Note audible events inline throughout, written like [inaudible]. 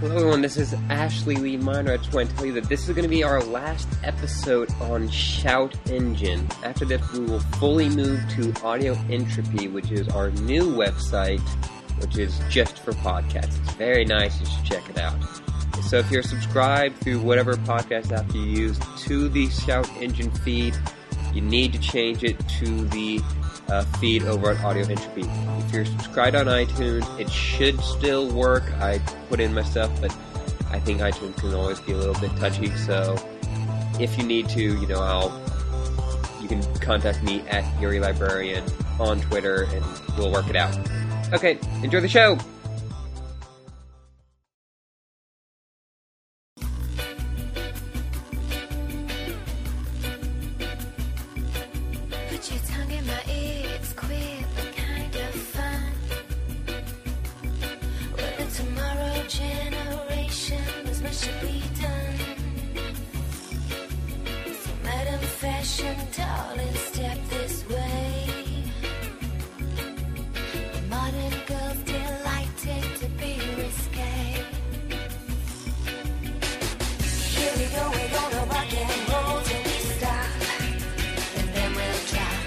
Hello everyone, this is Ashley Lee Minor. I just want to tell you that this is going to be our last episode on Shout Engine. After this, we will fully move to Audio Entropy, which is our new website, which is just for podcasts. It's very nice, you should check it out. So if you're subscribed through whatever podcast app you use to the Shout Engine feed, you need to change it to the uh, feed over at Audio Entropy. If you're subscribed on iTunes, it should still work. I put in my stuff, but I think iTunes can always be a little bit touchy. So if you need to, you know, I'll you can contact me at Yuri Librarian on Twitter, and we'll work it out. Okay, enjoy the show. Put your tongue in my ear, it's queer but kind of fun. With the tomorrow generation, there's much to be done. So, madam fashion, darling, step this way. The modern girls delighted to be risque. Here we go, we're gonna rock and roll till we stop. And then we'll drop.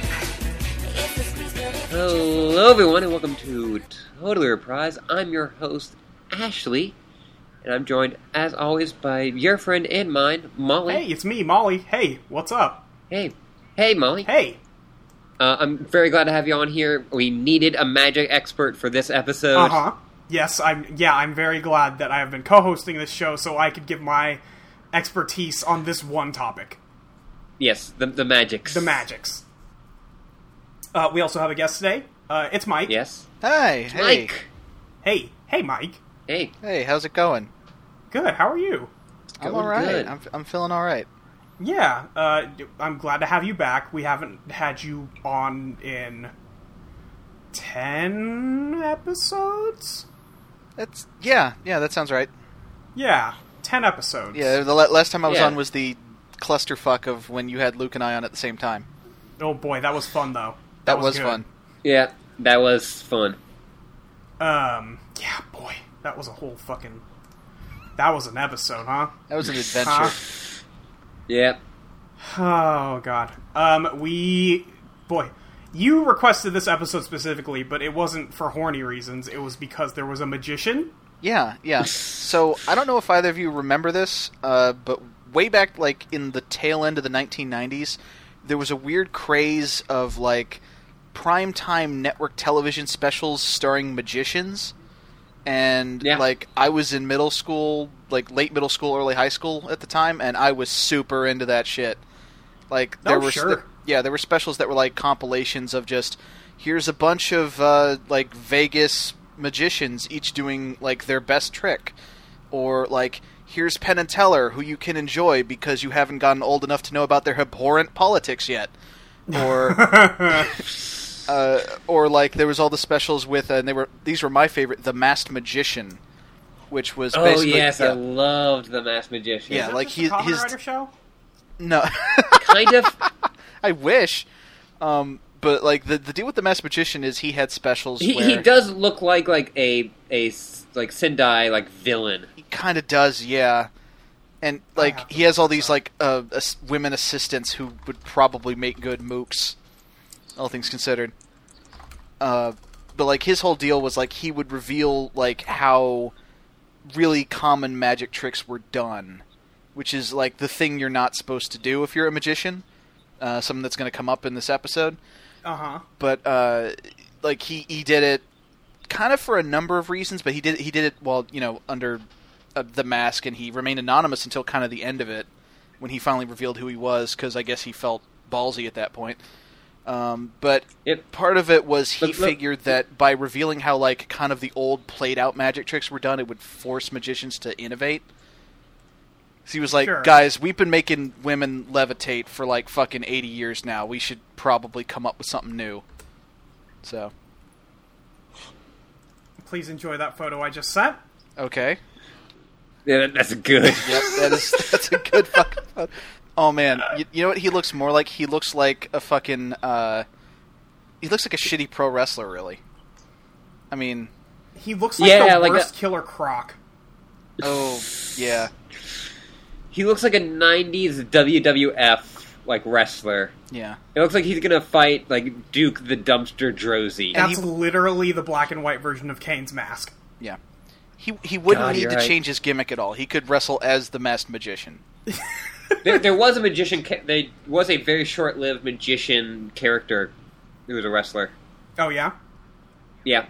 It's a squeeze, but if you Hello, everyone, and welcome to Totally Reprise. I'm your host, Ashley, and I'm joined, as always, by your friend and mine, Molly. Hey, it's me, Molly. Hey, what's up? hey, Hey, Molly. Hey. Uh, I'm very glad to have you on here. We needed a magic expert for this episode. Uh huh. Yes, I'm. Yeah, I'm very glad that I have been co-hosting this show, so I could give my expertise on this one topic: Yes, the the magics. the magics. Uh, we also have a guest today. Uh, it's Mike. Yes, Hi, hey, Mike. Hey, hey, Mike. Hey, hey, how's it going? Good. How are you? I'm Going all right. good. I'm I'm feeling all right. Yeah. Uh, I'm glad to have you back. We haven't had you on in ten episodes. That's yeah, yeah. That sounds right. Yeah, ten episodes. Yeah, the la- last time I was Yeah. on was the clusterfuck of when you had Luke and I on at the same time. Oh boy, that was fun though. That, was good. fun. yeah, that was fun. Um, yeah, boy, that was a whole fucking. That was an episode, huh? [laughs] That was an adventure. Huh? Yeah, Oh god. Um, we, boy, you requested this episode specifically, but it wasn't for horny reasons. It was because there was a magician. Yeah, yeah. So I don't know if either of you remember this, uh, but way back, like in the tail end of the 1990s, there was a weird craze of like primetime network television specials starring magicians, and Yeah. like I was in middle school, like late middle school, early high school at the time, and I was super into that shit. Like there Oh, were sure. yeah, there were specials that were like compilations of just here's a bunch of uh, like Vegas magicians each doing like their best trick, or like here's Penn and Teller who you can enjoy because you haven't gotten old enough to know about their abhorrent politics yet, or uh, or like there was all the specials with uh, and they were these were my favorite the Masked Magician, which was Oh basically yes, I yeah, loved the Masked Magician. Yeah, Is it like just a he- Kamen his- Rider show. no. [laughs] kind [laughs] of. I wish. Um, but like the the deal with the mass magician is he had specials. He, where he does look like like a a s- like Sendai like villain. He kind of does, yeah. And have like to he has all look this these up. like uh, ass- women assistants who would probably make good mooks, all things considered. Uh, but like his whole deal was like he would reveal like how really common magic tricks were done, which is like the thing you're not supposed to do if you're a magician. Uh, something that's going to come up in this episode. Uh huh. but uh, like he, he did it kind of for a number of reasons, but he did he did it while you know under uh, the mask, and he remained anonymous until kind of the end of it when he finally revealed who he was because I guess he felt ballsy at that point. Um, but Yep. part of it was he Look, look- figured that by revealing how like kind of the old played out magic tricks were done, it would force magicians to innovate. 'Cause he was like, Sure. guys, we've been making women levitate for like fucking eighty years now. We should probably come up with something new. So Please enjoy that photo I just sent. okay, Yeah, that, that's good. yep, that is [laughs] that's a good fucking. photo. Oh man, you, you know what he looks more like? He looks like a fucking. Uh, he looks like a shitty pro wrestler, really. I mean, He looks like Yeah, the like worst that- Killer Croc. Oh, yeah. [laughs] He looks like a '90s WWF like wrestler. Yeah. It looks like he's gonna fight like Duke the Dumpster Drozy. That's he- literally the black and white version of Kane's mask. Yeah. He he wouldn't God, need you're to right. change his gimmick at all. He could wrestle as the masked magician. there, there was a magician. Ca- there was a very short-lived magician character who was a wrestler. Oh yeah. Yeah.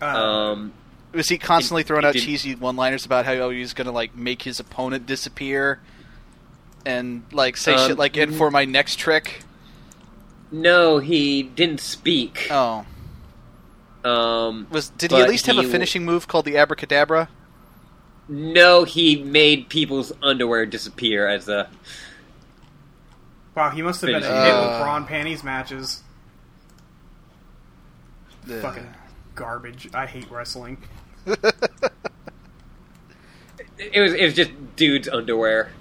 Uh, Oh. Um, Was he constantly He- throwing he out didn't- cheesy one-liners about how he was going to like make his opponent disappear and like say Um, shit like and for my next trick? no, he didn't speak. Oh. Um, Was did he But at least have he a w- finishing move called the abracadabra? no, he made people's underwear disappear as a. wow, he must have been a Finishing hit move. with brawn panties matches. Ugh. Fucking [laughs] garbage. I hate wrestling. It was it was just dude's underwear. [laughs]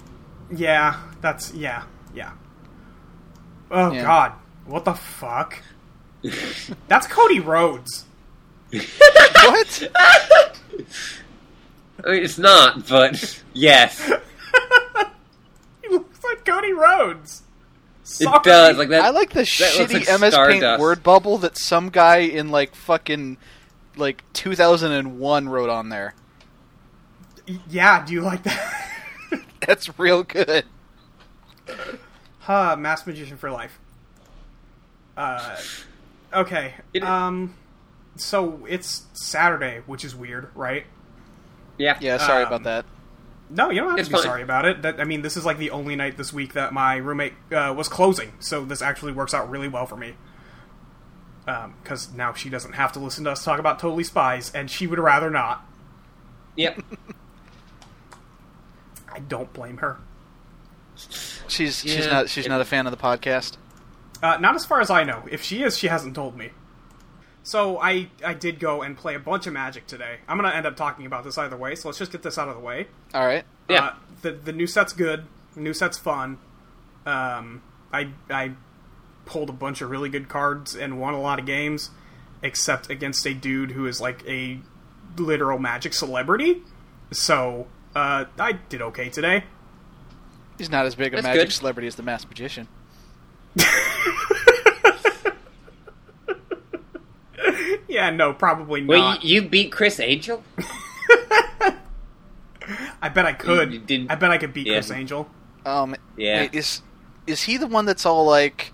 Yeah, that's yeah, yeah. Oh Yeah. God, what the fuck? that's Cody Rhodes. [laughs] [laughs] What? I mean, it's not, but yes, He looks like Cody Rhodes. it does. Like that. I like the that looks shitty like MS Paint Stardust. word bubble that some guy in like fucking like 2001 wrote on there. [laughs] yeah. Do you like that? [laughs] That's real good. huh, mass magician for life. Uh, okay. It- um, so it's Saturday, which is weird, right? yeah, Yeah, sorry Um, about that. No, you don't have It's to be fine. sorry about it. That I mean, this is like the only night this week that my roommate uh, was closing, so this actually works out really well for me. Because now she doesn't have to listen to us talk about Totally Spies, and she would rather not. Yep. I don't blame her. She's she's yeah, not she's it- not a fan of the podcast. Uh, not as far as I know. If she is, she hasn't told me. So I I did go and play a bunch of Magic today. I'm gonna end up talking about this either way, so let's just get this out of the way. All right. Yeah. Uh, the the new set's good. New set's fun. Um, I I pulled a bunch of really good cards and won a lot of games, except against a dude who is like a literal magic celebrity. So uh, I did okay today. [laughs] He's not as big a That's magic good. celebrity as the masked magician. Yeah, no, probably Wait, not. you, you beat Chris Angel? I bet I could. you didn't- I bet I could beat Yeah. Chris Angel. Um, Yeah. wait, is is he the one that's all like,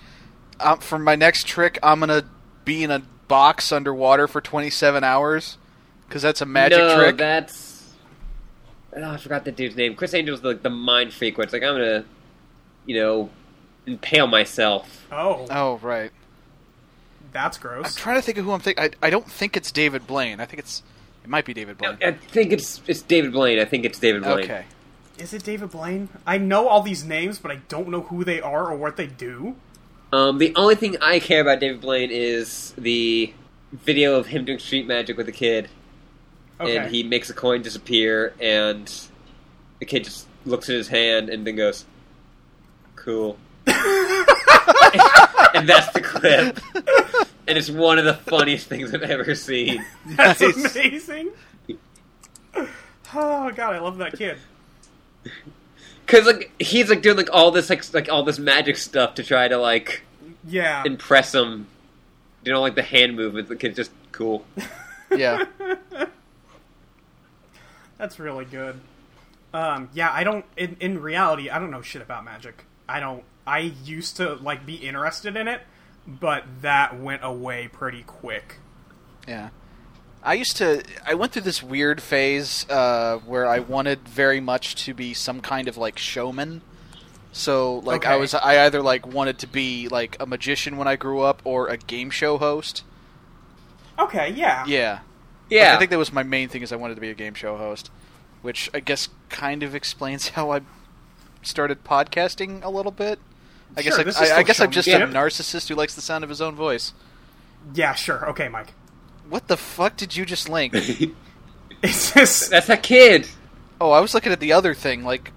um, for my next trick, I'm gonna be in a box underwater for 27 hours because that's a magic no, trick. that's. Oh, I forgot the dude's name. Chris Angel's the, the mind freak. Where it's like I'm gonna, you know, impale myself. Oh, Oh right. that's I'm gross. trying to think of who I'm thinking. I don't think it's David Blaine. I think it's it might be David Blaine. I think it's it's David Blaine. I think it's David Blaine. Okay. Is it David Blaine? I know all these names, but I don't know who they are or what they do. Um, the only thing I care about David Blaine is the video of him doing street magic with a kid, Okay. and he makes a coin disappear, and the kid just looks at his hand and then goes, "Cool," and that's the clip. And it's one of the funniest things I've ever seen. That's Nice. amazing. Oh god, I love that kid. Cause like he's like doing like all this like s- like all this magic stuff to try to like Yeah. impress him. You know, like the hand movements. The kid's just cool. Yeah. That's really good. Um, yeah, I don't in, in reality, I don't know shit about magic. I don't I used to like be interested in it, but that went away pretty quick. Yeah. I used to. I went through this weird phase uh, where I wanted very much to be some kind of like showman. So like I Okay. was, I either like wanted to be like a magician when I grew up or a game show host. Okay, yeah. Yeah. Like, Yeah, I think that was my main thing is I wanted to be a game show host, which I guess kind of explains [laughs] how I started podcasting a little bit. I Sure, guess this I, is I, I still guess I'm just a showmanship. narcissist who likes the sound of his own voice. Yeah, sure. Okay, Mike. [laughs] What the fuck did you just link? It's [laughs] just that's that kid. Oh, I was looking at the other thing. Like,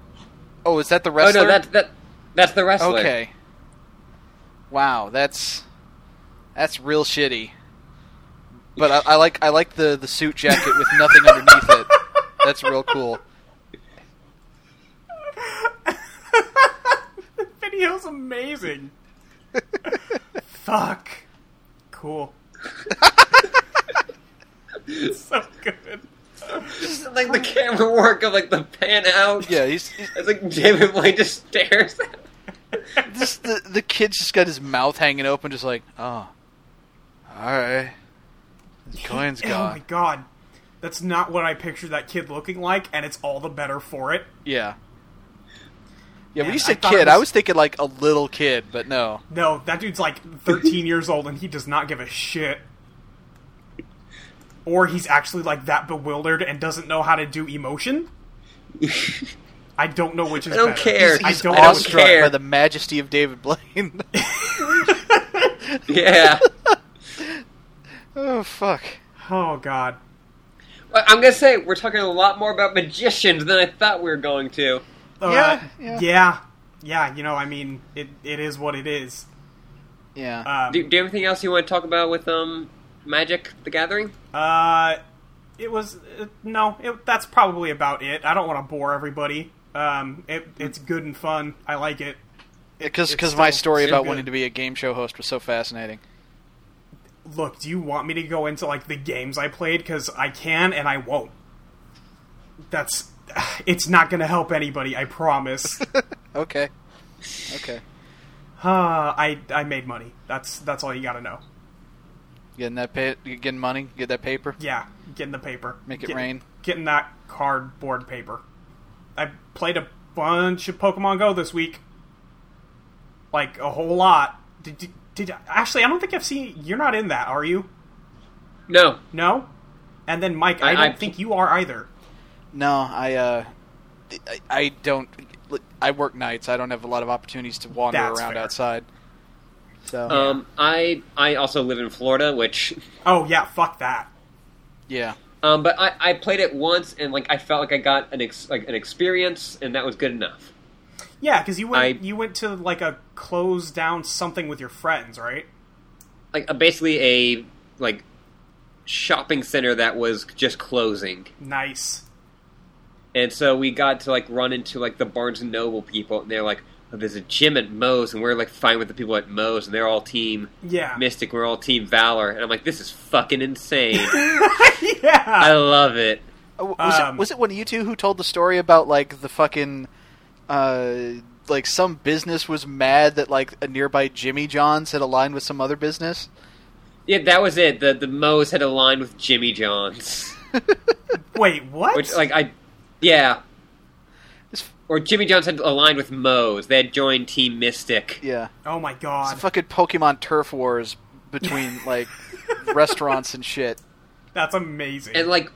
oh, is that the wrestler? Oh no, that that that's the wrestler. okay. Wow, that's that's real shitty. But I, I like I like the the suit jacket with nothing underneath it. That's real cool. [laughs] Video's amazing. [laughs] Fuck. [laughs] Cool. It's so good. Just like the camera work of like the pan out. [laughs] Yeah, he's, he's It's like David Blaine just stares at him. this, the the kid's just got his mouth hanging open, just like, oh, all right, the coin's Oh my gone. god. That's not what I pictured that kid looking like, and it's all the better for it. Yeah, yeah. Man, When you I said thought kid, it I was- was thinking like a little kid, but no. No, that dude's like [laughs] 13 years old and he does not give a shit. Or he's actually like that bewildered and doesn't know how to [laughs] do emotion. I don't know which is I don't better. care. I He's don't know which- awestruck care. by the majesty of David Blaine. [laughs] Yeah. oh fuck! [laughs] Oh god. Well, I'm gonna say we're talking a lot more about magicians than I thought we were going to. Uh, Yeah, yeah. yeah. Yeah. You know, I mean, it, it is what it is. Yeah. Um, Do, do you have anything else you want to talk about with um Magic the Gathering? Uh, it was uh, no. It, that's probably about it. I don't want to bore everybody. Um, it, it's good and fun. I like it. Because it's because my still story so about good. wanting to be a game show host was so fascinating. [laughs] Look, do you want me to go into like the games I played? Because I can and I won't. That's. [sighs] It's not going to help anybody. I promise. [laughs] uh, Okay. Okay. I I made money. That's that's all you got to know. Getting that pay, getting money, get that paper. Yeah, getting the paper. Make it Get- rain. Getting that cardboard paper. I played a bunch of Pokemon Go this week. Like a whole lot. Did, did, did actually? I don't think I've seen. You're not in that, are you? No. No. And then Mike, I, I- don't I- think you are either. No, I uh, I, I don't. I work nights. I don't have a lot of opportunities to wander That's around fair. outside. So Um, I I also live in Florida, which Oh yeah, fuck that. yeah, um, but I, I played it once and like I felt like I got an ex- like an experience and that was good enough. Yeah, because you went I- you went to like a closed down something with your friends, right? Like uh, basically a like shopping center that was just closing. Nice. And so we got to like run into like the Barnes and Noble people, and they're like, oh, "There's a gym at Moe's," and we're like fine with the people at Moe's, and they're all Team Yeah. Mystic, we're all Team Valor, and I'm like, "This is fucking insane! [laughs] yeah. I love it." Uh, w- was Um, it was it one of you two who told the story about like the fucking, uh, like some business was mad that like a nearby Jimmy John's had aligned with some other business? Yeah, that was it. The the Moe's had aligned with Jimmy John's, Wait, what? which like I, yeah, It's- or Jimmy John's had aligned with Moe's. They had joined Team Mystic. Yeah, oh my it's god. fucking Pokemon turf wars between like restaurants and shit. That's amazing. and like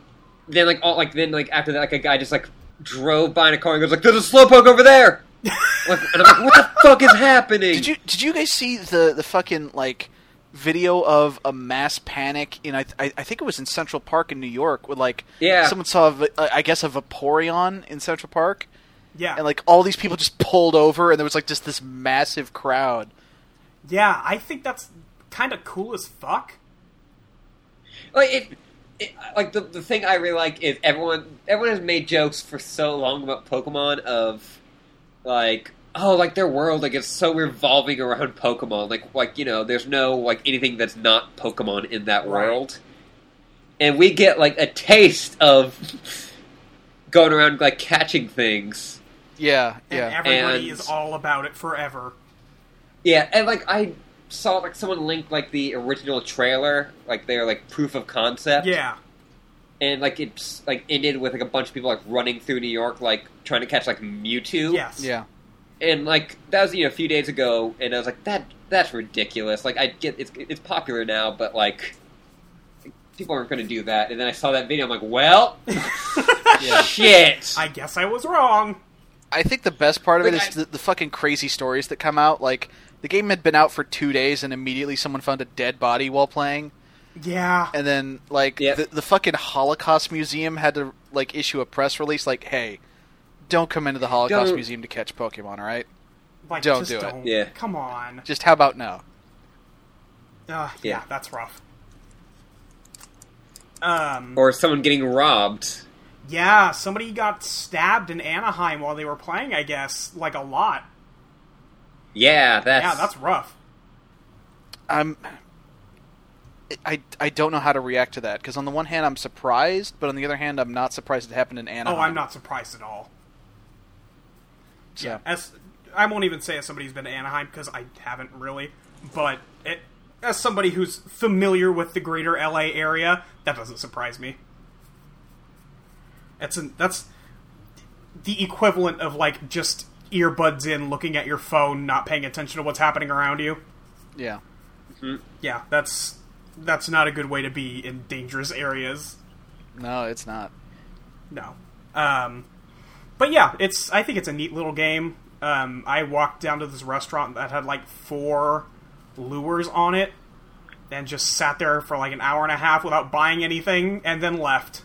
then like all like then like after that like a guy just like drove by in a car and goes like there's a slowpoke over there [laughs] like, and i'm like what the fuck is happening Did you did you guys see the the fucking like video of a mass panic in I I, I think it was in Central Park in New York with like Yeah. someone saw a vi- uh, I guess a Vaporeon in Central Park yeah. and like all these people just pulled over and there was like just this massive crowd. Yeah, I think that's kind of cool as fuck. like it, it like the, the thing i really like is everyone everyone has made jokes for so long about pokemon of like oh like their world like it's so revolving around pokemon like like you know there's no like anything that's not pokemon in that Right. world and we get like a taste of [laughs] going around like catching things Yeah, And yeah. everybody And- is all about it forever. Yeah, and like I saw like someone linked like the original trailer, like their like proof of concept. Yeah. And like it's like ended with like a bunch of people like running through New York like trying to catch like Mewtwo. Yes. [laughs] yeah. And like that was you know a few days ago and I was like that that's ridiculous. Like I get it's it's popular now, but like people aren't going to do that. And then I saw that video I'm like, [laughs] "Well, shit." I guess I was wrong. I think the best part of it Like, is I- the, the fucking crazy stories that come out like the game had been out for 2 days and immediately someone found a dead body while playing. Yeah. and then like Yeah. the, the fucking Holocaust Museum had to like issue a press release like, "Hey, don't come into the Holocaust Don't- Museum to catch Pokemon, all right? Like, Don't just do it. don't. Yeah. Come on. Just how about no?" Uh, yeah. Yeah. that's rough. Um, or someone getting robbed. Yeah, somebody got stabbed in Anaheim while they were playing, I guess. Like a lot. Yeah, that's Yeah, that's rough. I'm I, I don't know how to react to that because on the one hand I'm surprised, but on the other hand I'm not surprised it happened in Anaheim. Uh-huh. Oh, I'm not surprised at all. So, As I won't even say as somebody who's been to Anaheim because I haven't really, but it, as somebody who's familiar with the greater LA area, that doesn't surprise me. That's an, that's the equivalent of like just earbuds in, looking at your phone, not paying attention to what's happening around you. yeah. Yeah, that's that's not a good way to be in dangerous areas. No, it's not. No. Um, but yeah, it's. I think it's a neat little game. Um, I walked down to this restaurant that had like four lures on it, and just sat there for like an hour and a half without buying anything, and then left.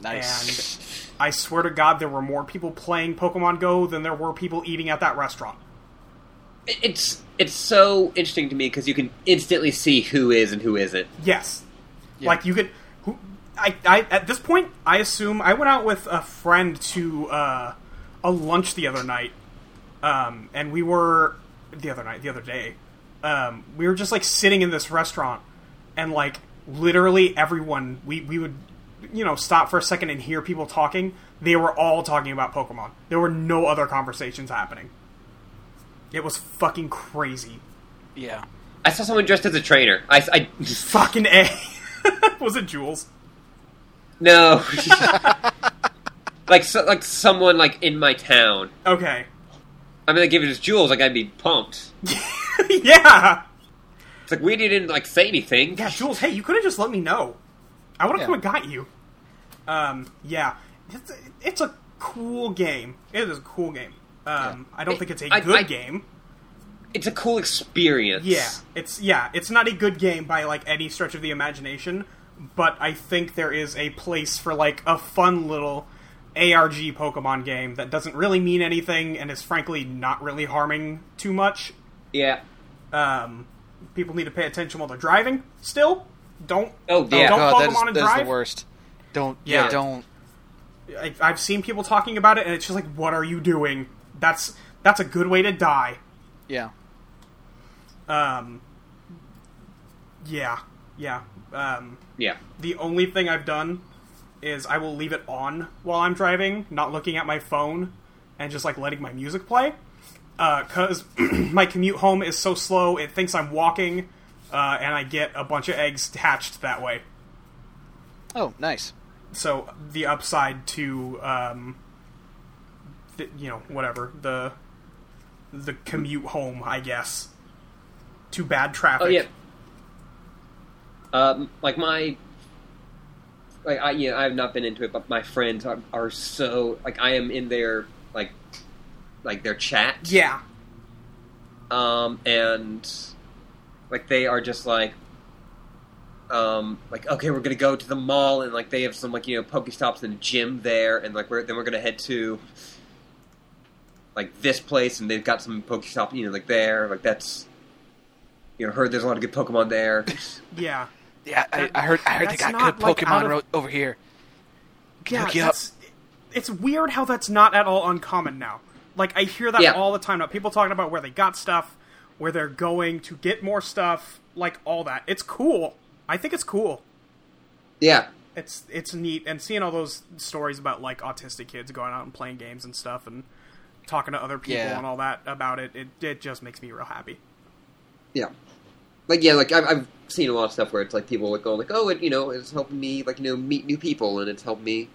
Nice. I swear to God, there were more people playing Pokemon Go than there were people eating at that restaurant. it's it's so interesting to me because you can instantly see who is and who isn't. Yes. Yeah. Like you could. Who, I, I at this point, I assume I went out with a friend to uh, a lunch the other night, um, and we were the other night, the other day. Um, we were just like sitting in this restaurant, and like literally everyone we we would you know stop for a second and hear people talking. They were all talking about Pokemon. There were no other conversations happening. It was fucking crazy. [laughs] Oh, Yeah. I saw someone dressed as a trainer. I, I Fucking a. [laughs] was it Jules? no, like so, like someone like in my town. Okay. I mean, like if it was Jules, like I'd be pumped. yeah. It's like we didn't like say anything. Yeah, Jules, hey, you could have just let me know. I would have Yeah. come and got you. Um, yeah. It's, it's a cool game. It is a cool game. Um, I don't think it's a I- good I- game. It's a cool experience. Yeah, it's yeah, it's not a good game by like any stretch of the imagination, but I think there is a place for like a fun little ARG Pokemon game that doesn't really mean anything and is frankly not really harming too much. yeah. Um, people need to pay attention while they're driving. Still, don't Oh, yeah. don't God, that is, Pokemon and that is drive. the worst. Don't. Yeah. Yeah. Don't. I, I've seen people talking about it, and it's just like, what are you doing? That's that's a good way to die. Yeah. Um, yeah, yeah. Um, Yeah. the only thing I've done is I will leave it on while I'm driving, not looking at my phone, and just like letting my music play. Because [clears throat] my commute home is so slow, it thinks I'm walking, uh, and I get a bunch of eggs hatched that way. Oh, nice. so the upside to um th- you know whatever the the commute home i guess to bad traffic Oh yeah. Um, like my, like I, you know, I have not been into it, but my friends are, are so like I am in their like, like their chat. yeah Um, and like they are just like, um, like okay, we're gonna go to the mall, and like they have some like you know Pokestops and a gym there, and like we're then we're gonna head to. Like this place, and they've got some Pokestop, you know, like there. Like that's, you know, heard there's a lot of good Pokemon there. yeah Yeah, I, I heard. I heard they That's got not, good like, Pokemon out of- ro- over here. yeah Hook you up. that's, it's weird how that's not at all uncommon now like i hear that Yeah. all the time now people talking about where they got stuff where they're going to get more stuff like all that it's cool i think it's cool [laughs] Yeah, it's it's neat and seeing all those stories about like autistic kids going out and playing games and stuff and talking to other people Yeah. and all that about it, it it just makes me real happy yeah. Like yeah, like I've, I've seen a lot of stuff where it's like people like go like, oh, it you know, it's helping me like you know meet new people and it's helped me.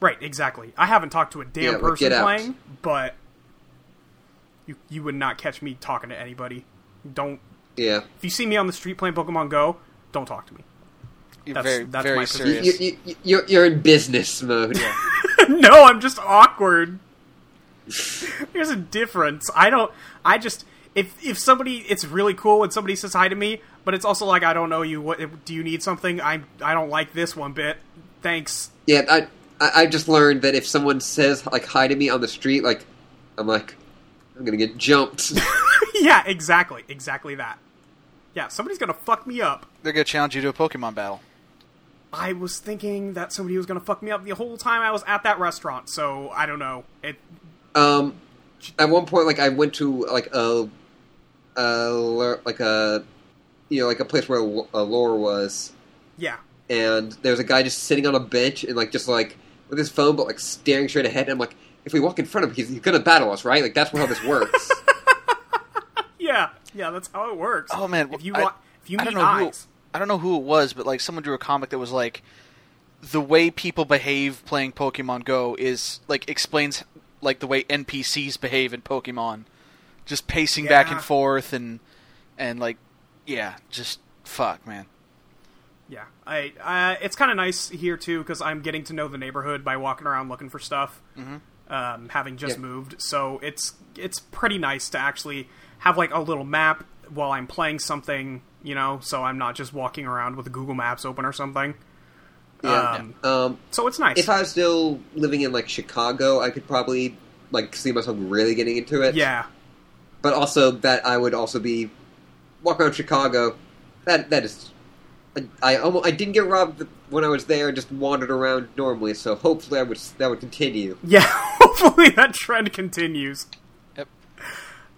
right exactly i haven't talked to a Yeah, damn like, person get out. playing but you you would not catch me talking to anybody don't Yeah, if you see me on the street playing pokemon go don't talk to me You're That's- very, that's very my you, serious. position. you, you, you're you're in business mode. Yeah. no i'm just awkward [laughs] there's a difference i don't i just if if somebody it's really cool when somebody says hi to me but it's also like i don't know you what do you need something i i don't like this one bit thanks [laughs] Yeah, I I I just learned that if someone says like hi to me on the street, like I'm like I'm gonna get [laughs] jumped. yeah exactly exactly that yeah somebody's gonna fuck me up They're gonna challenge you to a Pokemon battle. I was thinking that somebody was going to fuck me up the whole time I was at that restaurant. So I don't know. It Um, at one point, like I went to like a, a lur- like a, you know, like a place where a lo- a lore was, yeah. and there was a guy just sitting on a bench and like just like with his phone, but like staring straight ahead. And I'm like, if we walk in front of him, he's, he's gonna battle us, right? Like that's how this [laughs] works. Yeah, yeah, that's how it works. Oh man, if you I- want, if you I meet don't know who, eyes, I don't know who it was, but like someone drew a comic that was like the way people behave playing Pokemon Go is like explains like the way NPCs behave in Pokemon, just pacing back Yeah. and forth and and like yeah, just fuck man. yeah, I, uh, it's kind of nice here too because I'm getting to know the neighborhood by walking around looking for stuff, um, having just Mm-hmm. Yeah. moved. So it's it's pretty nice to actually have like a little map while I'm playing something, you know, so I'm not just walking around with Google Maps open or something. yeah. Um, um, So it's nice. if I was still living in like Chicago, I could probably like see myself really getting into it. yeah, [laughs] but also that I would also be walk around Chicago. That that is, I, I almost I didn't get robbed when I was there. Just wandered around normally. So hopefully I would that would continue. yeah. Hopefully that trend continues.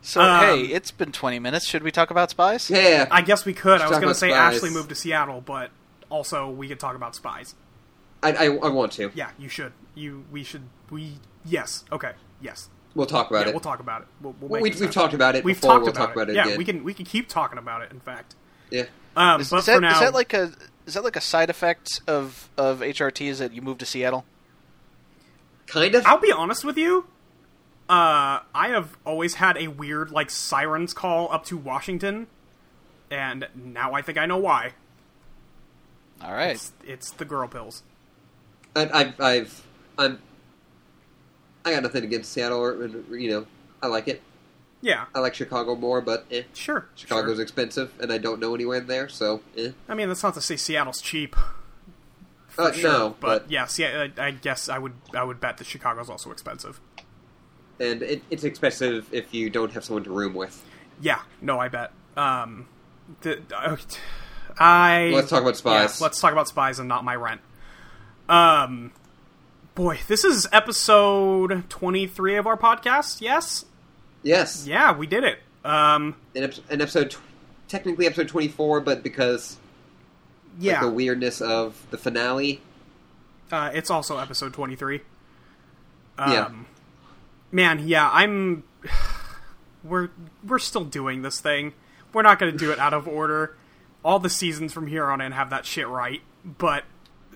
So Um, hey, it's been twenty minutes. Should we talk about spies? Yeah, I guess we could. Let's I talk was going to about say spies. Ashley moved to Seattle, but also we could talk about spies. I, I, I want to. Yeah, you should. You we should we yes. Okay. Yes. We'll talk about yeah, it. we'll talk about it. We'll, we'll Well, make we- it we've sense. talked about it We've before, talked we'll about talk about it yeah, again. we can we can keep talking about it. In fact, Yeah. um, Is, but is that, for now, is that like a is that like a side effect of of HRT? Is that you moved to Seattle? kind of. I'll be honest with you. Uh, I have always had a weird like sirens call up to Washington, and now I think I know why. All right. It's, it's the girl pills. I, I've, I've I'm I got nothing against Seattle. Or, you know, I like it. Yeah, I like Chicago more, but eh. sure. Chicago's sure. expensive, and I don't know anywhere there. So eh. I mean, that's not to say Seattle's cheap. for uh, sure, no, but, yeah, see, I, I guess I would I would bet that Chicago's also expensive. and it, it's expensive if you don't have someone to room with. Yeah, no, I bet. Um, the, I Let's talk about yeah, spies. let's talk about spies and not my rent. Um, boy, this is episode twenty three of our podcast. Yes, yes, yeah, we did it. Um, an, ep- an episode, tw- technically episode twenty-four, but because yeah, the weirdness of the finale, uh, it's also episode 23 um, Yeah. man yeah i'm [sighs] we're we're still doing this thing we're not going to do it out of order all the seasons from here on in have that shit right but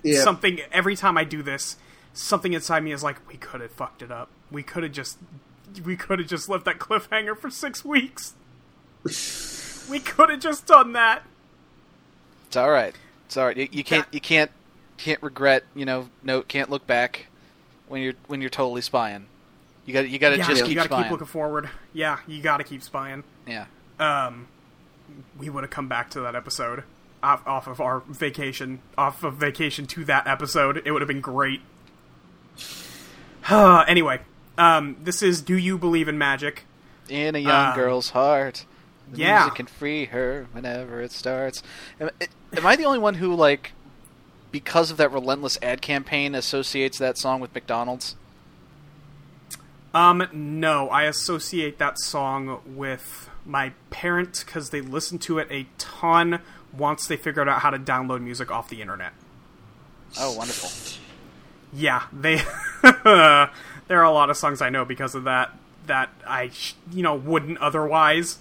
Yeah. something every time i do this something inside me is like we could have fucked it up we could have just we could have just left that cliffhanger for six weeks we could have just done that It's all right. It's all right. You, you can't. You can't. Can't regret. You know. No. Can't look back when you're when you're totally spying. You got. to You got to yeah just you keep gotta spying. keep looking forward yeah you gotta keep spying yeah. um, we would have come back to that episode off, off of our vacation, off of vacation to that episode. It would have been great. [sighs] anyway, um, this is Do You Believe in Magic? In a young Um, girl's heart. The yeah. Music can free her whenever it starts. Am, am I the only one who like, because of that relentless ad campaign, associates that song with McDonald's? Um, no, I associate that song with my parents because they listened to it a ton once they figured out how to download music off the internet. Oh, wonderful. Yeah, they [laughs] there are a lot of songs I know because of that that I sh- you know wouldn't otherwise.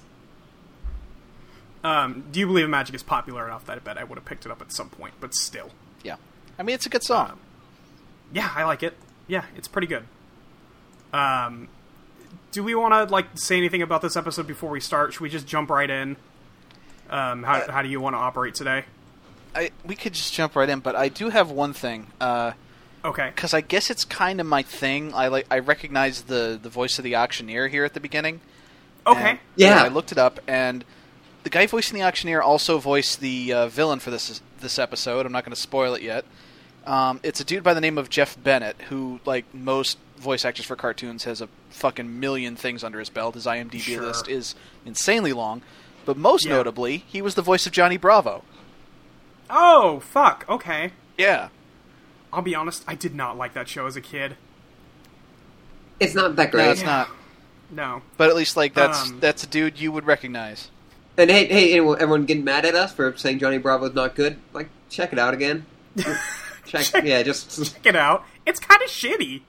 Um, do you believe in magic is popular enough that I bet I would have picked it up at some point, but still, Yeah. I mean, it's a good Um. song. yeah, I like it. Yeah, it's pretty good. Um, do we want to like say anything about this episode before we start? Should we just jump right in? Um, how how do you want to operate today? I we could just jump right in, but I do have one thing. Uh. Okay, because I guess it's kind of my thing. I like I recognize the the voice of the auctioneer here at the beginning. okay, And- Yeah. I looked it up, and the guy voicing the auctioneer also voiced the uh, villain for this this episode. I'm not going to spoil it yet. Um, it's a dude by the name of Jeff Bennett, who, like most voice actors for cartoons, has a fucking million things under his belt. His IMDb Sure. list is insanely long, but most Yeah. notably, he was the voice of Johnny Bravo. Oh fuck, okay, Yeah. I'll be honest, I did not like that show as a kid. It's not that No, great. it's not. No. But at least like that's Um, that's a dude you would recognize. And hey, hey, anyone, everyone getting mad at us for saying Johnny Bravo's not good? Like, check it out [laughs] again. Check, yeah, just Check it out. It's kind of shitty.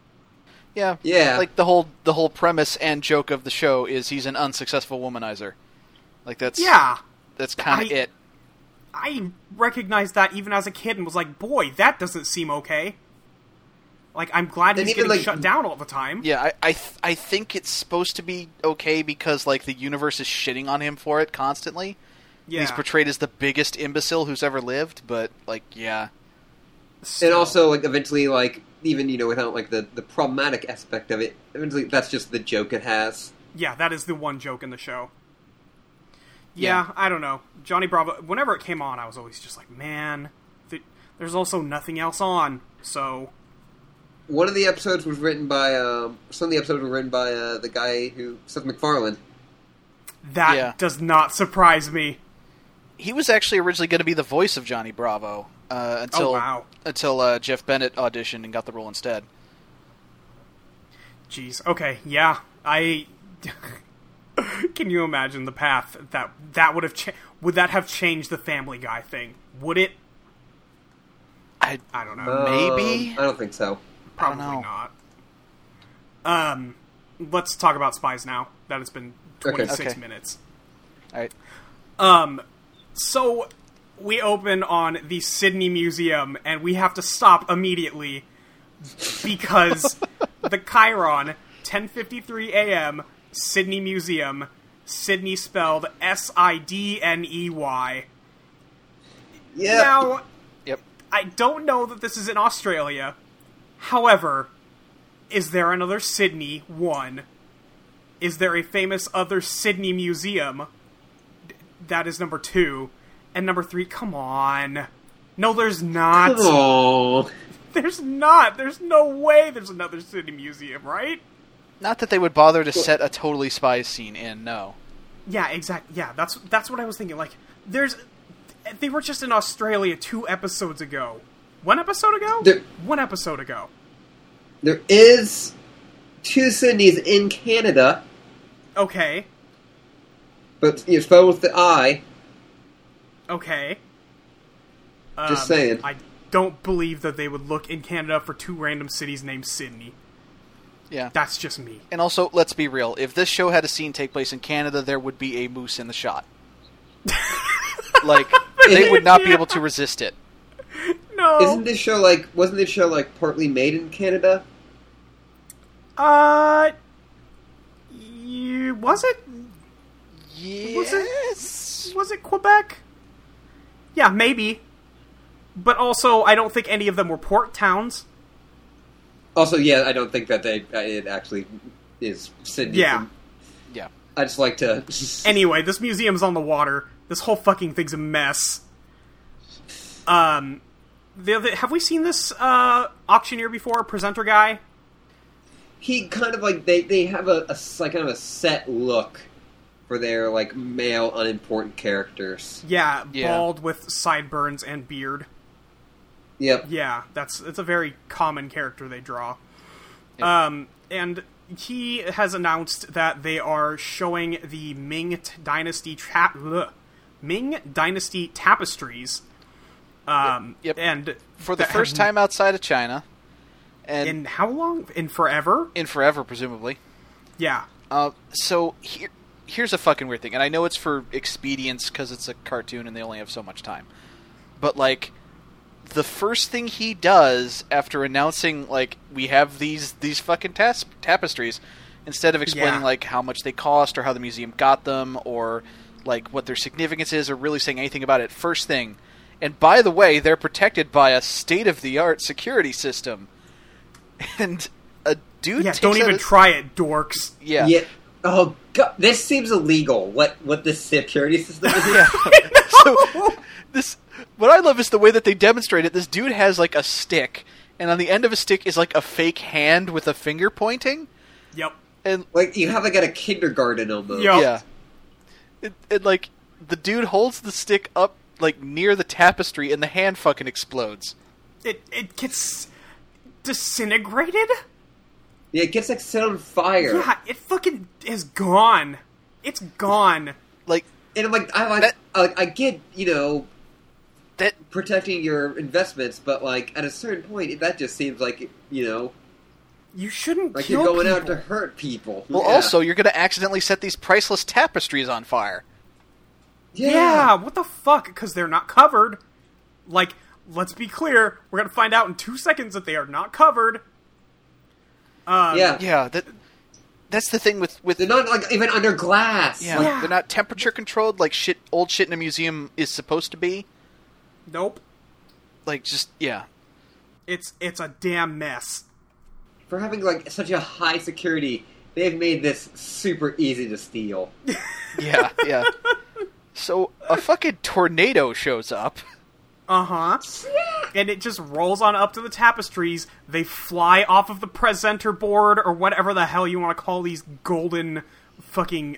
Yeah. yeah. Like the whole the whole premise and joke of the show is he's an unsuccessful womanizer. Like that's Yeah. that's kind of I- it. I recognized that even as a kid and was like, boy, that doesn't seem okay. Like, I'm glad And he's even, getting like- shut down all the time. Yeah, I I, th- I think it's supposed to be okay because like the universe is shitting on him for it constantly. Yeah. He's portrayed as the biggest imbecile who's ever lived, but like yeah. and Still. also, like, eventually, like, even you know, without like the the problematic aspect of it, eventually, that's just the joke it has. Yeah, that is the one joke in the show. Yeah. Yeah, I don't know. Johnny Bravo, whenever it came on, I was always just like, man, th- there's also nothing else on, so. One of the episodes was written by um, some of the episodes were written by uh, the guy who Seth MacFarlane. That Yeah. does not surprise me. He was actually originally going to be the voice of Johnny Bravo uh, until oh, wow. until uh, Jeff Bennett auditioned and got the role instead. Jeez. Okay. Yeah. I. [laughs] Can you imagine the path that that would have cha- would that have changed the Family Guy thing? Would it? I I don't know. Maybe? Um, I don't think so. Probably know. not. Um, let's talk about spies now. That has been Okay. twenty six Okay. minutes. all right. Um, so we open on the Sydney Museum, and we have to stop immediately because the Chiron, 10:53 a.m., Sydney Museum, Sydney spelled S I D N E Y. Yeah, Now, Yep. I don't know that this is in Australia. However, is there another Sydney one? Is there a famous other Sydney museum? D- That is number two. And number three, come on. No, there's not. Aw. There's not. There's no way there's another Sydney museum, right? Not that they would bother to set a totally spy scene in. No. Yeah, exactly. Yeah, that's that's what I was thinking. Like, there's. They were just in Australia two episodes ago. One episode ago? There- One episode ago. there is two Sydneys in Canada, Okay. but it's spelled with the I. Okay. Just Um, saying. I don't believe that they would look in Canada for two random cities named Sydney. Yeah. That's just me. And also, let's be real. If this show had a scene take place in Canada, there would be a moose in the shot. like they would not be able to resist it. No. Isn't this show like? Wasn't this show like partly made in Canada? uh. You, was it? Yes. Was it Quebec? Yeah, maybe. But also, I don't think any of them were port towns. Also, yeah, I don't think that they uh, it actually is Sydney. Yeah. from- Yeah. I just like [laughs] to. Anyway, this museum's on the water. This whole fucking thing's a mess. Um, the other, have we seen this uh, auctioneer before? Presenter guy? he kind of like they they have a, a s- like kind of a set look for their like male unimportant characters. Yeah, Yeah. bald with sideburns and beard. Yep. Yeah, that's it's a very common character they draw. Yeah. Um, and he has announced that they are showing the Ming t- Dynasty tra- bleh, Ming Dynasty tapestries. Um, Yep, yep. and For the that first have- time outside of China, and in how long? In forever? in forever, presumably. Yeah. Uh, so here, here's a fucking weird thing, and I know it's for expedience because it's a cartoon and they only have so much time. But like, the first thing he does after announcing like we have these these fucking tas- tapestries, instead of explaining Yeah. like how much they cost or how the museum got them or like what their significance is or really saying anything about it, first thing. And by the way, they're protected by a state of the art security system. [laughs] And a dude Yeah, takes don't out even a- try it, dorks. yeah. Yeah. Oh god, this seems illegal. What what this security system [laughs] is? Yeah. [laughs] so this what I love is the way that they demonstrate it. This dude has like a stick, and on the end of a stick is like a fake hand with a finger pointing, Yep. and Like you have like at a kindergarten almost. Yeah. yeah, it, it like the dude holds the stick up like near the tapestry, and the hand fucking explodes. it it gets disintegrated. Yeah, it gets like set on fire. Yeah, it fucking is gone. It's gone. Like And I'm like, I like, That- I, I get, you know, that protecting your investments, but like at a certain point, that just seems like, you know, You shouldn't like kill you're going out people. to hurt people. Well, Yeah. also, you're going to accidentally set these priceless tapestries on fire. yeah. Yeah, what the fuck? Because they're not covered. Like, let's be clear, we're gonna find out in two seconds that they are not covered. Uh, yeah, Yeah, that that's the thing with with They're not like even under glass. yeah, Like, Yeah. they're not temperature controlled like shit old shit in a museum is supposed to be. Nope. Like just yeah. It's it's a damn mess. for having like such a high security, they've made this super easy to [laughs] steal. Yeah, yeah. So a fucking tornado shows up. Uh huh. And it just rolls on up to the tapestries. They fly off of the presenter board or whatever the hell you want to call these golden fucking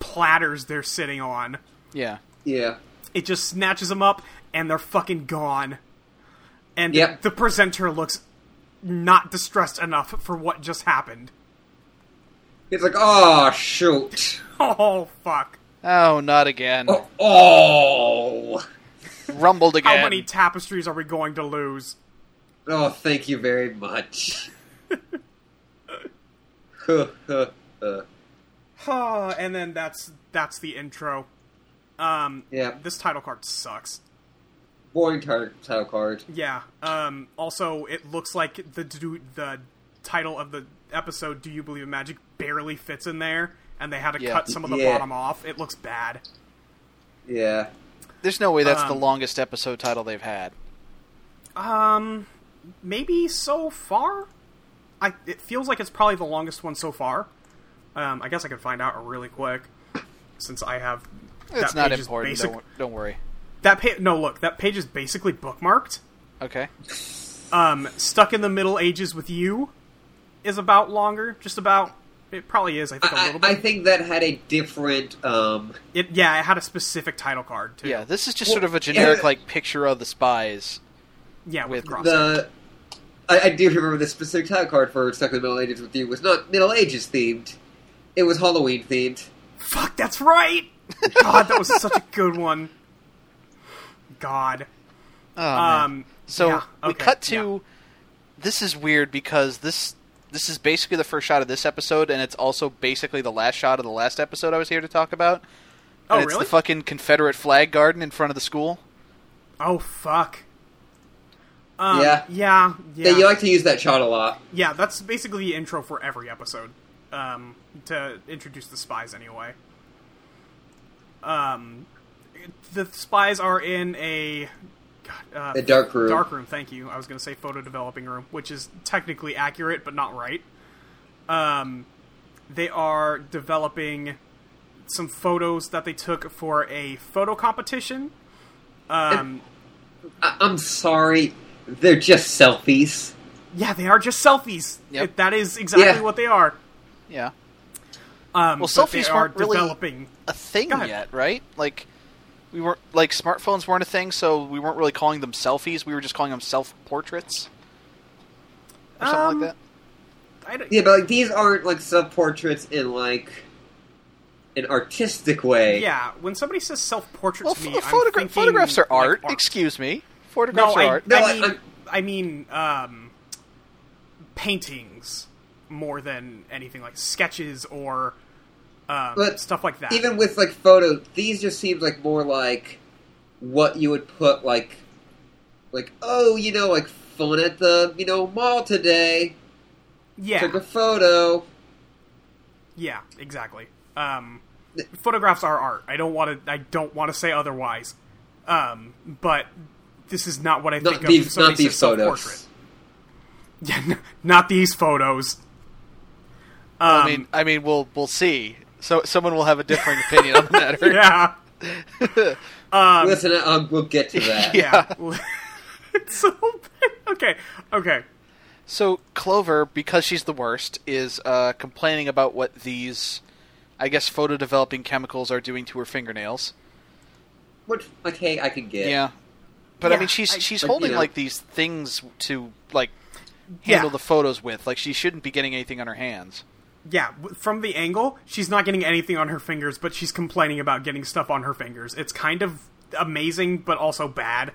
platters they're sitting on. Yeah. Yeah. It just snatches them up and they're fucking gone. And Yep. the presenter looks not distressed enough for what just happened. [laughs] It's like, oh shoot. Oh fuck. Oh, not again. Oh, oh. Rumbled How again. many tapestries are we going to lose? [sighs] Oh, thank you very much. [laughs] Huh, huh, huh. Huh, and then that's that's the intro. Um yeah, this title card sucks. boring tar- title card. Yeah. Um also it looks like the do, the title of the episode Do You Believe in Magic barely fits in there and they had to Yeah. cut some of the Yeah. bottom off. It looks bad. Yeah, There's no way that's the Um, longest episode title they've had. Um, maybe so far. I it feels like it's probably the longest one so far. Um, I guess I could find out really quick since I have. It's that not page is important. basic- Don't, don't worry. that page, no, look, that page is basically bookmarked. Okay. Um, stuck in the Middle Ages with you is about longer, just about. It probably is. I think a I, little I, I bit. think that had a different. um It, yeah, it had a specific title card too. Yeah, this is just Well, sort of a generic yeah. like picture of the spies. yeah, with, with Grosso. The I, I do remember the specific title card for Stuck in the Middle Ages with You was not Middle Ages themed. It was Halloween themed. Fuck, that's right. [laughs] God, that was such a good one. God. Oh, man. Um. So yeah, we okay, cut yeah. to this is weird because this this is basically the first shot of this episode, and it's also basically the last shot of the last episode I was here to talk about. Oh, and it's really? the fucking Confederate flag garden in front of the school. Oh fuck. Um, Yeah. yeah. Yeah. Yeah. They like to use that shot a lot. yeah. That's basically the intro for every episode. Um, to introduce the spies anyway. Um, the spies are in a God, uh, The dark room. dark room. Thank you. I was going to say photo developing room, which is technically accurate but not right. Um, they are developing some photos that they took for a photo competition. Um, I, I'm sorry, they're just selfies. Yeah, they are just selfies. Yep. It- that is exactly Yeah. what they are. Yeah, Um, Well, but selfies they are weren't really- developing. a thing God. yet, right? Like we weren't like smartphones weren't a thing, so we weren't really calling them selfies. We were just calling them self portraits or something Um, like that. I don't- Yeah, but like these aren't like self portraits in like an artistic way. yeah, when somebody says self-portrait Well, to me, pho- I'm photogra- thinking, photographs are like, art. Excuse me, No, photographs I, are art. No, I I- mean, I'm- I mean, um, paintings more than anything like sketches or um, But stuff like that. Even with like photos, these just seems like more like what you would put like like oh you know like fun at the you know mall today yeah, took a photo. yeah, exactly. Um, photographs are art. I don't want to. I don't want to say otherwise. Um, but this is not what I Not think of. when these, somebody not these says photos. self-portrait. [laughs] Yeah, n- not these photos. Um, I mean, I mean, we'll we'll see. So someone will have a differing [laughs] opinion on the [laughs] matter. yeah, Listen, um, we'll get [laughs] to that. yeah. it's so bad. Okay, okay. So Clover, because she's the worst, is uh, complaining about what these, I guess, photo developing chemicals are doing to her fingernails. Which like hey, I can get. Yeah. Eh, But I Yeah, mean, she's I- she's Like, you holding know. like these things to like Yeah. handle the photos with. Like she shouldn't be getting anything on her hands. Yeah, w- from the angle, she's not getting anything on her fingers, but she's complaining about getting stuff on her fingers. It's kind of amazing, but also bad.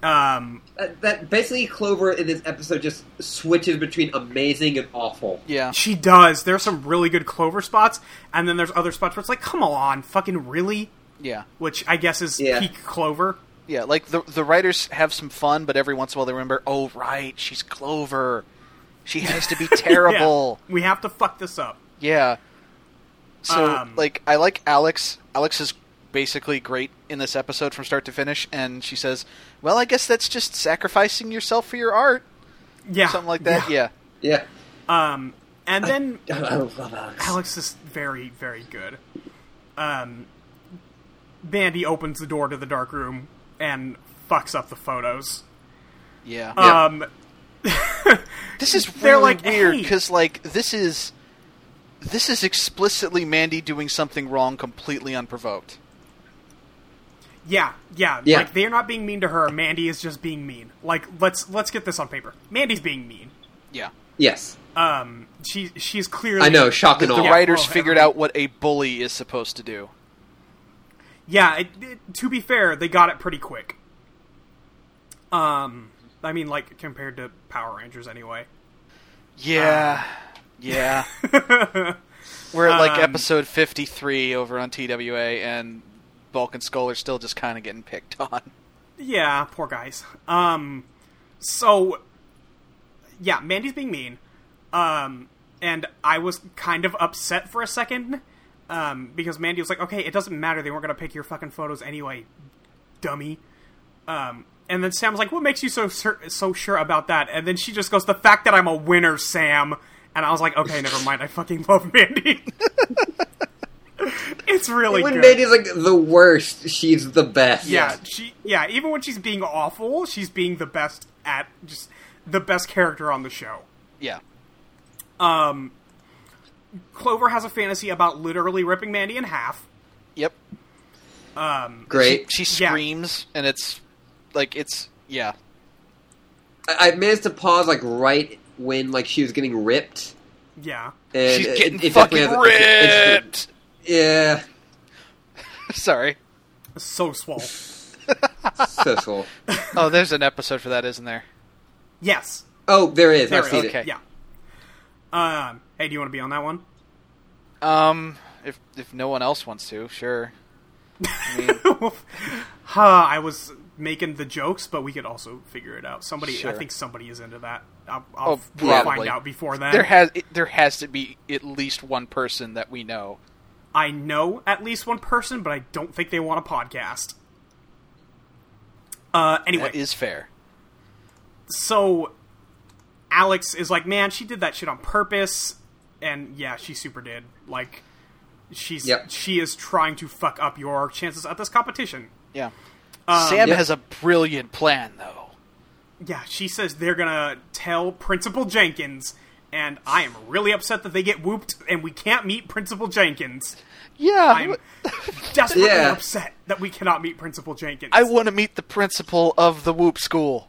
Um, That, that basically Clover in this episode just switches between amazing and awful. Yeah. she does. There's some really good clover spots, and then there's other spots where it's like, come on, fucking really? Yeah. Which I guess is Yeah. peak clover. Yeah, like the the writers have some fun, but every once in a while they remember, oh right, she's Clover. She has [laughs] to be terrible. Yeah, we have to fuck this up. yeah. So Um, like I like Alex. Alex is basically great in this episode from start to finish, and she says, Well, I guess that's just sacrificing yourself for your art. Yeah, Something like that. Yeah. [laughs] Yeah. Um, [laughs] and then I love Alex. Alex is very, very good. Um, Bandy opens the door to the dark room and fucks up the photos. Yeah. Yeah. Um, This is They're really like, weird "Hey." because like this is this is explicitly Mandy doing something wrong completely unprovoked. yeah, yeah, Yeah. Like they're not being mean to her. Mandy is just being mean. Like let's let's get this on paper. Mandy's being mean. Yeah. Yes. Um, she she's clearly I know, shock and The awe. Yeah, writers well, figured everyone- out what a bully is supposed to do. Yeah, it, it, to be fair, they got it pretty quick. Um, I mean, like compared to Power Rangers, anyway. Yeah. Uh. [laughs] yeah. We're at Um, like episode 53 over on TWA, and Bulk and Skull are still just kind of getting picked [laughs] on. Yeah, poor guys. Um, so yeah, Mandy's being mean. Um, and I was kind of upset for a second. Um, because Mandy was like, "Okay, it doesn't matter. They weren't gonna pick your fucking photos anyway, dummy." Um, and then Sam's like, "What makes you so sur- so sure about that?" And then she just goes, "The fact that I'm a winner, Sam." And I was like, "Okay, never mind. I fucking love Mandy." [laughs] it's really When good. uh, Mandy's like the worst, she's the best. Yeah, she. Yeah, even when she's being awful, she's being the best at just the best character on the show. Um, Yeah. Clover has a fantasy about literally ripping Mandy in half. Yep. Great. She Yeah. screams, and it's like, it's. Yeah. I, I managed to pause like right when like she was getting ripped. Yeah, And She's it- getting it definitely fucking has a- it's- it's- ripped! [laughs] Yeah. Sorry. so swole. [laughs] So cool. Oh, there's an episode for that, isn't there? Yes, Oh, there is. there I've it seen is. it. Okay. Yeah. Um. Hey, do you want to be on that one? [laughs] Um, if, if no one else wants to, sure. I mean, huh, I was making the jokes, but we could also figure it out. Somebody, Sure. I think somebody is into that. I'll, Oh, I'll probably. find out before then. there has it, there has to be at least one person that we know. I know at least one person, but I don't think they want a podcast. Uh, anyway, That is fair. so Alex is like, man, she did that shit on purpose, and yeah, she super did. Like, she's Yep. she is trying to fuck up your chances at this competition. Yeah. Um, Sam Yeah. has a brilliant plan, though. Yeah, she says they're gonna tell Principal Jenkins, and I am really upset that they get whooped and we can't meet Principal Jenkins. Yeah. [laughs] I'm desperately Yeah. upset that we cannot meet Principal Jenkins. I want to meet the principal of the Whoop School.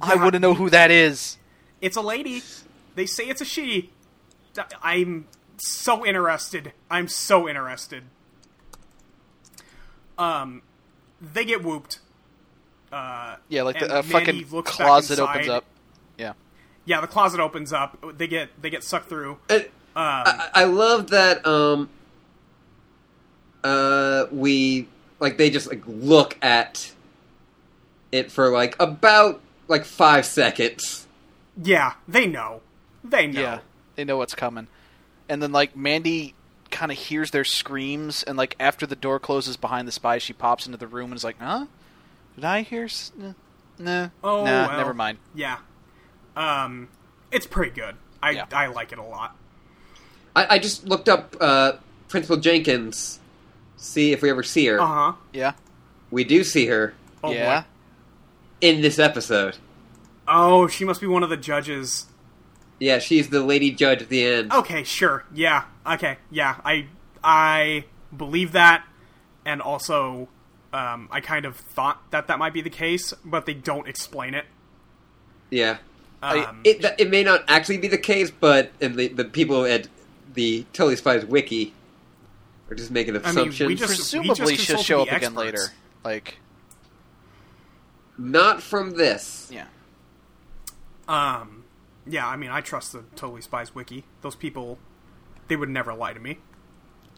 I Yeah. want to know who that is. It's a lady. They say it's a she. Th- I'm so interested. I'm so interested. Um, they get whooped. Yeah, like And the uh, Mandy fucking looks back closet opens inside. up. Yeah. Yeah, the closet opens up. They get they get sucked through. Uh, And Uh, I, I love that. Um. Uh, we like they just like look at it for like about like five seconds. Yeah, they know. They know. Yeah. They know what's coming. And then like Mandy kind of hears their screams and like after the door closes behind the spy, she pops into the room and is like, "Huh? Did I hear s- n- No. Oh, nah, well. never mind." Yeah. Um, it's pretty good. I Yeah. I like it a lot. I, I just looked up uh, Principal Jenkins, see if we ever see her. Uh huh. Yeah. We do see her Oh, yeah. Boy. in this episode. Oh, she must be one of the judges. Yeah, she's the lady judge at the end. Okay, sure. Yeah. Okay. Yeah. I I believe that, and also, um, I kind of thought that that might be the case, but they don't explain it. Yeah. Um, it that- it may not actually be the case, but and the, the people at the Totally Spies wiki are just making we assumptions. just- Presumably, she'll consulted show up the again later. experts. Like, Not from this. yeah, um, yeah, I mean, I trust the Totally Spies wiki. Those people, they would never lie to me.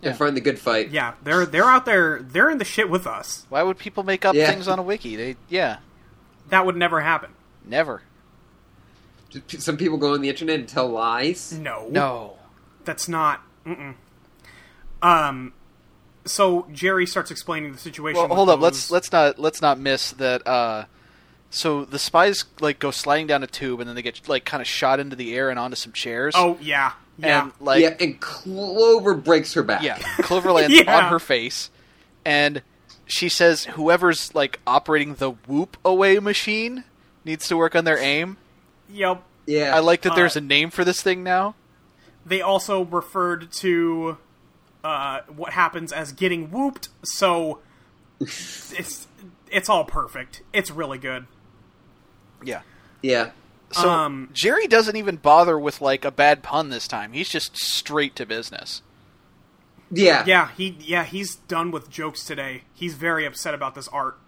They're fighting the good fight. Yeah, they're they're out there. They're in the shit with us. why would people make up Yeah. things on a wiki? They, yeah, That would never happen. never. Just p- Some people go on the internet and tell lies. No, No. that's not. Mm-mm. Um, so Jerry starts explaining the situation. Well, with hold up. Let's those- let's not let's not miss that. Uh, so the spies like go sliding down a tube, and then they get like kind of shot into the air and onto some chairs. Oh yeah, yeah. and like yeah, and Clover breaks her back. Yeah, Clover lands [laughs] Yeah. on her face, and she says whoever's like operating the whoop away machine needs to work on their aim. yep. yeah. I like that Uh, there's a name for this thing now. They also referred to uh, what happens as getting whooped. So it's it's all perfect. It's really good. Yeah. Yeah, So Um, Jerry doesn't even bother with like a bad pun this time. He's just straight to business. yeah, Yeah, he yeah he's done with jokes today. He's very upset about this art.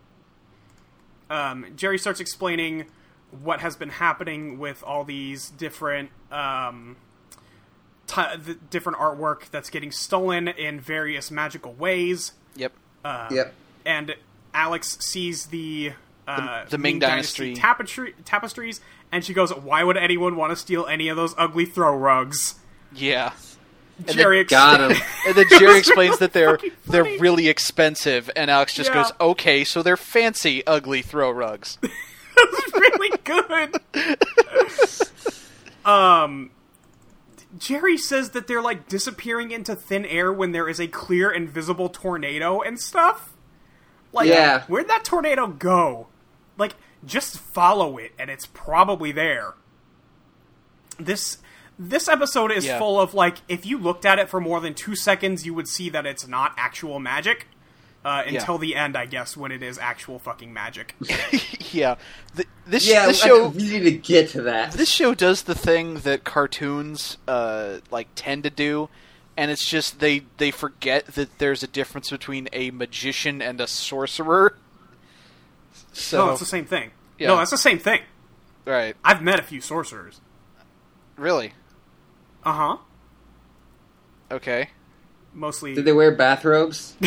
Um, Jerry starts explaining what has been happening with all these different um, ti the different artwork that's getting stolen in various magical ways. Yep. Yep. and Alex sees the uh, The- the Ming Dynasty. tapestry, tapestries, and she goes, "Why would anyone want to steal any of those ugly throw rugs?" Yeah. Jerry Got [laughs] him. And then Jerry really explains that they're fucking funny. they're really expensive, and Alex just Yeah. goes, "Okay, so they're fancy, ugly throw rugs." [laughs] was really good. [laughs] um, Jerry says that they're like disappearing into thin air when there is a clear and visible tornado and stuff. Like, Yeah. where'd that tornado go? Like, just follow it, and it's probably there. This this episode is Yeah. full of like, if you looked at it for more than two seconds, you would see that it's not actual magic. Uh, until the end, I guess, when it is actual fucking magic. yeah. Th- [laughs] this yeah. this I- show we need to get to that. this show does the thing that cartoons uh, like tend to do and it's just they they forget that there's a difference between a magician and a sorcerer so no, Oh, it's the same thing. Yeah. No, that's the same thing. right I've met a few sorcerers. really Uh huh. okay Mostly. Did they wear bathrobes? [laughs]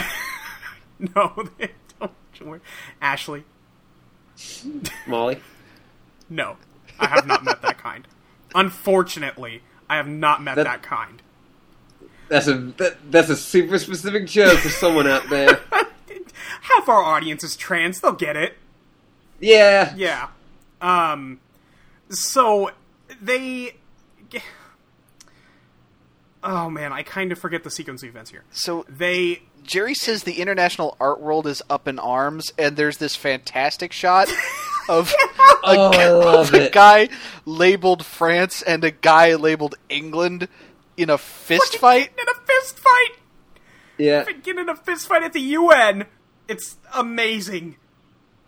No, they don't. Sure. Ashley, Molly. no. I have not met that kind. Unfortunately, I have not met That- that, kind. That's a that, that's a super specific joke for someone out there. Half our audience is trans. They'll get it. Yeah. Yeah. Um. So they. Oh man, I kind of forget the sequence of events here. so They jerry says the international art world is up in arms and there's this fantastic [laughs] shot of a, Oh, I love of a it. guy labeled france and a guy labeled england in a fist fight in a fist fight. Yeah. get in a fist fight at the UN. It's amazing.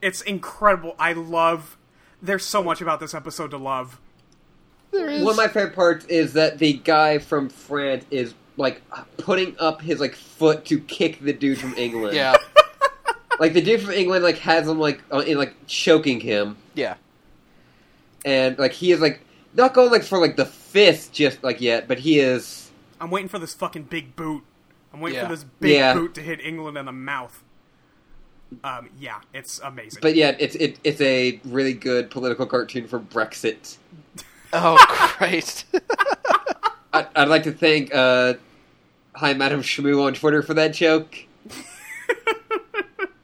It's incredible. I love. There's so much about this episode to love. There is- One of my favorite parts is that the guy from France is like putting up his like foot to kick the dude from England. [laughs] yeah Like the dude from England like has him like uh, in like choking him, yeah and like he is like not going like for like the fist just like yet, but he is. I'm waiting for this fucking big boot. I'm waiting Yeah. for this big Yeah. boot to hit England in the mouth. Um, yeah, it's amazing. But yeah, it's it, it's a really good political cartoon for Brexit. Oh [laughs] Christ! I, I'd like to thank uh, Hi Madam Shmoo on Twitter for that [laughs] joke.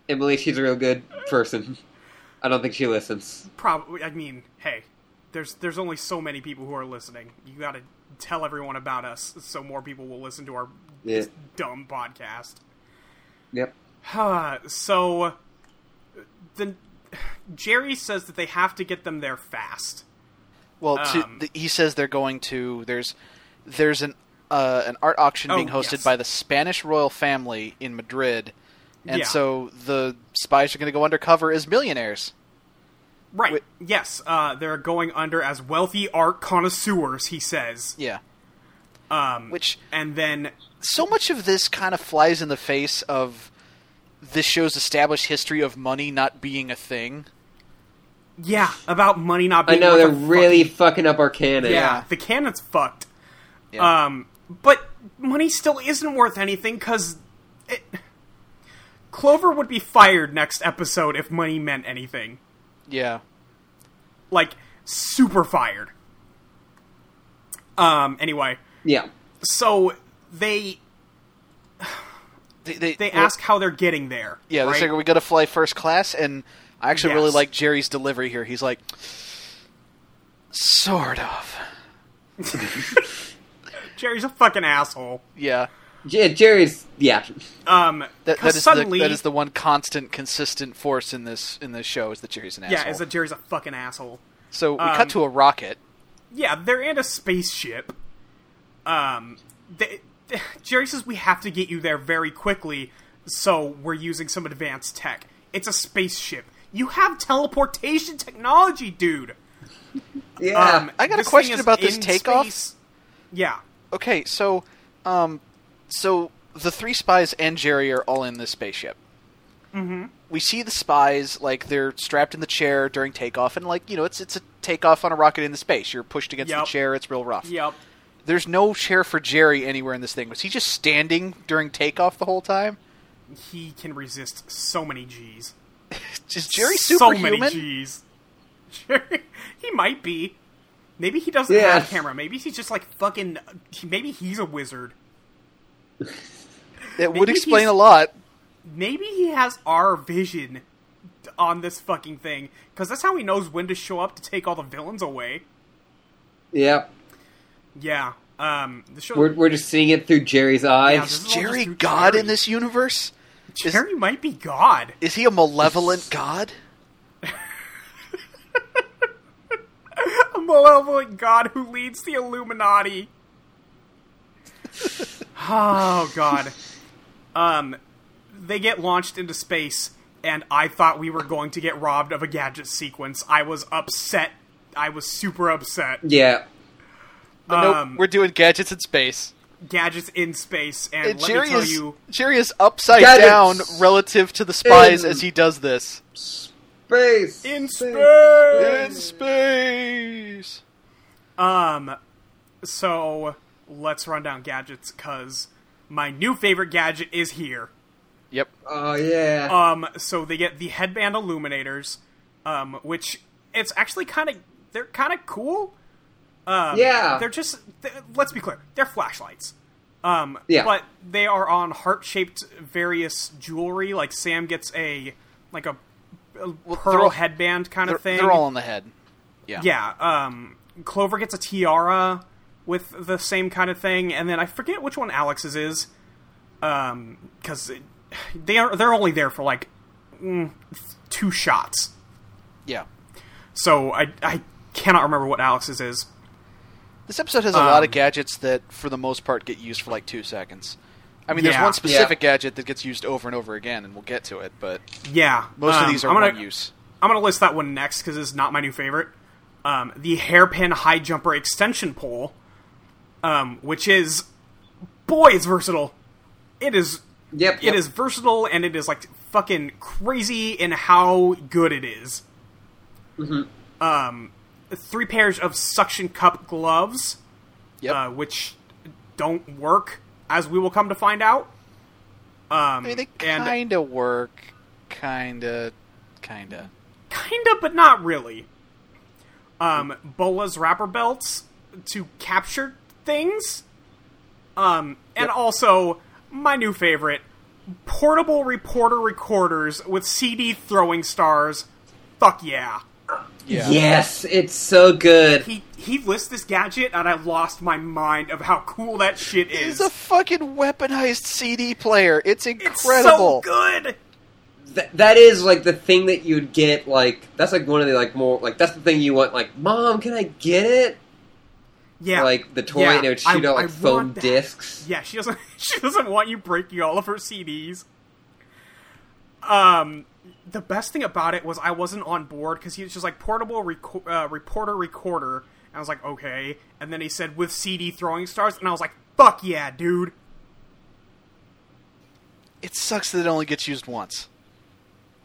Emily, she's a real good person. I don't think she listens. probably, I mean, hey, there's there's only so many people who are listening. You got to tell everyone about us so more people will listen to our Yeah. dumb podcast. Yep. Uh, so the Jerry says that they have to get them there fast. well, to, Um, th- he says they're going to. There's there's an uh, an art auction Oh, being hosted yes. by the Spanish royal family in Madrid, and Yeah. so the spies are going to go undercover as millionaires. Right. Wait. Yes, uh, they're going under as wealthy art connoisseurs, he says. Yeah, Um, which and then so much of this kind of flies in the face of this show's established history of money not being a thing. yeah, about money not I being. know worth they're a really fucking up our canon. fucking- yeah, yeah. the canon's fucked. Yeah. Um, but money still isn't worth anything because it. Clover would be fired next episode if money meant anything. yeah. Like super fired. Um. Anyway, yeah. so they They, they, they ask how they're getting there. Yeah, they right? say we got to fly first class, and I actually really Yes. like Jerry's delivery here. He's like, sort of. Jerry's a fucking asshole. Yeah, J- Jerry's yeah. Um, that, that 'cause is suddenly, the, that is the one constant, consistent force in this in this show is that Jerry's an asshole. yeah, is that Jerry's a fucking asshole. so we um, cut to a rocket. Yeah, they're in a spaceship. Um, they, [laughs] Jerry says we have to get you there very quickly, so we're using some advanced tech. It's a spaceship. You have teleportation technology, dude. Yeah. Um, I got a this thing question is about this in takeoff. space. Yeah, Okay, so, um, so the three spies and Jerry are all in this spaceship. Mm-hmm. We see the spies like they're strapped in the chair during takeoff, and like you know, it's it's a takeoff on a rocket into space. You're pushed against Yep. the chair; it's real rough. yep. There's no chair for Jerry anywhere in this thing. Was he just standing during takeoff the whole time? He can resist so many G's. Is Jerry so many superhuman? G's. [laughs] Jerry, he might be. Maybe he doesn't Yeah. have a camera. Maybe he's just like fucking. he- Maybe he's a wizard. that would Maybe explain he's- a lot. Maybe he has our vision on this fucking thing because that's how he knows when to show up to take all the villains away. yeah. Yeah. Um. The show. We're we're just seeing it through Jerry's Yeah, eyes. this is all Jerry just through God Jerry. in this universe? Is, Jerry might be God. is he a malevolent god? A malevolent God who leads the Illuminati. oh God. Um, they get launched into space, and I thought we were going to get robbed of a gadget sequence. I was upset. I was super upset. yeah. But Um, nope, we're doing gadgets in space. Gadgets in space, and, And let Jerry me tell is you, Jerry is upside Gadgets down relative to the spies in- as he does this. Space. in space. In space. space. Um, so let's run down gadgets because my new favorite gadget is here. Yep. Oh yeah. Um, so they get the headband illuminators, um, which it's actually kind of they're kind of cool. Um, Yeah. they're just th- let's be clear, they're flashlights. Um, Yeah. but they are on heart shaped various jewelry. Like Sam gets a like a, a pearl all- headband kind They're, of thing. they're all on the head. yeah. Um, Clover gets a tiara with the same kind of thing, and then I forget which one Alex's is. Um, because they are they're only there for like mm, two shots. Yeah. So I, I cannot remember what Alex's is. This episode has a lot Um, of gadgets that, for the most part, get used for like two seconds. I mean, Yeah. there's one specific gadget that gets used over and over again, and we'll get to it. But Yeah, most um, of these are I'm gonna, one use. I'm gonna list that one next because it's not my new favorite. Um, the hairpin high jumper extension pole, um, which is boy, it's versatile. It is yep, it is versatile and it is like fucking crazy in how good it is. Um, three pairs of suction cup gloves, Yep. uh, which don't work, as we will come to find out. Um, I mean, they and kind of work, kind of, kind of. kinda, but not really. Um, Bola's wrapper belts to capture things. Um, and also my new favorite, portable reporter recorders with CD throwing stars. Fuck yeah! Yeah. Yes, it's so good. He he lists this gadget, and I lost my mind of how cool that shit It is. is a fucking weaponized CD player. It's it's so incredible. good. Th- that is like the thing that you'd get. Like that's like one of the like more like that's the thing you want. Like, mom, can I get it? Yeah, Like the toy, Yeah, and it would shoot I- out I like foam want that. discs. [laughs] Yeah, she doesn't. She doesn't want you breaking all of her CDs. um, the best thing about it was I wasn't on board because he was just like portable reco- uh, reporter recorder, and I was like, okay. And then he said with CD throwing stars, and I was like, fuck yeah, dude. It sucks that it only gets used once.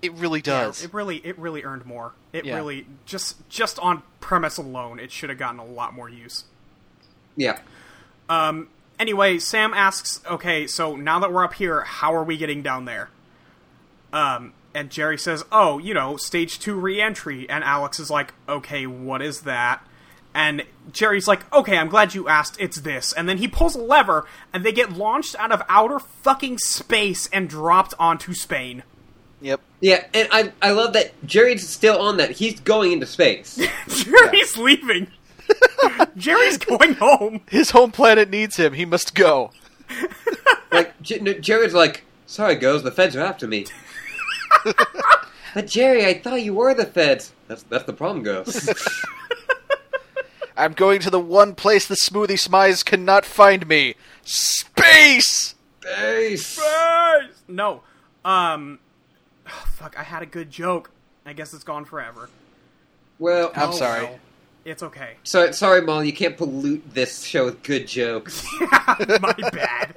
It really does. It really, it really earned more. It Yeah. really just just on premise alone, it should have gotten a lot more use. Yeah. Anyway, Sam asks, okay, so now that we're up here, how are we getting down there? Um, and Jerry says, oh, you know, stage two reentry. And Alex is like, okay, what is that? And Jerry's like, okay, I'm glad you asked. It's this. And then he pulls a lever, and they get launched out of outer fucking space and dropped onto Spain. Yep. Yeah, and I I love that Jerry's still on that. He's going into [laughs] space. Jerry's leaving. [laughs] Jerry's going home. His home planet needs him. He must go. like J- no, Jerry's like, "Sorry, girls, the feds are after [laughs] me." but Jerry, I thought you were the feds. That's that's the problem, [laughs] girls. I'm going to the one place the smoothie smize cannot find me. Space. space. No. Um. Fuck, I had a good joke. I guess it's gone forever. Well, I'm Oh, sorry. well. It's okay. so, sorry, Molly. You can't pollute this show with good jokes. [laughs] My bad.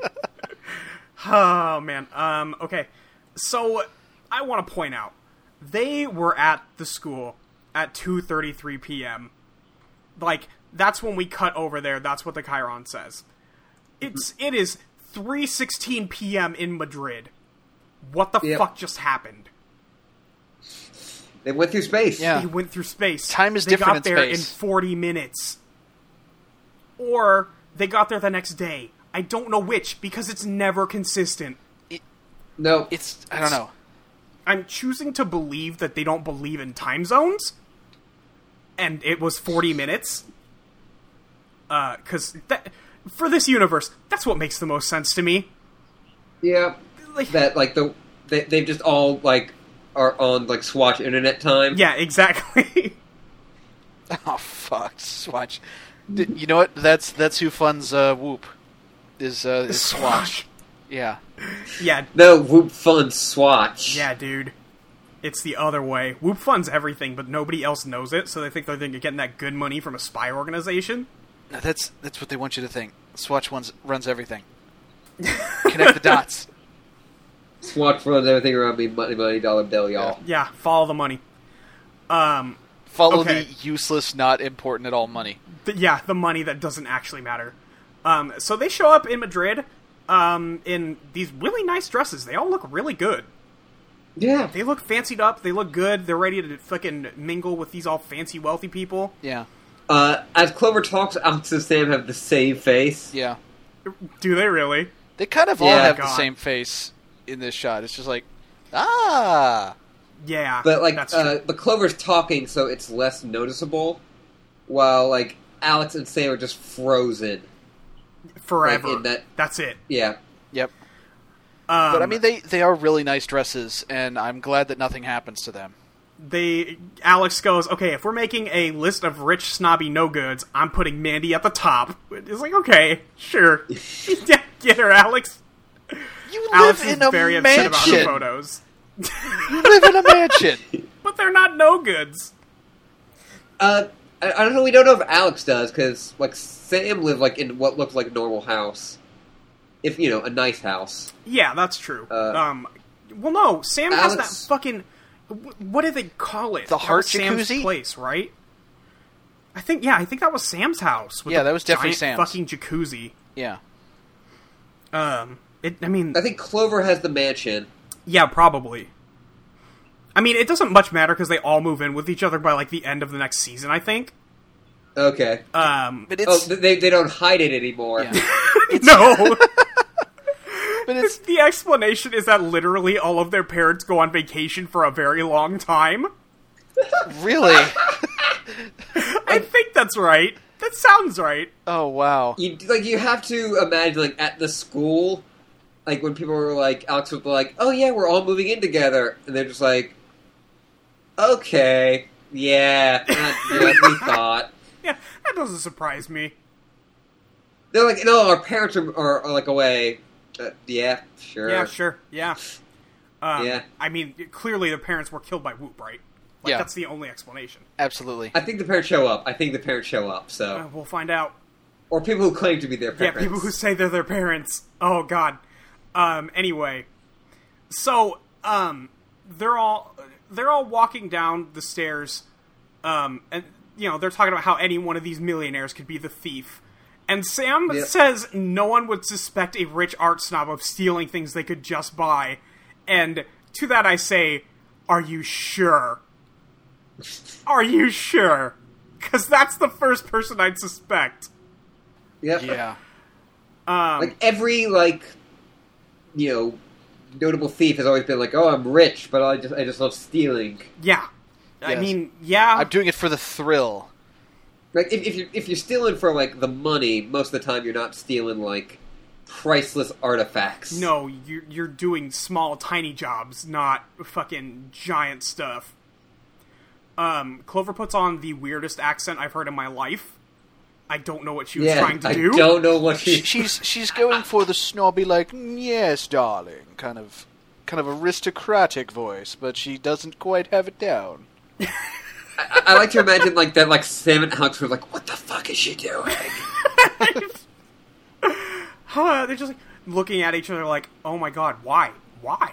oh man. Um. Okay. So I want to point out they were at the school at 2:33 p.m. Like that's when we cut over there. That's what the Chiron says. It's it is 3:16 p.m. in Madrid. What the Yep. fuck just happened? They went through space. Yeah. He went through space. Time is they different got in there in space. 40 minutes. Or they got there the next day. I don't know which because it's never consistent. No, It's I don't know. [laughs] I'm choosing to believe that they don't believe in time zones. And it was 40 minutes. Uh, cuz that for this universe, that's what makes the most sense to me. yeah. Like- That like the they they just all like are on like Swatch internet time. Yeah, exactly. Oh fuck, Swatch. D- you know what? That's that's who funds uh, Whoop. Is uh, is Swatch? Yeah. [laughs] yeah, No, whoop fun Swatch. Yeah, dude. It's the other way. Whoop funds everything, but nobody else knows it, so they think they're getting that good money from a spy organization. No, that's that's what they want you to think. Swatch runs runs everything. Connect the [laughs] dots. Swatch runs everything around me. Money, money, dollar bill, y'all. Yeah, follow the money. Um, Follow Okay. the useless, not important at all money. th- yeah, the money that doesn't actually matter. Um, so they show up in Madrid um, in these really nice dresses. They all look really good. Yeah. They look fancied up. They look good. They're ready to fucking mingle with these all fancy wealthy people. Yeah. Uh, as Clover talks, Alex and Sam have the same face. Yeah. Do they really? They kind of all Yeah. have the God. same face in this shot. It's just like, ah, Yeah, But like, that's uh, but Clover's talking, so it's less noticeable. While like Alex and Sam are just frozen. true. forever. like in that- that's it. Yeah, yep. Um, But I mean, they they are really nice dresses, and I'm glad that nothing happens to them. they Alex goes, okay, if we're making a list of rich snobby no goods, I'm putting Mandy at the top. It's like, okay, [laughs] sure, yeah, get her, Alex. You Alex live is in a very upset about her mansion. photos, You live in a mansion. [laughs] but they're not no goods. Uh, I, I don't know. We don't know if Alex does because like Sam lived like in what looked like a normal house, if you know a nice house. Yeah, that's true. Uh, um, well, no, Sam has Alex- that fucking. wh- What do they call it? The That heart was Sam's jacuzzi? place, right? I think yeah, I think that was Sam's house. With Yeah, the that was definitely giant Sam's. fucking jacuzzi. Yeah. Um, it. I mean, I think Clover has the mansion. Yeah, probably. I mean, it doesn't much matter because they all move in with each other by like the end of the next season, I think. Okay. Um, But oh, it's [laughs] th- they they don't hide it anymore. Yeah. [laughs] no, [laughs] but [laughs] it's the explanation is that literally all of their parents go on vacation for a very long time. really. I think that's right. That sounds right. Oh wow. You like you have to imagine like at the school, like when people were like Alex was like, "Oh yeah, we're all moving in together," and they're just like, "Okay, yeah, not what we thought." Yeah, that doesn't surprise me. They're like, "No, our parents are, are, are like away." Uh, yeah, sure. Yeah, sure. Yeah. Um, Yeah. I mean, clearly the parents were killed by Whoop, right? Like, Yeah. That's the only explanation. Absolutely. I think the parents show up. I think the parents show up. Uh, So, we'll find out. or people who claim to be their parents. Yeah, people who say they're their parents. Oh God. Um. Anyway, so um, they're all they're all walking down the stairs, um, and you know they're talking about how any one of these millionaires could be the thief. And Sam Yeah. says no one would suspect a rich art snob of stealing things they could just buy. And to that I say, are you sure? Are you sure? Because that's the first person I'd suspect. Um, Yep. Yeah. Like every like, you know, notable thief has always been like, oh, I'm rich, but I just I just love stealing. Yeah. I Yes. mean, yeah. I'm doing it for the thrill. Like if, if you're if you're stealing for like the money, most of the time you're not stealing like priceless artifacts. no, you're, you're doing small, tiny jobs, not fucking giant stuff. Um, Clover puts on the weirdest accent I've heard in my life. I don't know what she was Yeah, trying to I do. don't know what She- she. she's she's going for the snobby like "Mm, yes, darling, kind of kind of aristocratic voice, but she doesn't quite have it down. [laughs] I, I like to imagine like that like Sam and Alex were like, what the fuck is she doing? Huh, they're just like looking at each other like, oh my god, why? Why?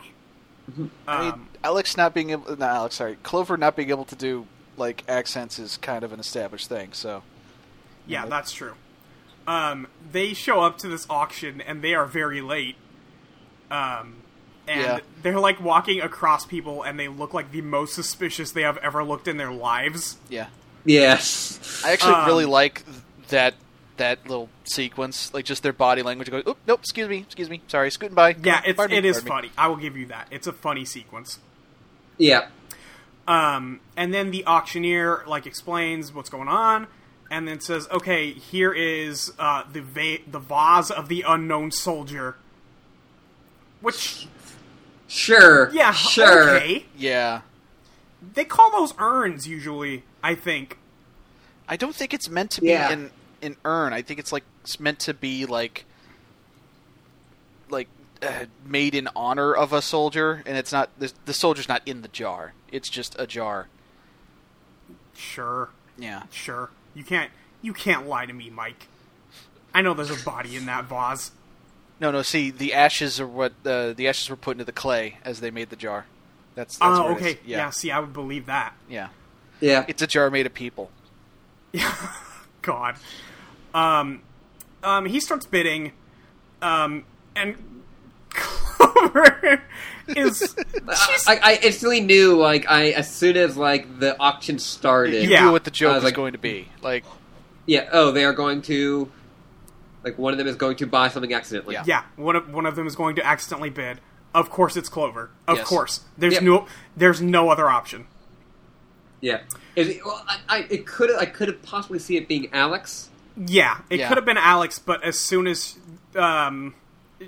I mean, Um, Alex not being able, no, Alex, sorry, Clover not being able to do like accents is kind of an established thing. So Yeah, that's true. Um, they show up to this auction and they are very late. Um, and Yeah. they're like walking across people and they look like the most suspicious they have ever looked in their lives. yeah, yes. I actually Um, really like th- that that little sequence, like just their body language going, "Oop, nope, excuse me, excuse me, sorry, scooting by." Yeah, it's, Pardon me, it is pardon me." funny. I will give you that. It's a funny sequence. Yeah. Um, and then the auctioneer like explains what's going on, and then says, "Okay, here is uh, the va- the vase of the unknown soldier." Which, Sure. yeah, Sure. okay. Yeah, They call those urns usually. I think. I don't think it's meant to be Yeah. an an urn. I think it's like it's meant to be like like uh, made in honor of a soldier, and it's not the, the soldier's not in the jar. It's just a jar. Sure, Yeah, sure. You can't you can't lie to me, Mike. I know there's a body in that vase. no, no. See, the ashes are what uh, the ashes were put into the clay as they made the jar. That's, that's Oh, what it is. okay. Yeah. yeah, See, I would believe that. yeah. Yeah. It's a jar made of people. God. Um, um, he starts bidding, um, and [laughs] Clover is she's I, I instantly knew, like, I as soon as like the auction started. You Yeah. knew what the I joke was was like- going to be. Like, Yeah. Oh, they are going to, like, one of them is going to buy something accidentally. Yeah. yeah. One of one of them is going to accidentally bid. Of course, it's Clover. Of Yes. course, there's Yep. no there's no other option. Yeah. It, well, I, I it could I could have possibly see it being Alex. Yeah, it Yeah. could have been Alex, but as soon as um,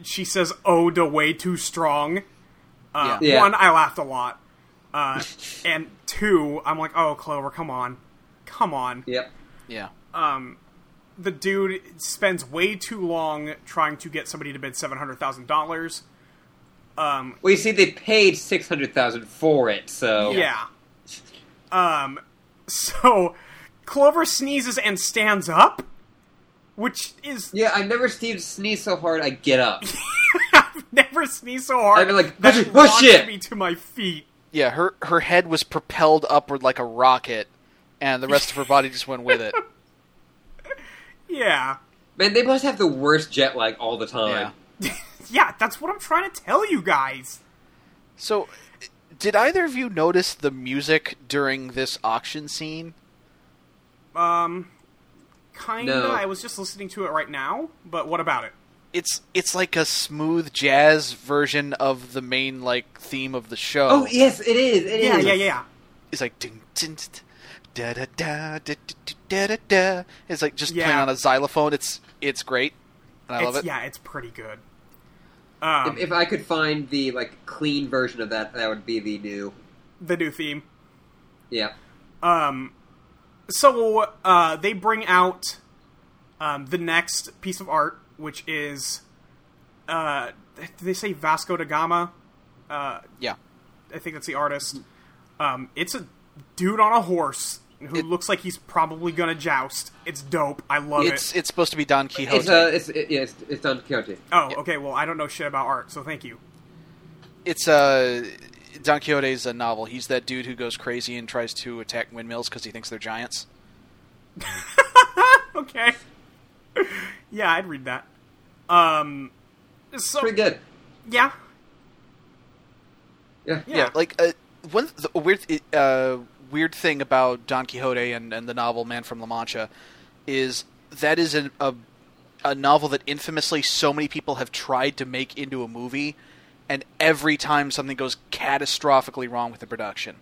she says "Oda way too strong," uh, Yeah. Yeah. one I laughed a lot, uh, and two I'm like, "Oh, Clover, come on, come on." Yep. yeah, the dude spends way too long trying to get somebody to bid seven hundred thousand dollars. Well, you see, they paid six hundred thousand for it, so Yeah. Um. So, Clover sneezes and stands up, which is [laughs] Yeah, I've never seen sneeze so hard. I get up. I've never sneezed so hard. I'd be like, that "Oh, it launched shit." me to my feet. yeah. Her her head was propelled upward like a rocket, and the rest of her body just went with it. Yeah. Man, they must have the worst jet lag [laughs] all the Yeah. time. Yeah, that's what I'm trying to tell you guys. So, did either of you notice the music during this auction scene? Um, kinda. No. I was just listening to it right now, but what about it? It's it's like a smooth jazz version of the main like theme of the show. Oh yes, it is. It Yeah, is. yeah, yeah. It's like ding ding ding, da da da da da da da. It's like just playing Yeah. on a xylophone. It's it's great. And I it's, love it. Yeah, it's pretty good. Um, If, if I could find the like clean version of that, that would be the new. the new theme. Yeah. Um, so uh, they bring out um, the next piece of art, which is uh, did they say Vasco da Gama? Uh, Yeah. I think that's the artist. Um, it's a dude on a horse who looks like he's probably gonna joust. It's dope. I love It's it. it's supposed to be Don Quixote. It's, uh, it's, it, yeah, it's, it's Don Quixote. Oh, okay. Well, I don't know shit about art, so thank you. [laughs] it's uh, Don Quixote's a novel. He's that dude who goes crazy and tries to attack windmills because he thinks they're giants. Okay. [laughs] yeah, I'd read that. Um, so Pretty good. yeah, Yeah. yeah, like uh, one th- the weird th- uh, weird thing about Don Quixote and, and the novel Man from La Mancha is that is an, a a novel that infamously so many people have tried to make into a movie, and every time something goes catastrophically wrong with the production.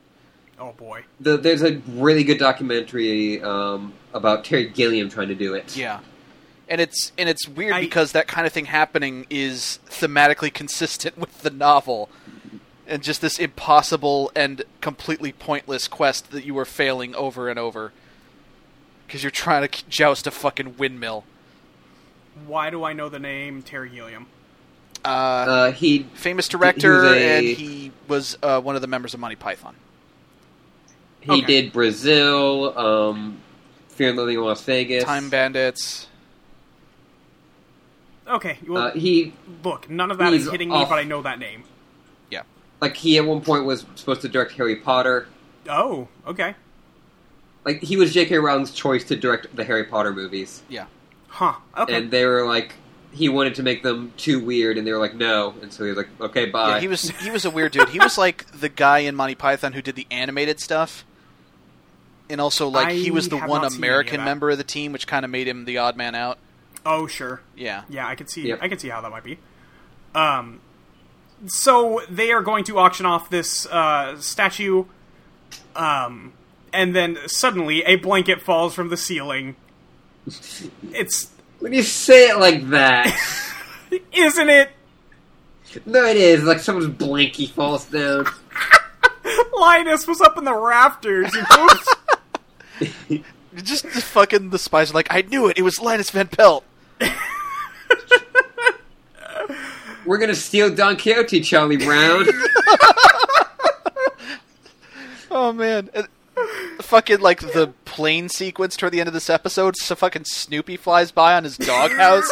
oh boy. The, there's a really good documentary um, about Terry Gilliam trying to do it. Yeah. And it's and it's weird I- because that kind of thing happening is thematically consistent [laughs] with the novel. And just this impossible and completely pointless quest that you were failing over and over because you're trying to k- joust a fucking windmill. Why do I know the name Terry Gilliam? Uh, Uh, he famous director, he was a- and he was uh, one of the members of Monty Python. he Okay. did Brazil, um, Fear and Loathing in Las Vegas. Time Bandits. Okay, well, Uh, he look, none of that is he's hitting me, off. but I know that name. like he at one point was supposed to direct Harry Potter. Oh, okay, Like he was J.K. Rowling's choice to direct the Harry Potter movies, Yeah. huh? Okay, and they were like he wanted to make them too weird, and they were like no, and so he was like okay bye. Yeah, he was he was a weird dude. He was like the guy in Monty Python who did the animated stuff, and also like he I was the have one not seen any American of that. member of the team, which kind of made him the odd man out. oh sure. Yeah, Yeah, I can see. Yep. I can see how that might be. Um, so they are going to auction off this uh, statue, um, and then suddenly a blanket falls from the ceiling. It's when you say it like that, [laughs] isn't it no, it is like someone's blankie falls down. Linus was up in the rafters. you folks. just the fucking the spies are like, I knew it. It was Linus Van Pelt. We're gonna steal Don Quixote, Charlie [laughs] Brown. Oh man. And- Fucking like the plane sequence toward the end of this episode, so fucking Snoopy flies by on his doghouse.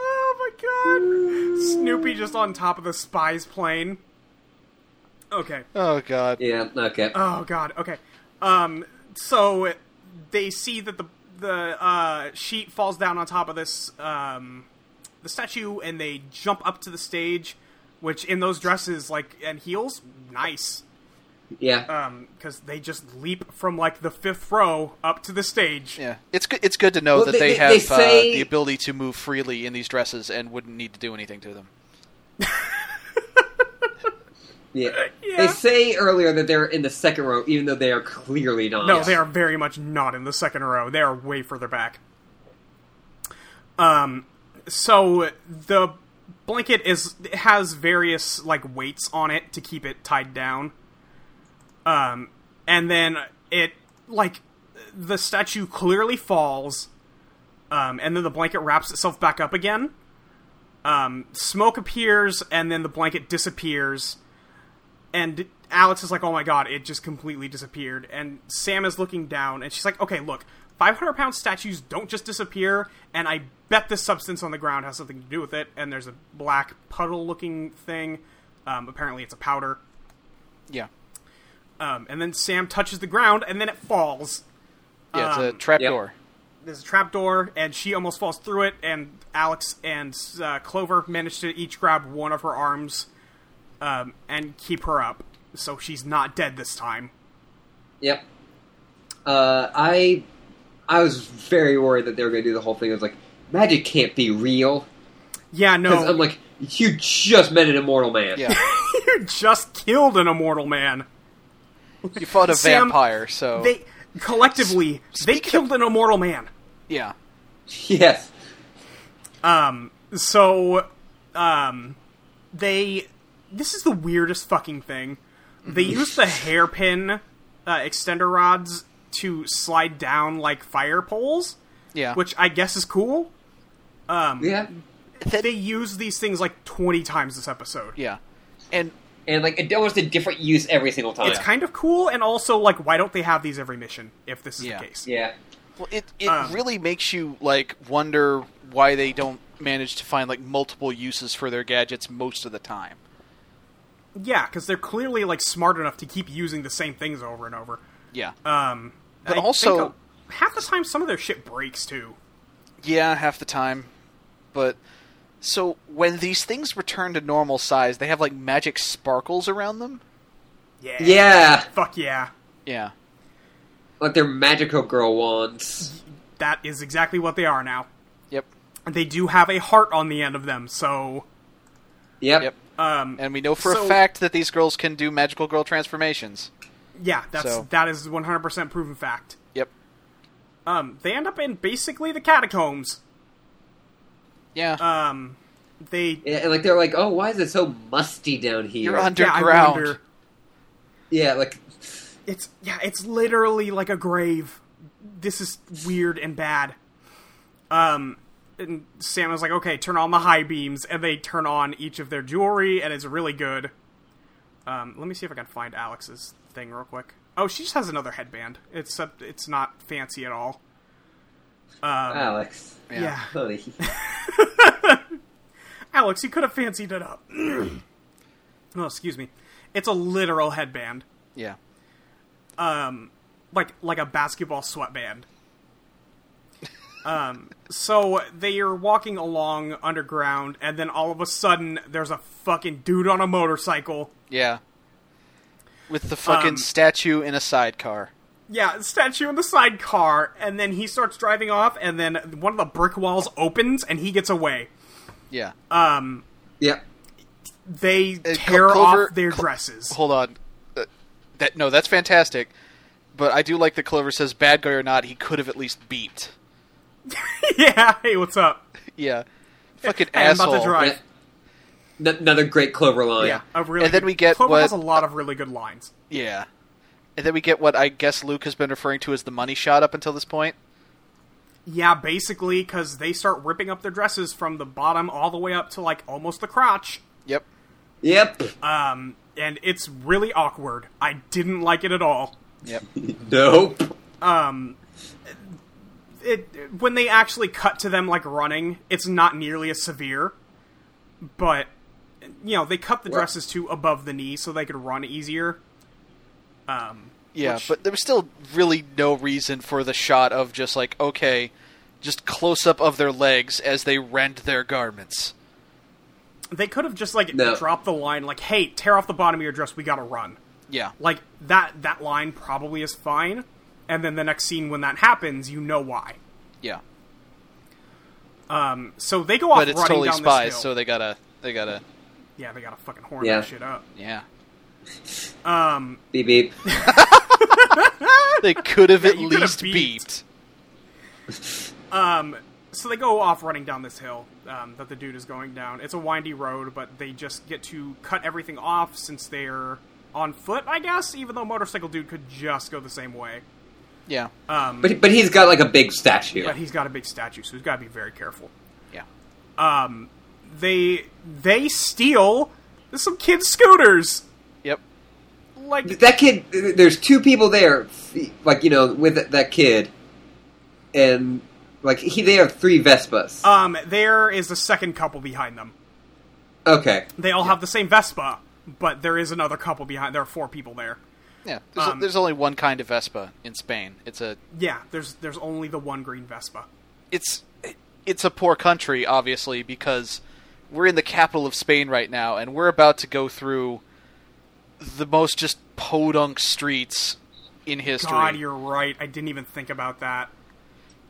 oh my god! Snoopy just on top of the spy's plane. Okay. oh god. yeah, okay. Oh God. Okay. Um. So they see that the the uh, sheet falls down on top of this um, the statue, and they jump up to the stage, which in those dresses like and heels, nice. yeah, Um, because they just leap from like the fifth row up to the stage. Yeah, it's good. It's good to know Well, that they- they, they- have they say- uh, the ability to move freely in these dresses and wouldn't need to do anything to them. yeah. uh, yeah. They say earlier that they're in the second row, even though they are clearly not. No, they are very much not in the second row. They are way further back. Um, so the blanket is it has various like weights on it to keep it tied down. Um, and then it like the statue clearly falls. Um, and then the blanket wraps itself back up again. Um, smoke appears, and then the blanket disappears and Alex is like, "Oh my god, it just completely disappeared." And Sam is looking down, and she's like, "Okay, look, 500 pound statues don't just disappear, and I bet this substance on the ground has something to do with it." And there's a black puddle looking thing. Um, apparently, it's a powder. Yeah, Um, and then Sam touches the ground, and then it falls. yeah, it's a Um, trap yep. door. There's a trapdoor, and she almost falls through it. And Alex and uh, Clover manage to each grab one of her arms um, and keep her up, so she's not dead this time. Yep. Uh, I I was very worried that they were going to do the whole thing. I was like, magic can't be real. Yeah, no. Because I'm like, you just met an immortal man. Yeah, [laughs] you just killed an immortal man. you fought a Sam, vampire, so They collectively they killed an immortal man. yeah, [laughs] Yes. Um so um they this is the weirdest fucking thing. They Mm-hmm. use the hairpin uh, extender rods to slide down like fire poles, yeah. which I guess is cool. Yeah. that, They use these things like 20 times this episode. yeah, and and like it almost a different use every single time. It's kind of cool, and also, like, why don't they have these every mission if this is Yeah. the case? yeah, Well, it it Um, really makes you like wonder why they don't manage to find like multiple uses for their gadgets most of the time. Yeah, because they're clearly, like, smart enough to keep using the same things over and over. Yeah, Um, But I think also- a- half the time, some of their shit breaks, too. yeah, half the time. But so when these things return to normal size, they have like magic sparkles around them. Yeah. yeah, Fuck yeah. Yeah, like their magical girl Mm-hmm. wands. That is exactly what they are now. yep, They do have a heart on the end of them, so. Yep. yep. Um, And we know for so- a fact that these girls can do magical girl transformations. Yeah, that's So- that is 100% proven fact. Yep. Um, they end up in basically the catacombs. Yeah. Um, they Yeah, and like they're like, oh, why is it so musty down here? You're under- yeah, I Underground. wonder. yeah, like It's yeah, it's literally like a grave. This is weird and bad. Um, and Sam is like, okay, turn on the high beams, and they turn on each of their jewelry, and it's really good. Um, let me see if I can find Alex's thing real quick. Oh, she just has another headband. It's a, it's not fancy at all. Alex. Um, Yeah. Honey. Alex, you could have fancied it up. [clears throat] no, excuse me. It's a literal headband, yeah. like like a basketball sweatband. [laughs] Um, so they are walking along underground, and then all of a sudden, there's a fucking dude on a motorcycle. Yeah. With the fucking Um, statue in a sidecar. Yeah, statue in the sidecar, and then he starts driving off, and then one of the brick walls opens, and he gets away. Yeah. Uh, yep. They Cul- tear Culver- off their Cul- dresses. Hold on. Uh, that no, that's fantastic. But I do like that Clover says bad guy or not, he could have at least beat. [laughs] [laughs] yeah, hey, what's up? Yeah. Fucking Hey, I'm about asshole. to drive. Yeah. N- another great Clover line. Yeah, Oh. a really. And then good- we get Clover what- has a lot of really good lines. Yeah. And then we get what I guess Luke has been referring to as the money shot up until this point. Yeah, basically, because they start ripping up their dresses from the bottom all the way up to like almost the crotch, Yep. Yep. um, and it's really awkward. I didn't like it at all. Yep. nope. It when they actually cut to them like running, it's not nearly as severe, but you know they cut the Well- dresses to above the knee so they could run easier. Um, Yeah, Which- but there was still really no reason for the shot of just like okay, just close up of their legs as they rend their garments. they could have just like No. dropped the line like, "Hey, tear off the bottom of your dress. We gotta run." Yeah. Like that that line probably is fine, and then the next scene when that happens, you know why. Yeah. So they go off But it's running totally down spies, this hill. so they got to they got to yeah, they gotta fucking horn Yeah. that shit up. yeah. Beep beep. They [laughs] could have at you could have least beat. beat. So they go off running down this hill um, that the dude is going down. It's a windy road, but they just get to cut everything off since they're on foot, I guess. Even though motorcycle dude could just go the same way, Yeah. Uh, But but he's got like a big statue. Um, but he's got a big statue, so he's got to be very careful. yeah. They they steal some kids' scooters. Yep. Like that kid there's two people there like you know with that kid and like he they have three vespas um, there is a second couple behind them. okay They all have the same Vespa, but there is another couple behind. There are four people there. Yeah. There's, Um, there's only one kind of Vespa in Spain. It's a Yeah, there's there's only the one green Vespa. it's it's a poor country obviously because we're in the capital of Spain right now and we're about to go through the most just podunk streets in history. God, you're right. I didn't even think about that.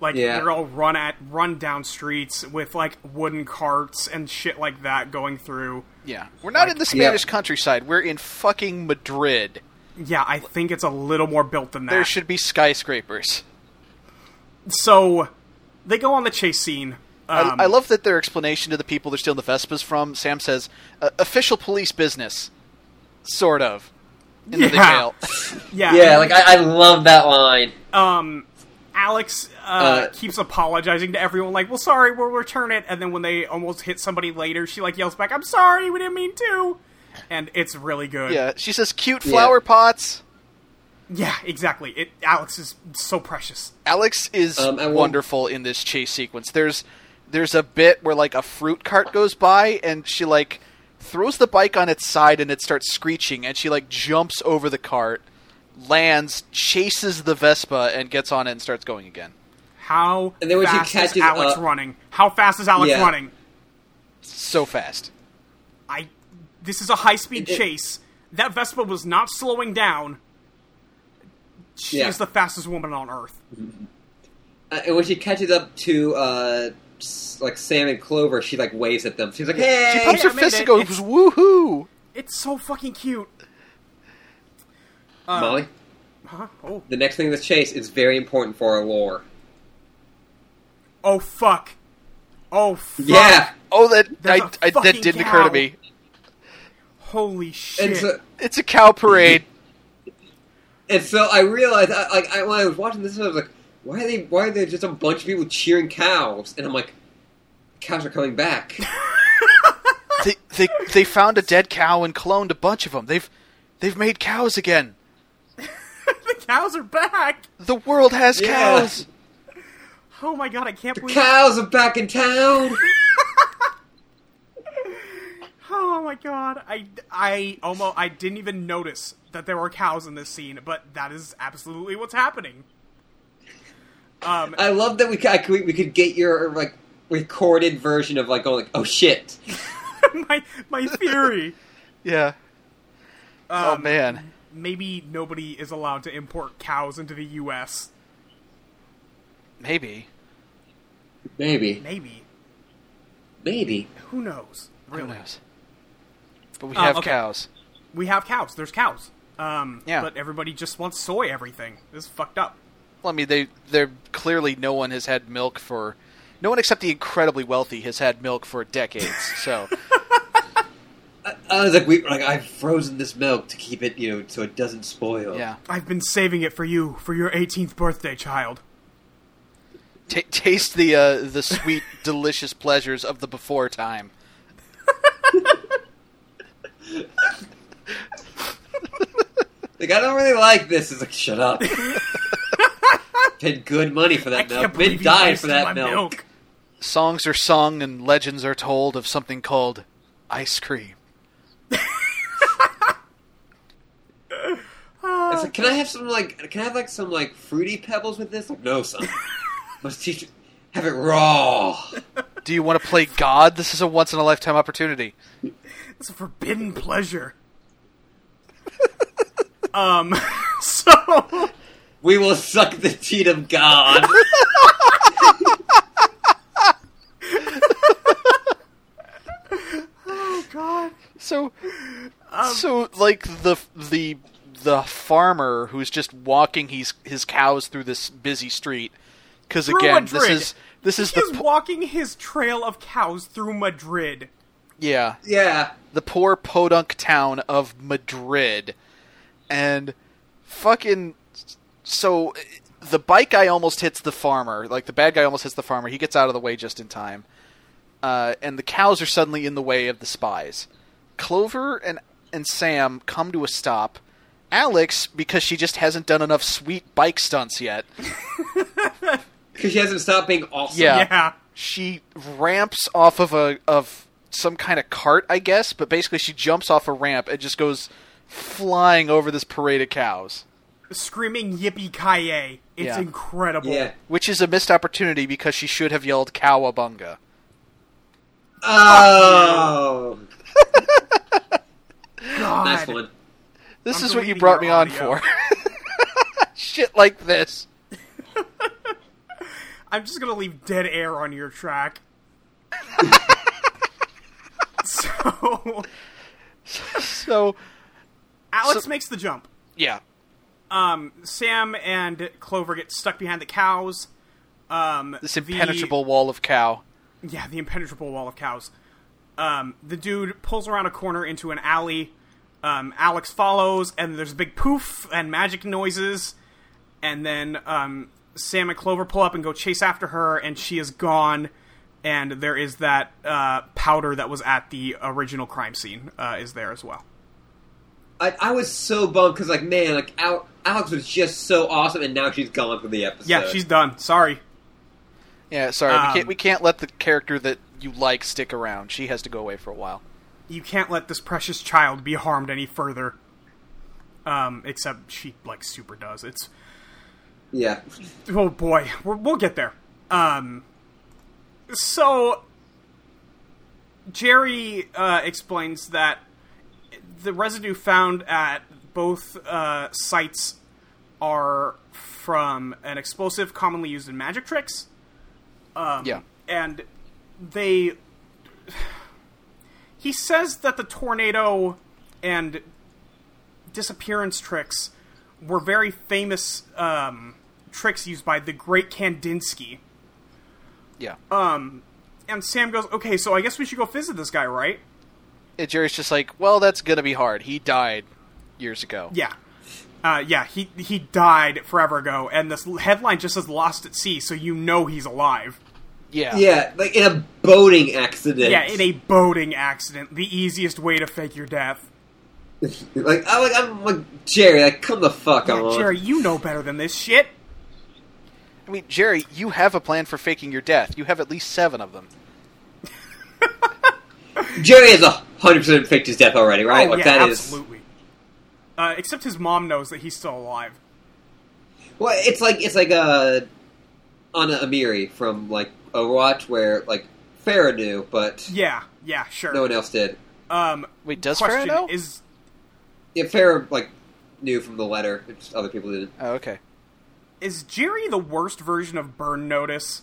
Like Yeah. they're all run at run down streets with like wooden carts and shit like that going through. Yeah. We're not in the Spanish Yeah. countryside. We're in fucking Madrid. Yeah, I think it's a little more built than that. There should be skyscrapers. so they go on the chase scene. Um, I, I love that their explanation to the people they're stealing the Vespas from. Sam says, uh, "Official police business, sort of." And then they Yeah. bail. yeah, yeah like i, I love that line Alex uh, Uh, keeps apologizing to everyone, like, "Well, sorry, we'll return it." And then when they almost hit somebody later, she like yells back, "I'm sorry, we didn't mean to." And it's really good. [laughs] Yeah, she says cute Yeah. flower pots. Yeah, exactly. It Alex is so precious. Alex is Um, I won't- wonderful in this chase sequence. There's there's a bit where like a fruit cart goes by and she like throws the bike on its side and it starts screeching and she like jumps over the cart, lands, chases the Vespa and gets on it and starts going again. How And then when she fast catches is Alex up- running? How fast is Alex Yeah. running? So fast. I. This is a high speed It- it- chase. That Vespa was not slowing down. She Yeah. is the fastest woman on earth. Uh, and when she catches up to uh, s- like Sam and Clover, she like waves at them. She's like, "Hey!" She pumps I her made fist it. and goes It's- woohoo. It's so fucking cute. Uh. Molly, Huh? Oh. the next thing in the chase is very important for our lore. Oh fuck. Oh fuck. Yeah, Oh that I, That's a I- that fucking didn't occur cow. to me. Holy shit. and so It's a cow parade. and so I realized, I, like, I, when I was watching this, I was like, "Why are they? Why are there just a bunch of people cheering cows?" And I'm like, "Cows are coming [laughs] back." [laughs] they, they they found a dead cow and cloned a bunch of them. They've they've made cows again. [laughs] the cows are back. The world has Yeah. cows. Oh my god, I can't believe cows are back in town. Oh my god. I I almost I didn't even notice that there were cows in this scene, but that is absolutely what's happening. Um I love that we could, I could we could get your like recorded version of like going like, "Oh shit." [laughs] my my theory [laughs] Yeah. [laughs] oh Um, man. maybe nobody is allowed to import cows into the US. Maybe. Maybe, Maybe. maybe. Who knows? Who Really. knows? But we Uh, have okay. cows. we have cows. There's cows. Um, Yeah. But everybody just wants soy everything. This is fucked up. Well, I mean, they they're clearly no one has had milk for no one except the incredibly wealthy has had milk for decades. [laughs] So I was like, we like I've frozen this milk to keep it, you know, so it doesn't spoil. yeah, I've been saving it for you for your 18th birthday, child. Ta taste the uh, the sweet, [laughs] delicious pleasures of the before time. Like I don't really like this. It's like shut up. [laughs] Paid good money for I that can't milk. believe Been you died wasted for that my milk. milk. Songs are sung and legends are told of something called ice cream. It's like, can I have some like can I have like some like fruity pebbles with this? Like, no, son. Must teach have it raw. Do you want to play God? This is a once in a lifetime opportunity. It's [laughs] a forbidden pleasure. um, [laughs] so We will suck the teat of God. God, So, um, so like the the the farmer who's just walking his his cows through this busy street. Because Through again, this Madrid. is this is he the is po- walking his trail of cows through Madrid. yeah yeah. the poor podunk town of Madrid, and fucking so the bike guy almost hits the farmer. Like the bad guy almost hits the farmer. He gets out of the way just in time, uh, and the cows are suddenly in the way of the spies. Clover and and Sam come to a stop. Alex, because she just hasn't done enough sweet bike stunts yet, Because she hasn't stopped being awesome. Yeah. Yeah, she ramps off of a of some kind of cart, I guess, but basically she jumps off a ramp and just goes flying over this parade of cows, screaming yippee ki It's Yeah. incredible. Yeah. which is a missed opportunity because she should have yelled cowabunga. Oh, God, nice one. This I'm is what you deleting brought me your on audio. for. [laughs] Shit like this. I'm just gonna leave dead air on your [laughs] track. so So Alex So- makes the jump. yeah, Um, Sam and Clover get stuck behind the cows. Um, this the- impenetrable wall of cow. yeah, the impenetrable wall of cows. Um, the dude pulls around a corner into an alley. Um, Alex follows, and there's a big poof and magic noises. And then um, Sam and Clover pull up and go chase after her, and she is gone. And there is that uh, powder that was at the original crime scene uh, is there as well. I, I was so bummed because, like, man, like Al- Alex was just so awesome, and now she's gone for the episode. Yeah, she's done. Sorry. Yeah, sorry, Um, we can't we can't let the character that you like stick around. She has to go away for a while. you can't let this precious child be harmed any further. Um, except she like super does. It's yeah. oh boy, We're, we'll get there. Um, so Jerry uh, explains that the residue found at both uh, sites are from an explosive commonly used in magic tricks. um, yeah, and they he says that the tornado and disappearance tricks were very famous um, tricks used by the great kandinsky yeah. uh, and sam goes okay so i guess we should go visit this guy right And Jerry's just like, well, that's gonna be hard. He died years ago. yeah uh, yeah he, he died forever ago and this headline just says lost at sea so you know he's alive yeah, Yeah, like in a boating accident. yeah in a boating accident the easiest way to fake your death like, I, like I'm like Jerry. Like, come the fuck Yeah, on. jerry you know better than this shit I mean, Jerry, you have a plan for faking your death. You have at least seven of them. Jerry has a hundred percent faked his death already, right? Oh, like yeah, that is. absolutely. Uh, except his mom knows that he's still alive. Well, it's like it's like uh, Anna Amiri from like Overwatch, where like Farah knew, but Yeah, yeah, sure. no one else did. um, Wait, does Farrah question know? is Yeah, Farah like knew from the letter, it's just other people didn't. [laughs] oh, okay. is Jerry the worst version of Burn Notice?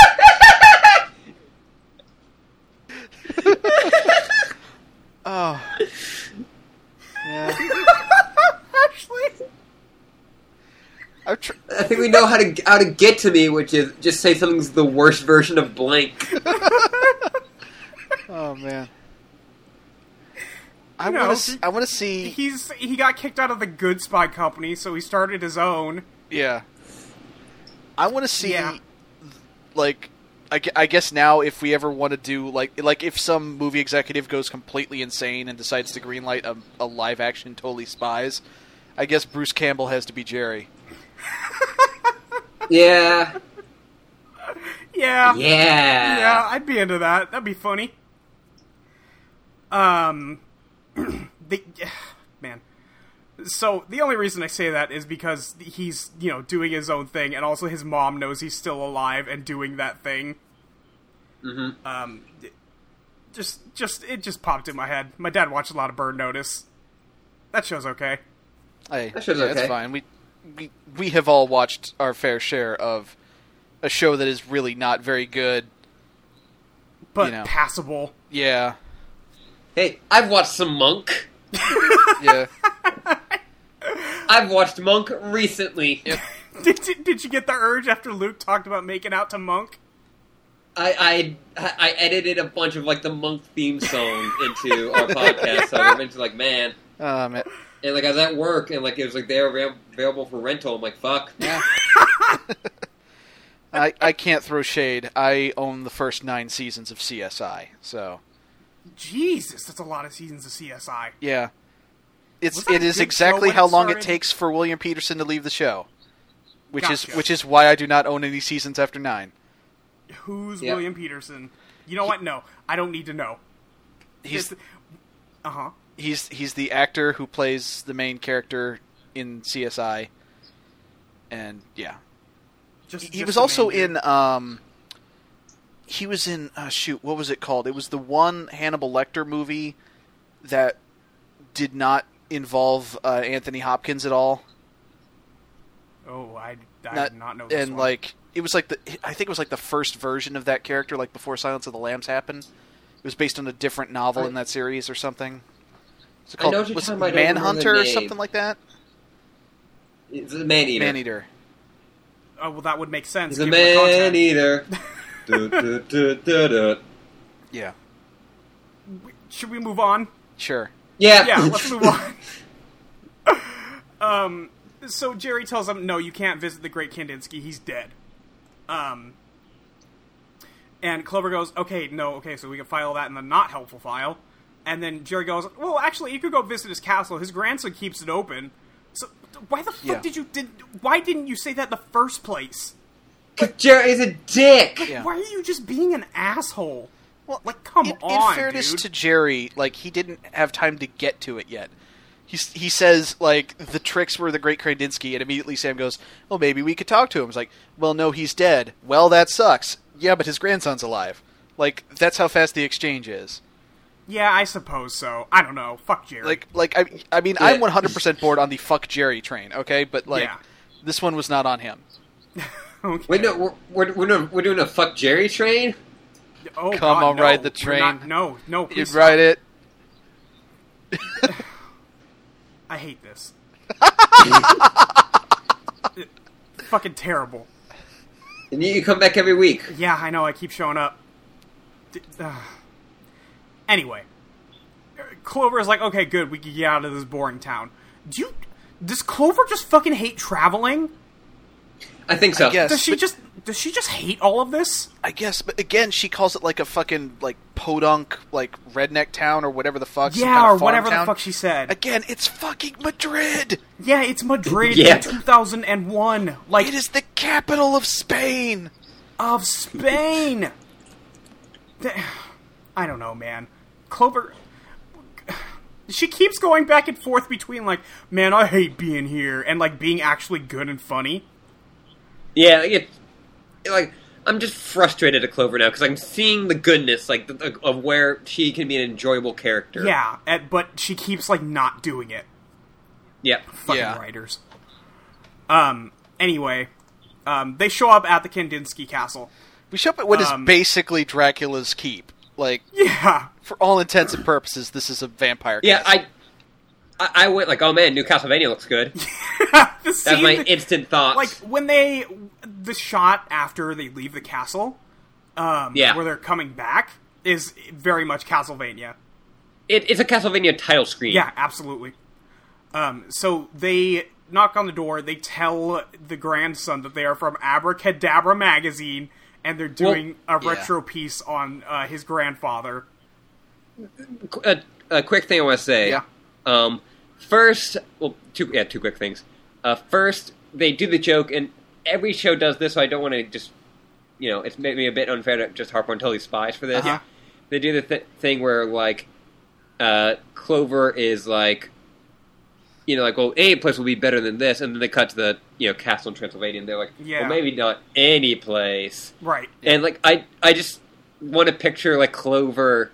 [laughs] Oh, yeah. Actually, I'm tr- I think we know how to how to get to me, which is just say something's the worst version of blank. oh man. I No, want he- to. I want to see. he's he got kicked out of the Good Spy Company, so he started his own. Yeah. I want to see, Yeah. like, I, gue- I guess now if we ever want to do like like if some movie executive goes completely insane and decides to greenlight a, a live action totally spies, I guess Bruce Campbell has to be Jerry. Yeah, Yeah, yeah, [laughs] Yeah, I'd be into that. That'd be funny. Um, [clears throat] the [sighs] man. So the only reason I say that is because he's you know doing his own thing, and also his mom knows he's still alive and doing that thing. Mm-hmm. Um, just just it just popped in my head. My dad watched a lot of Bird Notice. That show's okay. Hey, That show's yeah, that's okay. fine. We, we we have all watched our fair share of a show that is really not very good. But You know. passable. [laughs] Yeah, Hey, I've watched some Monk. [laughs] yeah. I've watched Monk recently. Yep. Did you, did you get the urge after Luke talked about making out to Monk? I, I I edited a bunch of like the Monk theme song into our podcast, so I'm into like man, Oh, man. and like I was at work, and like it was like they're avail- available for rental. I'm like fuck. Yeah. [laughs] I, I can't throw shade. I own the first nine seasons of CSI, so Jesus, that's a lot of seasons of CSI. yeah, Was it's that it a is good show exactly when how it long it started? takes for William Peterson to leave the show, which is Gotcha. which is why I do not own any seasons after nine. Who's Yeah. William Peterson? You know what? No, I don't need to know. He's Uh huh. he's he's the actor who plays the main character in CSI, and yeah, Just he just was the also main dude. in um he was in uh, shoot what was it called it was the one hannibal lecter movie that did not involve uh, anthony hopkins at all Oh, I, I did not know. This and one. like it was like the i think it was like the first version of that character like before silence of the lambs happened it was based on a different novel I- in that series or something it's I know called what you're was it talking about, I don't remember the manhunter or name. something like that It's a man eater. man eater oh well, that would make sense. He's a given the man [laughs] context. eater. Du- du- du- du- du. yeah Should we move on? sure [laughs] Yeah. Yeah, let's move on. um, so Jerry tells him, "No, you can't visit the Great Kandinsky. He's dead." Um, and Clover goes, "Okay, no, okay, so we can file that in the not helpful file." And then Jerry goes, "Well, actually, you could go visit his castle. His grandson keeps it open." So why the fuck Yeah. did you did? Why didn't you say that in the first place? [laughs] Because Jerry's a dick. Yeah. Why are you just being an asshole? Well, Like, come in, on, In fairness dude. to Jerry, like he didn't have time to get to it yet. He s- he says like the tricks were the Great Kandinsky, and immediately Sam goes, "Well, maybe we could talk to him." It's like, "Well, no, he's dead." Well, that sucks. Yeah, but his grandson's alive. Like that's how fast the exchange is. Yeah, I suppose so. I don't know. Fuck Jerry. Like like I I mean I'm Yeah. 100 percent bored on the fuck Jerry train. Okay, but like Yeah. this one was not on him. [laughs] okay. Wait, no, we're, we're, we're, doing, we're doing a fuck Jerry train? oh, Come God, on, no. ride the We're not- train. no, no. You'd Please, ride it. I hate [laughs] this. It- fucking terrible. And you, you come back every week. Yeah, I know. I keep showing up. D- ugh. Anyway, Clover is like, okay, good. We can get out of this boring town. Do you? Does Clover just fucking hate traveling? I think so. guess. Does she But- just? Does she just hate all of this? I guess, but again, she calls it like a fucking like podunk like redneck town or whatever the fuck. some kind Yeah, of or farm whatever town. the fuck she said. Again, it's fucking Madrid. yeah, it's Madrid Yeah. in 2001. Like It is the capital of Spain. of Spain. Th- I don't know, man. Clover. She keeps going back and forth between, like, man, I hate being here, and, like, being actually good and funny. Yeah, like, it, it, like I'm just frustrated at Clover now because I'm seeing the goodness, like the, the- of where she can be an enjoyable character. Yeah, and- but she keeps, like, not doing it. yeah. Fucking Yeah. writers. Um, anyway, um, they show up at the Kandinsky Castle. We show up at what is Um, basically Dracula's keep. Like, Yeah. for all intents and purposes, this is a vampire. Yeah, castle. I, I, I went like, oh man, New Castlevania looks [laughs] good. The That's scene my instant thoughts. like when they the shot after they leave the castle um Yeah. where they're coming back is very much castlevania it, it's a Castlevania title screen. yeah absolutely um so they knock on the door they tell the grandson that they are from abracadabra magazine and they're doing a yeah. retro piece on uh, his grandfather Qu- A, a quick thing I want to say. Yeah. Um, first, well, two yeah, two quick things. Uh, first, they do the joke, and every show does this, so I don't want to just, you know, it's maybe a bit unfair to just harp on Tully's spies for this. Uh-huh. They do the th- thing where like, uh, Clover is like, you know, like, well, any place will be better than this, and then they cut to the you know castle in Transylvania, and they're like, Yeah. well, maybe not any place. right And like I I just want to picture like Clover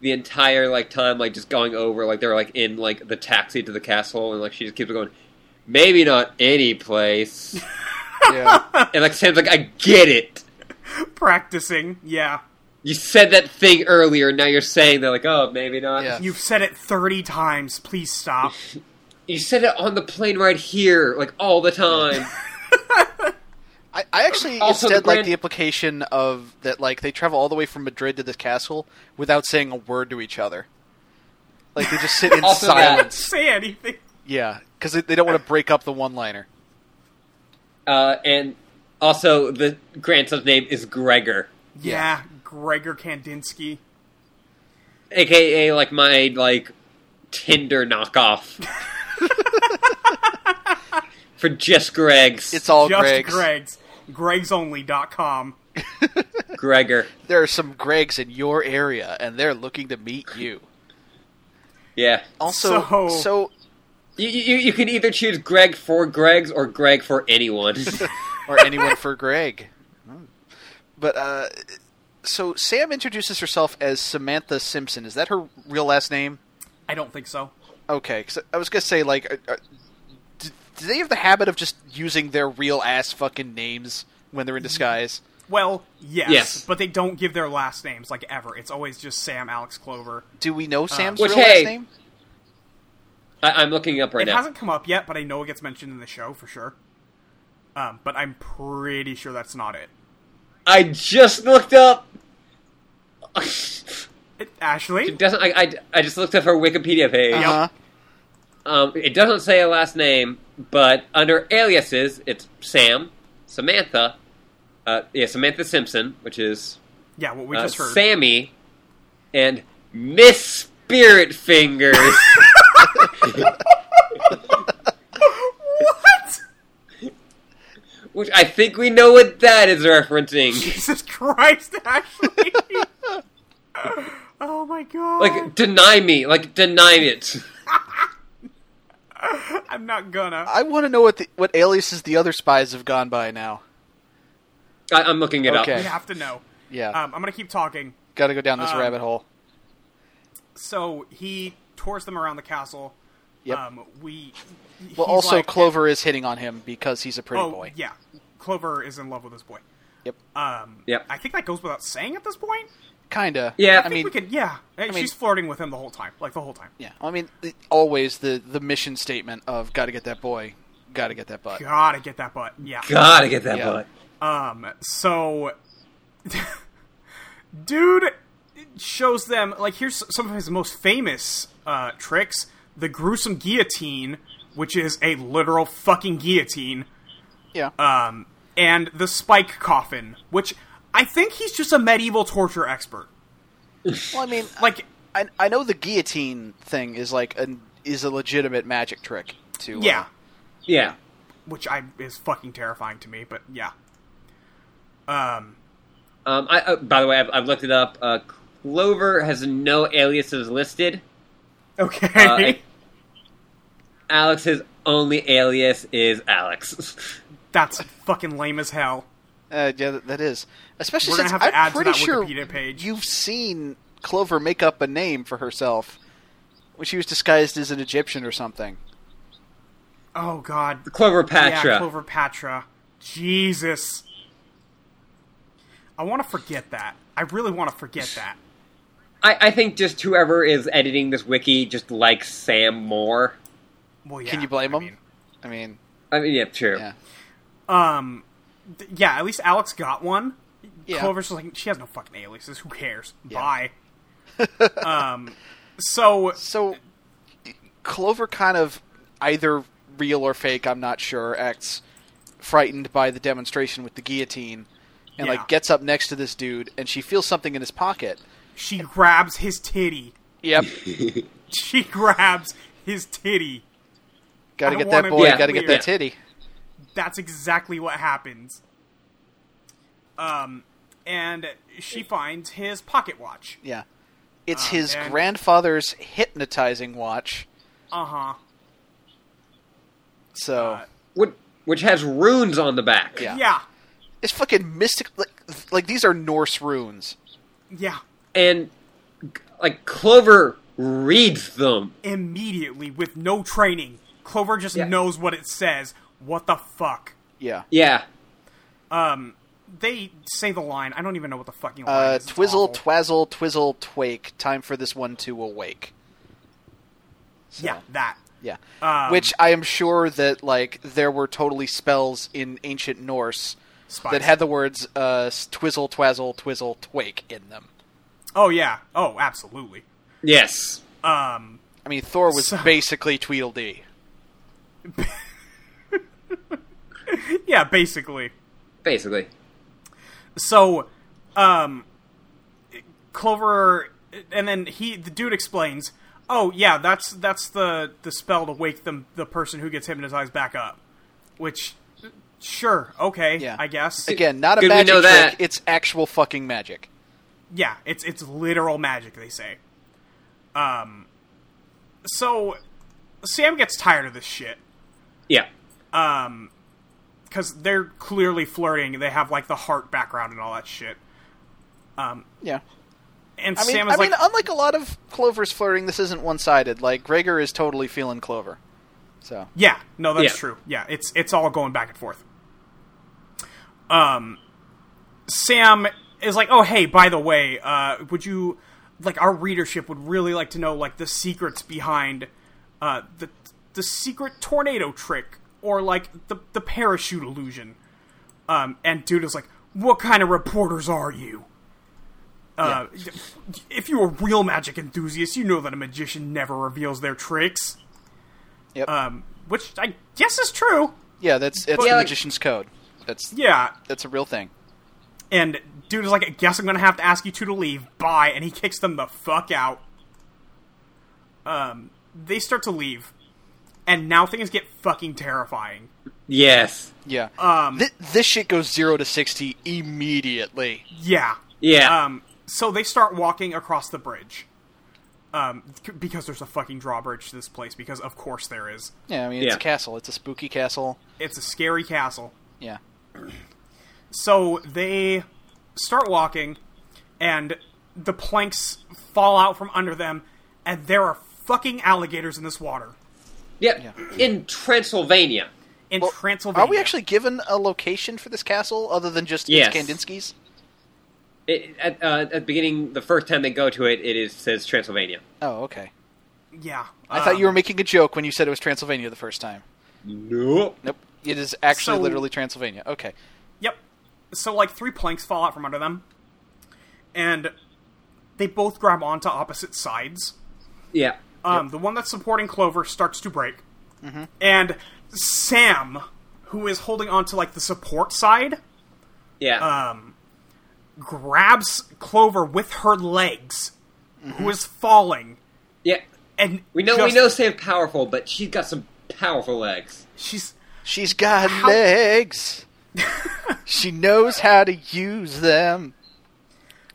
the entire like time like just going over like they're like in like the taxi to the castle and like she just keeps going maybe not any place [laughs] Yeah. and like Sam's like I get it practicing yeah you said that thing earlier now you're saying that like oh maybe not Yeah. you've said it 30 times please stop you said it on the plane right here like all the time I, I actually Also, the instead like grand- the implication of that, like they travel all the way from Madrid to this castle without saying a word to each other. Like they just sit in [laughs] Also that. silence. say anything Yeah, because they, they don't want to break up the one-liner. uh, and also the grandson's name is Gregor yeah gregor kandinsky aka like my like Tinder [laughs] knockoff for just Greg's. It's all just Greg's. Greg's. Greg'sOnly.com. Gregor. There are some Gregs in your area, and they're looking to meet you. Yeah, Also, So- so, you, you you can either choose Greg for Greg's or Greg for anyone. or anyone for Greg. But uh, so Sam introduces herself as Samantha Simpson. Is that her real last name? I don't think so. Okay, 'cause I was gonna say like, uh, uh, do, do they have the habit of just using their real ass fucking names when they're in disguise? Well, yes, Yes. but they don't give their last names like ever. It's always just Sam Alex Clover. Do we Uh, know Sam's Which, real hey, last name? I, I'm looking up right It now. hasn't come up yet, but I know it gets mentioned in the show for sure. Um, but I'm pretty sure that's not it. I just looked up. [laughs] it Ashley, It doesn't. I, I, I just looked up her Wikipedia page. Uh-huh. Um, it doesn't say a last name. But under aliases, it's Sam, Samantha, uh, yeah, Samantha Simpson, which is Yeah, what we uh, just heard. Sammy, and Miss Spirit [laughs] Fingers. what? Which I think we know what that is referencing. [laughs] Jesus Christ, Ashley. [laughs] oh my god. Like, deny me. Like, deny it. I'm not gonna. I want to know what the, what aliases the other spies have gone by now. I, I'm looking it Okay. We up. have to know. Yeah, Um, I'm gonna keep talking. got to go down this um, rabbit hole. So he tours them around the castle. Yep. Um, we. he's well, also like- Clover is hitting on him because he's a pretty Oh boy. yeah, Clover is in love with this boy. Yep. Um, Yep. I think that goes without saying at this point. Kinda. Yeah. I I I think mean, we could. Yeah, Hey, mean- she's flirting with him the whole time, like the whole time. yeah. I mean, the, always the the mission statement of got to get that boy, got to get that butt. Gotta get that butt. Yeah. Gotta get that Yeah. butt. Um, so, [laughs] dude shows them like here's some of his most famous uh, tricks: the gruesome guillotine, which is a literal fucking guillotine, Yeah. um, and the spike coffin, which I think he's just a medieval torture expert. well, I mean, Like, I, I know the guillotine thing is like an is a legitimate magic trick to uh, yeah, Yeah. which I is fucking terrifying to me, but yeah. Um, I, uh, by the way, I've, I've looked it up. Uh, Clover has no aliases listed. Okay. Uh, I- Alex's only alias is Alex. [laughs] [laughs] That's fucking lame as hell. Uh, yeah, that- that is. Especially We're gonna since have to I'm add to pretty that sure Wikipedia page. you've seen Clover make up a name for herself when she was disguised as an Egyptian or something. Oh god. Clover Patra. Yeah, Cloverpatra. Jesus. I want to forget that. I really want to forget that. I, I think just whoever is editing this wiki just likes Sam more. Well, yeah. Can you blame I him? mean, I mean, I mean, yeah, true. yeah, um, th- yeah. At least Alex got one. Yeah. Clover's just like she has no fucking aliases. Who cares? Yeah. Bye. [laughs] um. So So Clover kind of either real or fake, I'm not sure, acts frightened by the demonstration with the guillotine and Yeah. like gets up next to this dude and she feels something in his pocket. she grabs his titty. Yep. She grabs his titty. got I to don't get that wanna boy, be got to get that weird. titty. That's exactly what happens. Um, and she finds his pocket watch. Yeah. It's his Ah, man. grandfather's hypnotizing watch. Uh huh. So Which, which has runes on the back. Yeah. Yeah. it's fucking mystic. Like, like these are Norse runes. Yeah. And, like, Clover reads them. immediately with no training. Clover just Yeah. knows what it says. What the fuck? Yeah. Yeah. They say the line. I don't even know what the fucking line Uh, is. It's twizzle, awful. twazzle, twizzle, twake. Time for this one to awake. So, yeah, that. Yeah. Um, Which I am sure that like there were totally spells in ancient Norse Spies. that had the words uh, s- twizzle, twazzle, twizzle, twake in them. Oh yeah. Oh, absolutely. Yes. Um. I mean, Thor was So- basically Tweedledee. Yeah, basically. Basically. So, um, Clover, and then he, the dude explains. Oh yeah, that's that's the the spell to wake them the person who gets hypnotized back up. Which, sure, okay, Yeah. I guess. Again, not a Good we magic know trick. that. It's actual fucking magic. Yeah, it's it's literal magic. They say. Um, so Sam gets tired of this shit Yeah. because they're clearly flirting. They have like the heart background and all that shit. Yeah. And I mean, Sam I is like, mean, unlike a lot of Clover's flirting, this isn't one-sided. Like Gregor is totally feeling Clover. So yeah, no, that's Yeah. true. Yeah, it's it's all going back and forth. Um, Sam is like, oh hey, by the way, uh, would you like our readership would really like to know like the secrets behind uh the the secret tornado trick or like the the parachute illusion. Um, and dude is like, what kind of reporters are you? Uh, if you're a real magic enthusiast, you know that a magician never reveals their tricks. Yep. Um, which I guess is true. Yeah, that's it's Yeah, the like- magician's code. That's Yeah, that's a real thing. and dude is like, I guess I'm gonna have to ask you two to leave. Bye, and he kicks them the fuck out. Um, they start to leave, and now things get fucking terrifying. Yes. Yeah. Um, Th- this shit goes 0 to 60 immediately. yeah, Yeah. Um, so they start walking across the bridge. Um, c- because there's a fucking drawbridge to this place, because of course there is. Yeah, I mean, it's Yeah. a castle. It's a spooky castle. It's a scary castle. Yeah. So they start walking, and the planks fall out from under them, and there are fucking alligators in this water. yep. In Transylvania. In Well, Transylvania. Are we actually given a location for this castle other than just Yes. it's Kandinsky's? It, at, uh, at the beginning, the first time they go to it, it is says Transylvania. Oh, okay. Yeah. I thought Um, you were making a joke when you said it was Transylvania the first time. Nope. Nope. It is actually So- literally Transylvania. Okay. Um, Yep. So, like, three planks fall out from under them, and they both grab onto opposite sides. Yeah. Um, The one that's supporting Clover starts to break, Mm-hmm. and Sam, who is holding onto like the support side, Yeah. Uh, grabs Clover with her legs, who is falling, yeah. and We know we just- know Sam powerful, but she's got some powerful legs. she's She's got How- [laughs] legs. she knows how to use them.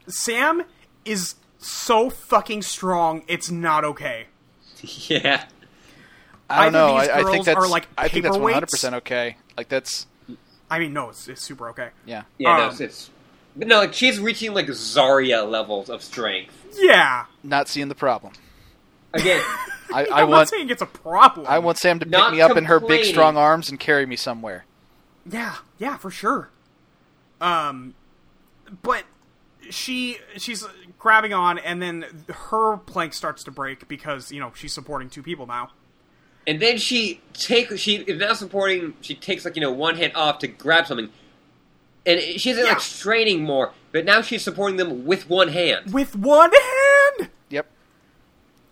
Sam is so fucking strong. It's not okay. [laughs] yeah. I don't Either know. these I, I girls think that's are, like, I think that's paperweights? 100% okay. Like that's I mean, no, it's, it's super okay. yeah. Yeah. no, Um, it's, it's but no, like, she's reaching like Zarya levels of strength. Yeah, Not seeing the problem. [laughs] Again, I, I'm I not want saying it's a problem. I want Sam to pick Not me up in her big complaining. strong arms and carry me somewhere. Yeah, yeah, for sure. Um, but she she's grabbing on, and then her plank starts to break because you know she's supporting two people now. and then she take she is now supporting. She takes like you know one hand off to grab something, and it- she's Yeah. like straining more. But now she's supporting them with one hand, With one hand, Yep.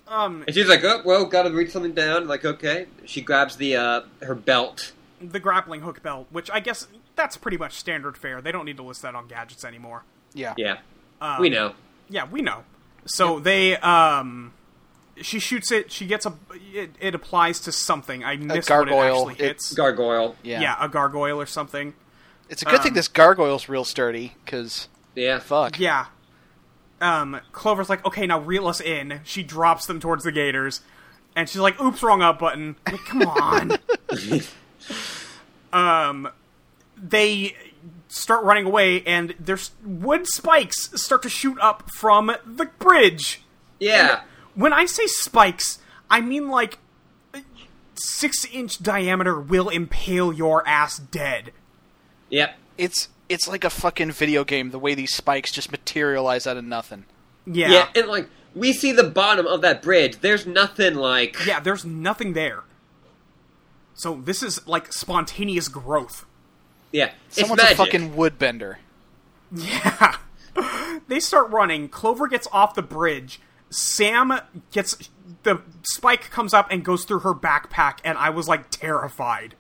um, and she's like, "Oh, well, gotta reach something down." Like, okay, she grabs the uh her belt. the grappling hook belt, which I guess that's pretty much standard fare. They don't need to list that on gadgets anymore. Yeah. Yeah, Um, we know. Yeah, we know. So they um, she shoots it. She gets a it, it applies to something. I missed what it gargoyle. actually It- hits. Gargoyle. Yeah. yeah, a gargoyle or something. It's a good Um, thing this gargoyle's real sturdy cuz Yeah. fuck. Yeah. Um, Clover's like, okay, now reel us in. She drops them towards the gators, and she's like, oops, wrong up button. I'm like, Come on. um, they start running away, and their s- wood spikes start to shoot up from the bridge. Yeah. When I say spikes, I mean like six inch diameter will impale your ass dead. Yep. It's it's like a fucking video game the way these spikes just materialize out of nothing. Yeah. Yeah, and like we see the bottom of that bridge. There's nothing like Yeah, there's nothing there. So this is like spontaneous growth. yeah. It's Someone's magic. a fucking woodbender. Yeah. they start running. Clover gets off the bridge. Sam gets the spike comes up and goes through her backpack and I was like terrified.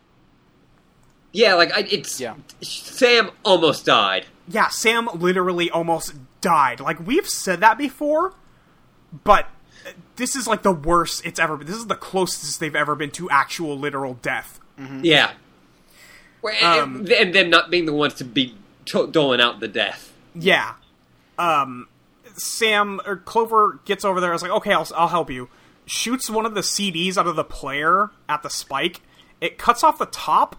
yeah. Like I, it's Yeah. Sam almost died. Yeah, Sam literally almost died. Like we've said that before, but this is like the worst it's ever been. This is the closest they've ever been to actual literal death. Yeah. Well, and- and, and them not being the ones to be to- doling out the death. Yeah. Um, Sam or Clover gets over there. I was like, okay, I'll, I'll help you. Shoots one of the CDs out of the player at the spike. It cuts off the top,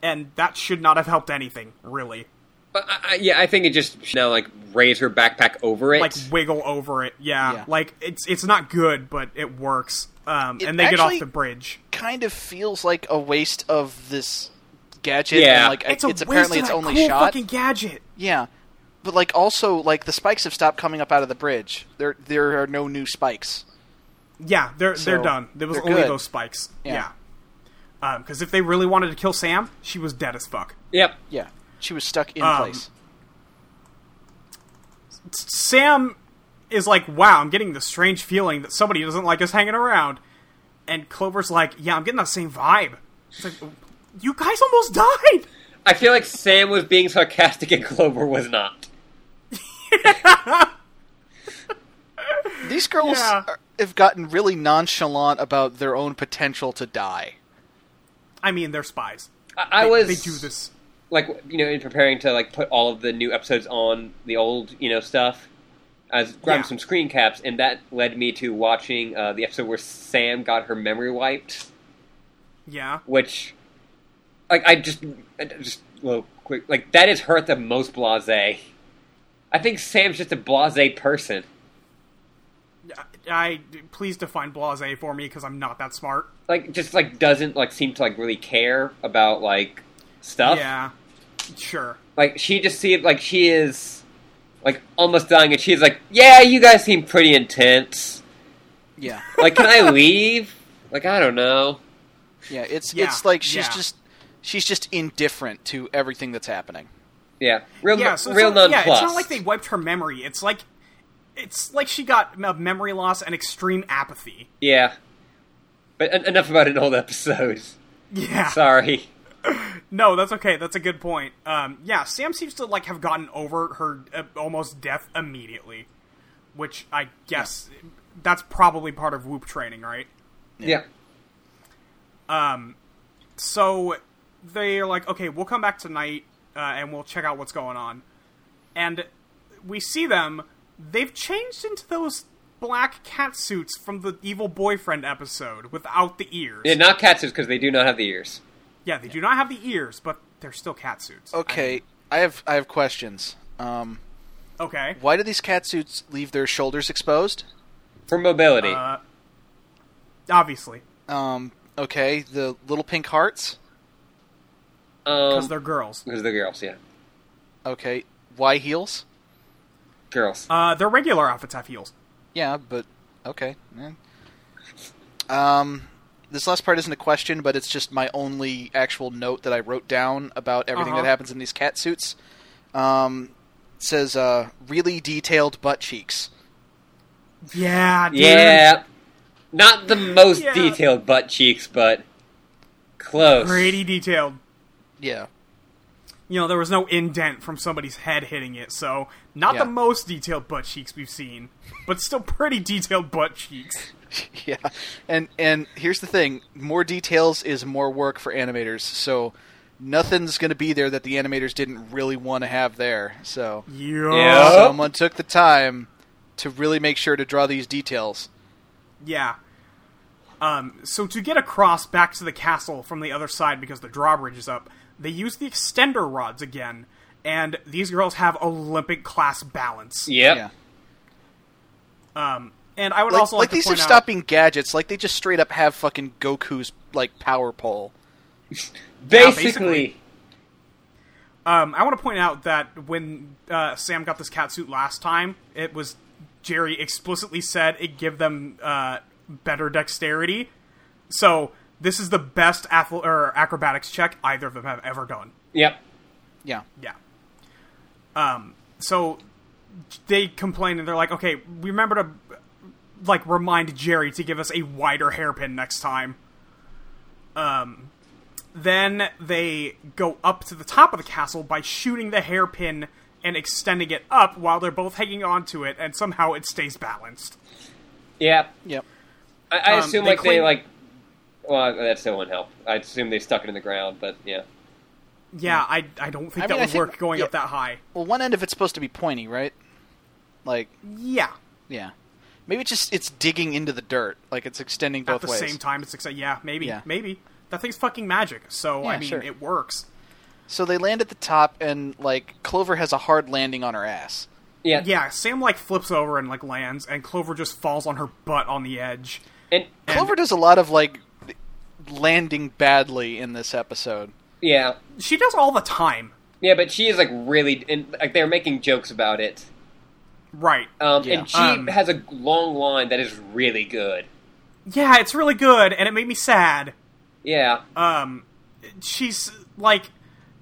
and that should not have helped anything, really. But I, I, yeah, I think it just should now like raise her backpack over it. Like wiggle over it, yeah. Yeah. Like it's it's not good, but it works. Um, It and they get actually- off the bridge. Kind of feels like a waste of this gadget Yeah. and like It's, it's, a apparently waste its of that only cool shot. fucking gadget. Yeah. But like also like the spikes have stopped coming up out of the bridge. There there are no new spikes. Yeah, they're they're So, done. There was they're only good. those spikes. Yeah. Yeah. Because if they really wanted to kill Sam, she was dead as fuck. yep. Yeah. She was stuck in Um, place. Sam is like, wow, I'm getting the strange feeling that somebody doesn't like us hanging around. And Clover's like, yeah, I'm getting that same vibe. It's like, you guys almost died. I feel like Sam was being sarcastic and [laughs] Clover was not. These girls Yeah. are, have gotten really nonchalant about their own potential to die. I mean, they're spies. I, I They- was They do this. like you know in preparing to like put all of the new episodes on the old you know stuff. I was grabbing Yeah. some screen caps, and that led me to watching uh, the episode where Sam got her memory wiped. Yeah. which like I just I just a little quick like that is her the most blasé. I think Sam's just a blasé person. I please define blase for me because I'm not that smart. Like just like doesn't like seem to like really care about like stuff. Yeah. Sure. Like she just seems like she is like almost dying and she's like, "Yeah, you guys seem pretty intense. Yeah. Like can [laughs] I leave?" Like I don't know. Yeah, it's Yeah, it's like she's yeah. just she's just indifferent to everything that's happening. Yeah. Real yeah, so it's real not, yeah, nonplussed. it's not like they wiped her memory. It's like it's like she got a memory loss and extreme apathy. Yeah. But en- enough about an old [laughs] episode. Yeah. Sorry. No, that's okay. That's a good point. Um, yeah, Sam seems to like have gotten over her uh, almost death immediately, which I guess that's probably part of whoop training, right? yeah. So they're like, okay, we'll come back tonight uh, and we'll check out what's going on. And we see them. They've changed into those black cat suits from the evil boyfriend episode without the ears. Yeah, not catsuits because they do not have the ears. Yeah, they do not have the ears, but they're still cat suits. Okay, I have I have questions. Um, Okay. why do these cat suits leave their shoulders exposed? For mobility. Uh, obviously, Um, okay, the little pink hearts. Um, because they're girls. because Um, they're girls, yeah. Okay, why heels? Girls. Uh, their regular outfits have heels. Yeah, but okay. eh. Um, this last part isn't a question, but it's just my only actual note that I wrote down about everything Uh-huh. that happens in these cat suits. Um, it says uh, really detailed butt cheeks. Yeah, dude. yeah. Not the most Yeah. detailed butt cheeks, but close. Pretty detailed. Yeah. You know, there was no indent from somebody's head hitting it, so not Yeah. the most detailed butt cheeks we've seen, but still pretty detailed butt cheeks. [laughs] yeah and and here's the thing more details is more work for animators so nothing's going to be there that the animators didn't really want to have there so Yo. Yeah. Oh. someone took the time to really make sure to draw these details Yeah. Um, so to get across back to the castle from the other side because the drawbridge is up, they use the extender rods again, and these girls have Olympic class balance. Yep. yeah Um, and I would like, also like, like to these have point out- stopped being gadgets like they just straight up have fucking goku's like power pole Basically, basically. Um, I want to point out that when uh, Sam got this catsuit last time, it was Jerry explicitly said it give them uh, better dexterity. So this is the best ath- or acrobatics check either of them have ever done. Yep. yeah Yeah. Um. So they complain and they're like, "Okay, remember to like remind Jerry to give us a wider hairpin next time." Um. Then they go up to the top of the castle by shooting the hairpin and extending it up while they're both hanging on to it, and somehow it stays balanced. Yep. yep I, I Um, assume they like they clean- like. Well, that still wouldn't help. I assume they stuck it in the ground, but yeah. Yeah, Hmm. I, I don't think I that mean, I would think- work going up yeah. that high. well one end of it's supposed to be pointy right like Yeah, yeah maybe it's just it's digging into the dirt like it's extending at both the ways same time, it's exciting. Yeah, maybe, Yeah. maybe that thing's fucking magic. So I Yeah, mean, sure. it works. So they land at the top, and like Clover has a hard landing on her ass. Yeah. Yeah, Sam like flips over and like lands, and Clover just falls on her butt on the edge. And Clover does a lot of like landing badly in this episode. yeah. She does all the time, Yeah, but she is like really and like they're making jokes about it. right? Um Yeah. and she Um, has a long line that is really good. yeah, it's really good, and it made me sad. Yeah. Um, she's like,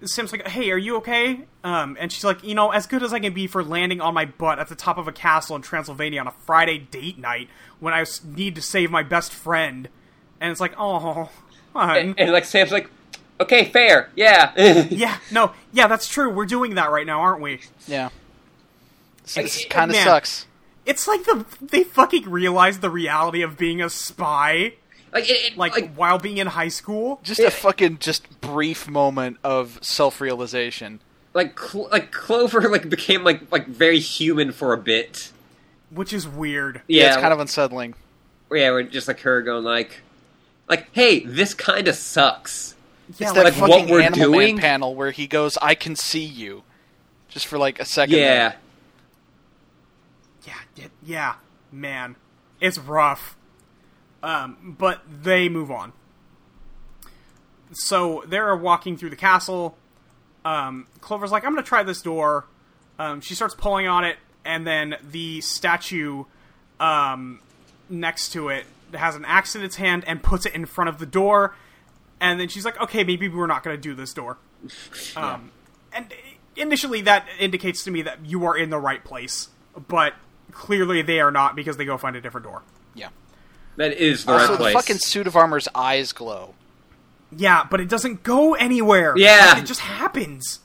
Sam's like, "Hey, are you okay?" Um, and she's like, "You know, as good as I can be for landing on my butt at the top of a castle in Transylvania on a Friday date night when I s- need to save my best friend," and it's like, "Oh, on. And, and like Sam's like, okay, fair, [laughs] yeah. yeah, no, yeah, that's true. We're doing that right now, aren't we? Yeah. This it- kind of man. sucks. It's like the they fucking realized the reality of being a spy, Like, it, it- like, like while being in high school. Just a fucking just brief moment of self-realization. like Clo- like Clover [laughs] like became like like very human for a bit. which is weird. Yeah, it's kind of unsettling. yeah, we're just like her going like, like, hey, this kind of sucks. Yeah, it's that like what fucking we're Animal doing? Man panel where he goes, "I can see you," just for like a second. Yeah, yeah, yeah, yeah, man, it's rough. Um, but they move on. So they're walking through the castle. Um, Clover's like, "I'm gonna try this door." Um, she starts pulling on it, and then the statue um, next to it has an axe in its hand and puts it in front of the door. And then she's like, "Okay, maybe we're not gonna do this door." Um, and initially, that indicates to me that you are in the right place, but clearly they are not because they go find a different door. yeah. that is the Also, right the place. fucking suit of armor's eyes glow. Yeah, but it doesn't go anywhere. Yeah. Like, it just happens.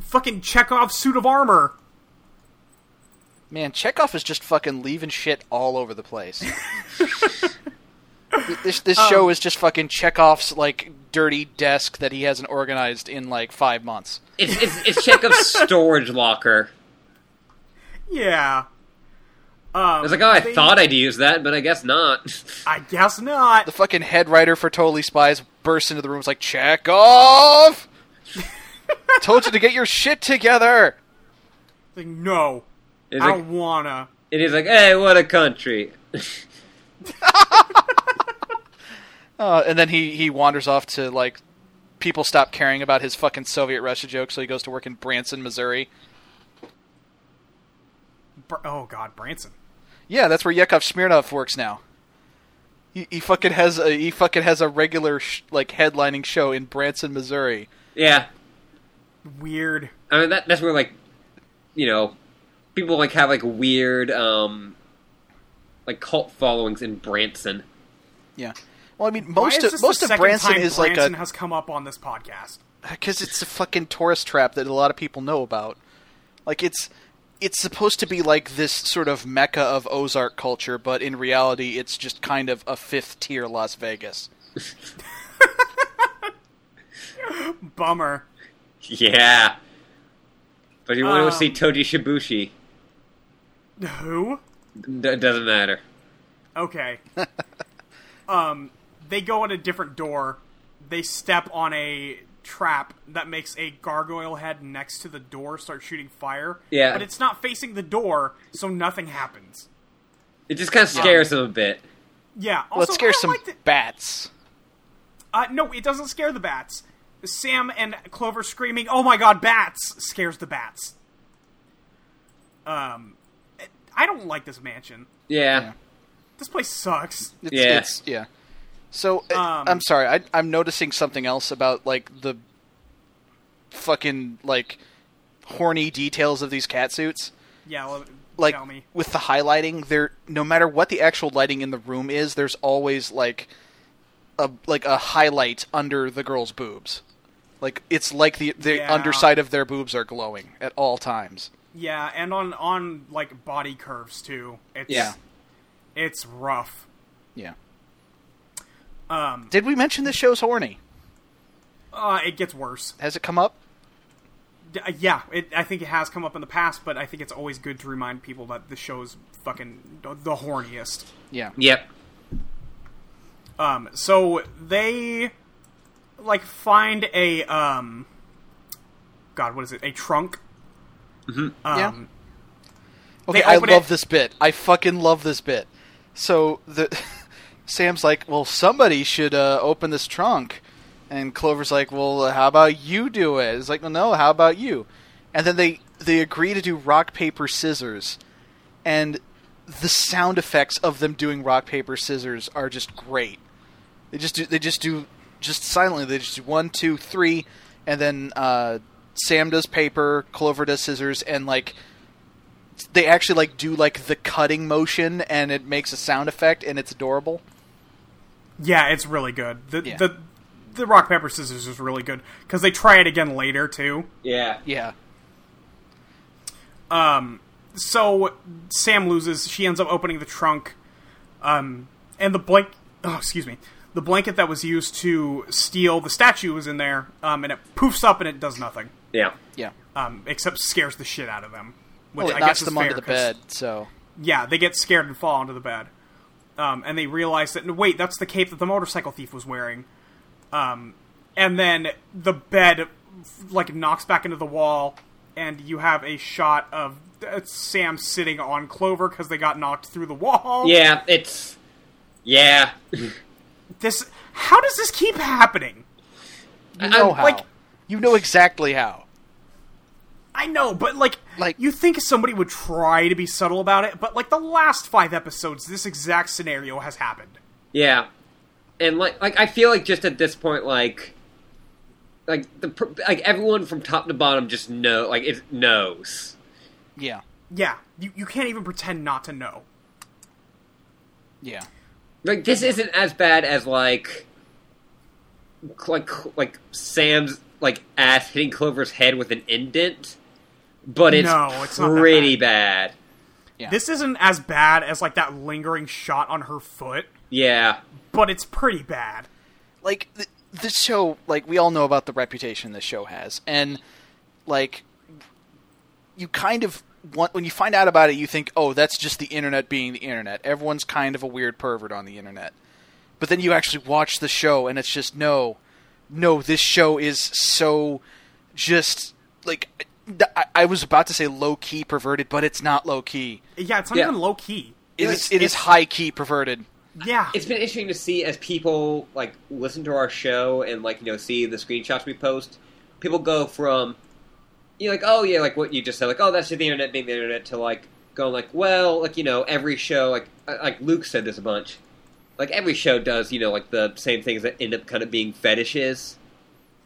Fucking Chekhov's suit of armor. Man, Chekhov is just fucking leaving shit all over the place. this this show is just fucking Chekhov's like dirty desk that he hasn't organized in like five months. It's it's, it's [laughs] Chekhov's storage locker. Yeah, Um, I was like, oh, I They- thought I'd use that, but I guess not. [laughs] I guess not. The fucking head writer for Totally Spies bursts into the room. It's like Chekhov, [laughs] told you to get your shit together. Like, no, It's I like, don't wanna. and he's like, hey, what a country. [laughs] Uh, and then he he wanders off to like people stop caring about his fucking Soviet Russia joke, so he goes to work in Branson, Missouri. Br- oh God, Branson. Yeah, that's where Yakov Smirnov works now. He, he fucking has a he fucking has a regular sh- like headlining show in Branson, Missouri. yeah, Weird. I mean that that's where like, you know, people like have like weird um, like cult followings in Branson. [laughs] Yeah. Well, I mean, Why most is of this most the of second Branson time is Branson like has come up on this podcast. a because it's a fucking tourist trap that a lot of people know about. Like it's it's supposed to be like this sort of mecca of Ozark culture, but in reality, it's just kind of a fifth tier Las Vegas. Bummer. Yeah, but you want Um, to see Toji Shibushi? Who? D- doesn't matter. [laughs] Okay. um, they go in a different door. They step on a trap that makes a gargoyle head next to the door start shooting fire. Yeah. But it's not facing the door, so nothing happens. It just kind of scares him a bit. Yeah. Also, Let's scare I some liked it- bats. uh, no, it doesn't scare the bats. Sam and Clover screaming, "Oh my god, bats!" scares the bats. Um, I don't like this mansion. Yeah, This place sucks. It's, Yeah. It's, yeah. So uh, Um, I'm sorry. I, I'm noticing something else about like the fucking like horny details of these catsuits. Yeah. Well, Like tell me. with the highlighting, there no matter what the actual lighting in the room is, there's always like a like a highlight under the girl's boobs. Like it's like the the Yeah. underside of their boobs are glowing at all times. Yeah, and on on like body curves too. It's, Yeah. it's rough. Yeah. Um, Did we mention this show's horny? uh, it gets worse. Has it come up? D- uh, yeah, it, I think it has come up in the past, but I think it's always good to remind people that the show's fucking the the horniest. Yeah. yep. Um, so they like find a um, God, what is it? A trunk. yeah. Um, Okay, They I open love it- this bit. I fucking love this bit. So the [laughs] Sam's like, "Well, somebody should uh, open this trunk," and Clover's like, "Well, uh, how about you do it?" It's like, "Well, no, how about you?" And then they they agree to do rock paper scissors, and the sound effects of them doing rock paper scissors are just great. They just do they just do just silently. They just do one, two, three, and then uh, Sam does paper, Clover does scissors, and like they actually like do like the cutting motion and it makes a sound effect and it's adorable. Yeah, it's really good. The Yeah. the the rock paper scissors is really good because they try it again later too. Yeah. Yeah. So Sam loses. She ends up opening the trunk, um, and the blank. Oh, excuse me. The blanket that was used to steal the statue was in there, um, and it poofs up and it does nothing Yeah. Yeah. um, except scares the shit out of them. Which Well, it I knocks guess is them fair onto the 'cause- bed, so Yeah, they get scared and fall onto the bed. Um, and they realize that, wait, that's the cape that the motorcycle thief was wearing. Um, and then the bed, like, knocks back into the wall, and you have a shot of uh, Sam sitting on Clover because they got knocked through the wall. Yeah, it's. Yeah. This, how does this keep happening? you know how. like- you know exactly how. I know, but like, Like- you think somebody would try to be subtle about it, but like the last five episodes, this exact scenario has happened. Yeah, and like like I feel like just at this point, like like the pr- like everyone from top to bottom just know like it knows. Yeah. Yeah, you, you can't even pretend not to know. Yeah. Like this isn't as bad as like cl- like cl- like Sam's like ass hitting Clover's head with an indent, but it's, No, it's not that pretty bad. Yeah. This isn't as bad as like that lingering shot on her foot, Yeah, but it's pretty bad. like th- this show like we all know about the reputation this show has and like you kind of want when you find out about it you think oh that's just the internet being the internet everyone's kind of a weird pervert on the internet but then you actually watch the show and it's just no no this show is so just like I, I was about to say low key perverted but it's not low key Yeah, it's not Yeah. even low key. it It's- is it is it's- high key perverted Yeah, it's been interesting to see as people like listen to our show and like you know see the screenshots we post. People go from you know like oh yeah like what you just said like oh that's just the internet being the internet to like going like well like you know every show like uh, like Luke said this a bunch like every show does you know like the same things that end up kind of being fetishes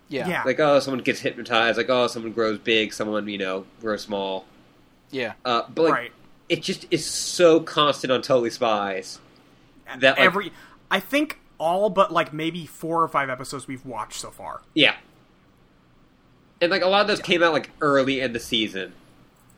Yeah. like oh someone gets hypnotized like oh someone grows big someone you know grows small yeah uh, but like right. it just is so constant on Totally Spies that like, Every, I think all but like maybe four or five episodes we've watched so far. Yeah. And like a lot of those came out like early in the season.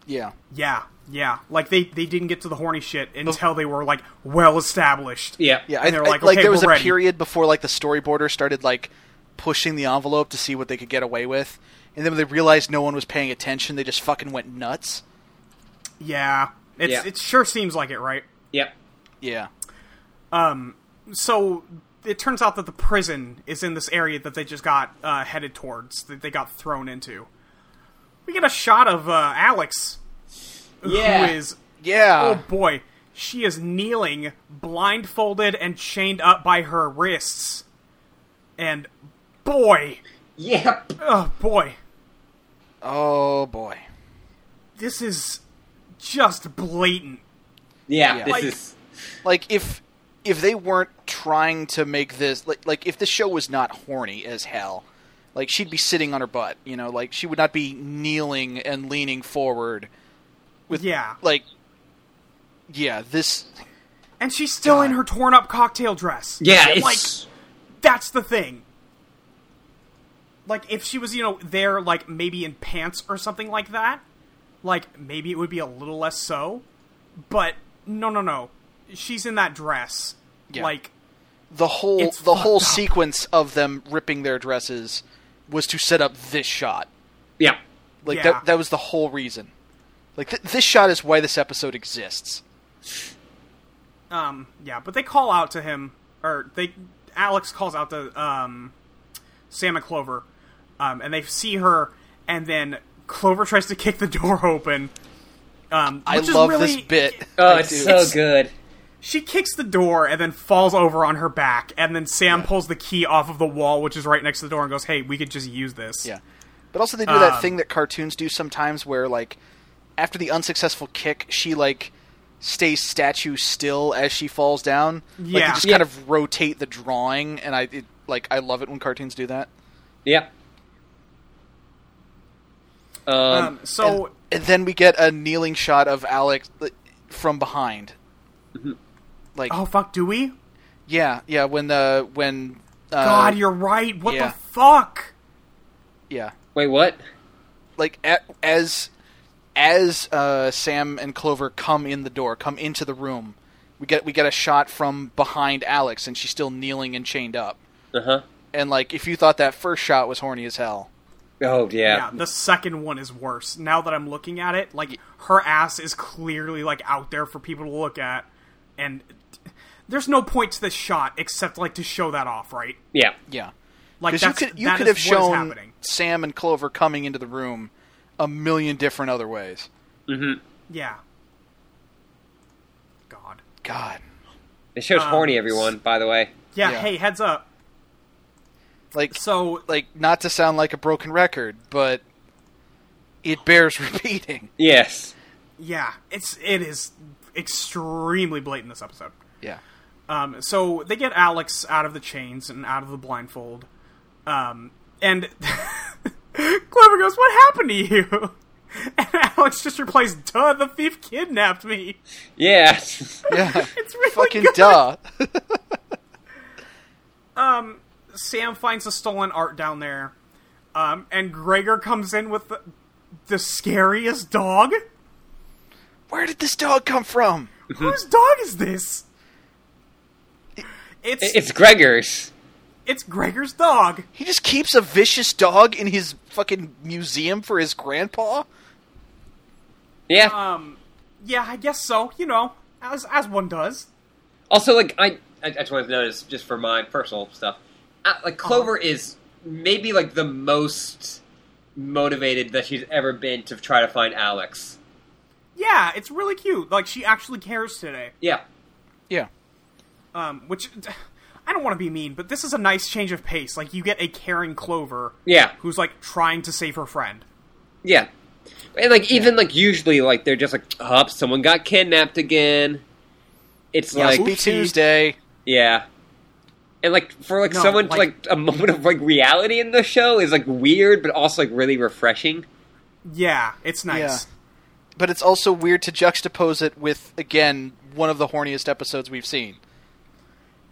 yeah Yeah, yeah. Like they they didn't get to the horny shit until they were like well established. Oh. Yeah. Yeah, And I, they were I- like, like, "Okay, there was we're a ready." period before like the storyboarder started like pushing the envelope to see what they could get away with, and then when they realized no one was paying attention, they just fucking went nuts. Yeah, it's Yeah. it sure seems like it, right? Yep. Yeah, So it turns out that the prison is in this area that they just got uh, headed towards, that they got thrown into. We get a shot of uh, Alex, Yeah. who is yeah, Uh. oh boy, she is kneeling, blindfolded and chained up by her wrists, and boy, Yep. oh boy, oh boy, this is just blatant. Yeah, Yeah. this Like- is like if if they weren't trying to make this like like if the show was not horny as hell, like she'd be sitting on her butt, you know, like she would not be kneeling and leaning forward with Yeah. like yeah this And she's still in God. her torn up cocktail dress. Yeah, And, like it's that's the thing. Like if she was, you know, there like maybe in pants or something like that, like maybe it would be a little less so. But no, no, no. She's in that dress. Yeah. Like the whole It's the whole fucked up. sequence of them ripping their dresses was to set up this shot. yeah. Like Yeah. that that was the whole reason. Like th- this shot is why this episode exists. um yeah, but they call out to him or they Alex calls out to um Sam and Clover. Um and they see her and then Clover tries to kick the door open. Um, I which is love really- this bit. [laughs] Oh, I it's do. so good. She kicks the door and then falls over on her back, and then Sam pulls the key off of the wall, which is right next to the door, and goes, "Hey, we could just use this." Yeah. But also they do Um, that thing that cartoons do sometimes where like after the unsuccessful kick, she like stays statue still as she falls down. Like Yeah. they just Yeah. kind of rotate the drawing and I it, like I love it when cartoons do that. Yep. Um, Um, so and then we get a kneeling shot of Alex like, from behind. Like oh fuck, do we? Yeah, yeah. When the when uh, God, you're right. What yeah. the fuck? yeah, Wait, what? like a, as as uh, Sam and Clover come in the door, come into the room, we get we get a shot from behind Alex, and she's still kneeling and chained up. Uh huh. And like, if you thought that first shot was horny as hell, Oh Yeah, yeah. the second one is worse. Now that I'm looking at it, like her ass is clearly like out there for people to look at, and there's no point to this shot except like to show that off, right? yeah. yeah, Like because you that's could you that could is have what is shown happening. Sam and Clover coming into the room a million different other ways. Yeah. God. God, The show's Um, horny, everyone. By the way. Yeah, Yeah. Hey, heads up. like So like not to sound like a broken record, but it bears [laughs] repeating. Yes. yeah, it's it is extremely blatant this episode. Yeah. Um, so they get Alex out of the chains and out of the blindfold. Um, and [laughs] Clever goes, What happened to you? [laughs] And Alex just replies, Duh, the thief kidnapped me. Yeah. [laughs] Yeah. It's really [laughs] Fucking good. duh. Sam finds the stolen art down there. Um, and Gregor comes in with the, the scariest dog. Where did this dog come from? Whose dog is this? It's it's, [laughs] it's Gregor's. Gregor's dog. He just keeps a vicious dog in his fucking museum for his grandpa? Yeah. Um, Yeah, I guess so. You know, as as one does. Also, like I, I, I just wanted to notice just for my personal stuff, uh, like Clover is maybe like the most motivated that she's ever been to try to find Alex. Yeah, it's really cute. Like she actually cares today. Yeah, Yeah. Um, which [sighs] I don't want to be mean, but this is a nice change of pace. Like you get a caring Clover yeah, who's like trying to save her friend. yeah. And like even like usually like they're just like up, someone got kidnapped again. It's like Happy Tuesday. yeah. And like for like No, someone to, like like- a moment of like reality in the show is like weird, but also like really refreshing. Yeah, it's nice. Yeah. But it's also weird to juxtapose it with, again, one of the horniest episodes we've seen.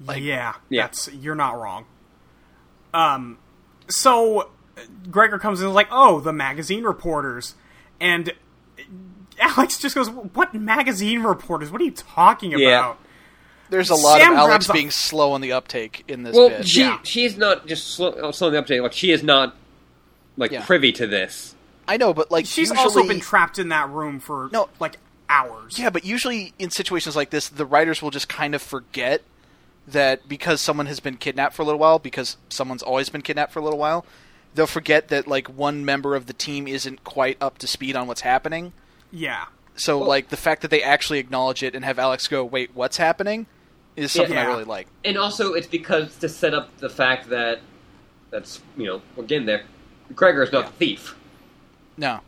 Like- yeah, Yeah. that's you're not wrong. Um, so uh, Gregor comes in and is like, "Oh, the magazine reporters," and [laughs] uh, Alex just goes, "What magazine reporters? What are you talking about?" Yeah. There's a lot Sam of Alex grabs a- being slow on the uptake in this Well, bit. she Yeah. she's not just slow, uh, slow on the update. Like she is not like Yeah. privy to this. I know, but like She's usually... also been trapped in that room for No. like hours. Yeah, but usually in situations like this, the writers will just kind of forget that because someone has been kidnapped for a little while, because someone's always been kidnapped for a little while, they'll forget that like one member of the team isn't quite up to speed on what's happening. yeah, So like the fact that they actually acknowledge it and have Alex go, "Wait, what's happening?" is something I Yeah. really like. And also, it's because to set up the fact that that's you know again there, Gregor is not Yeah. a thief, [laughs] No.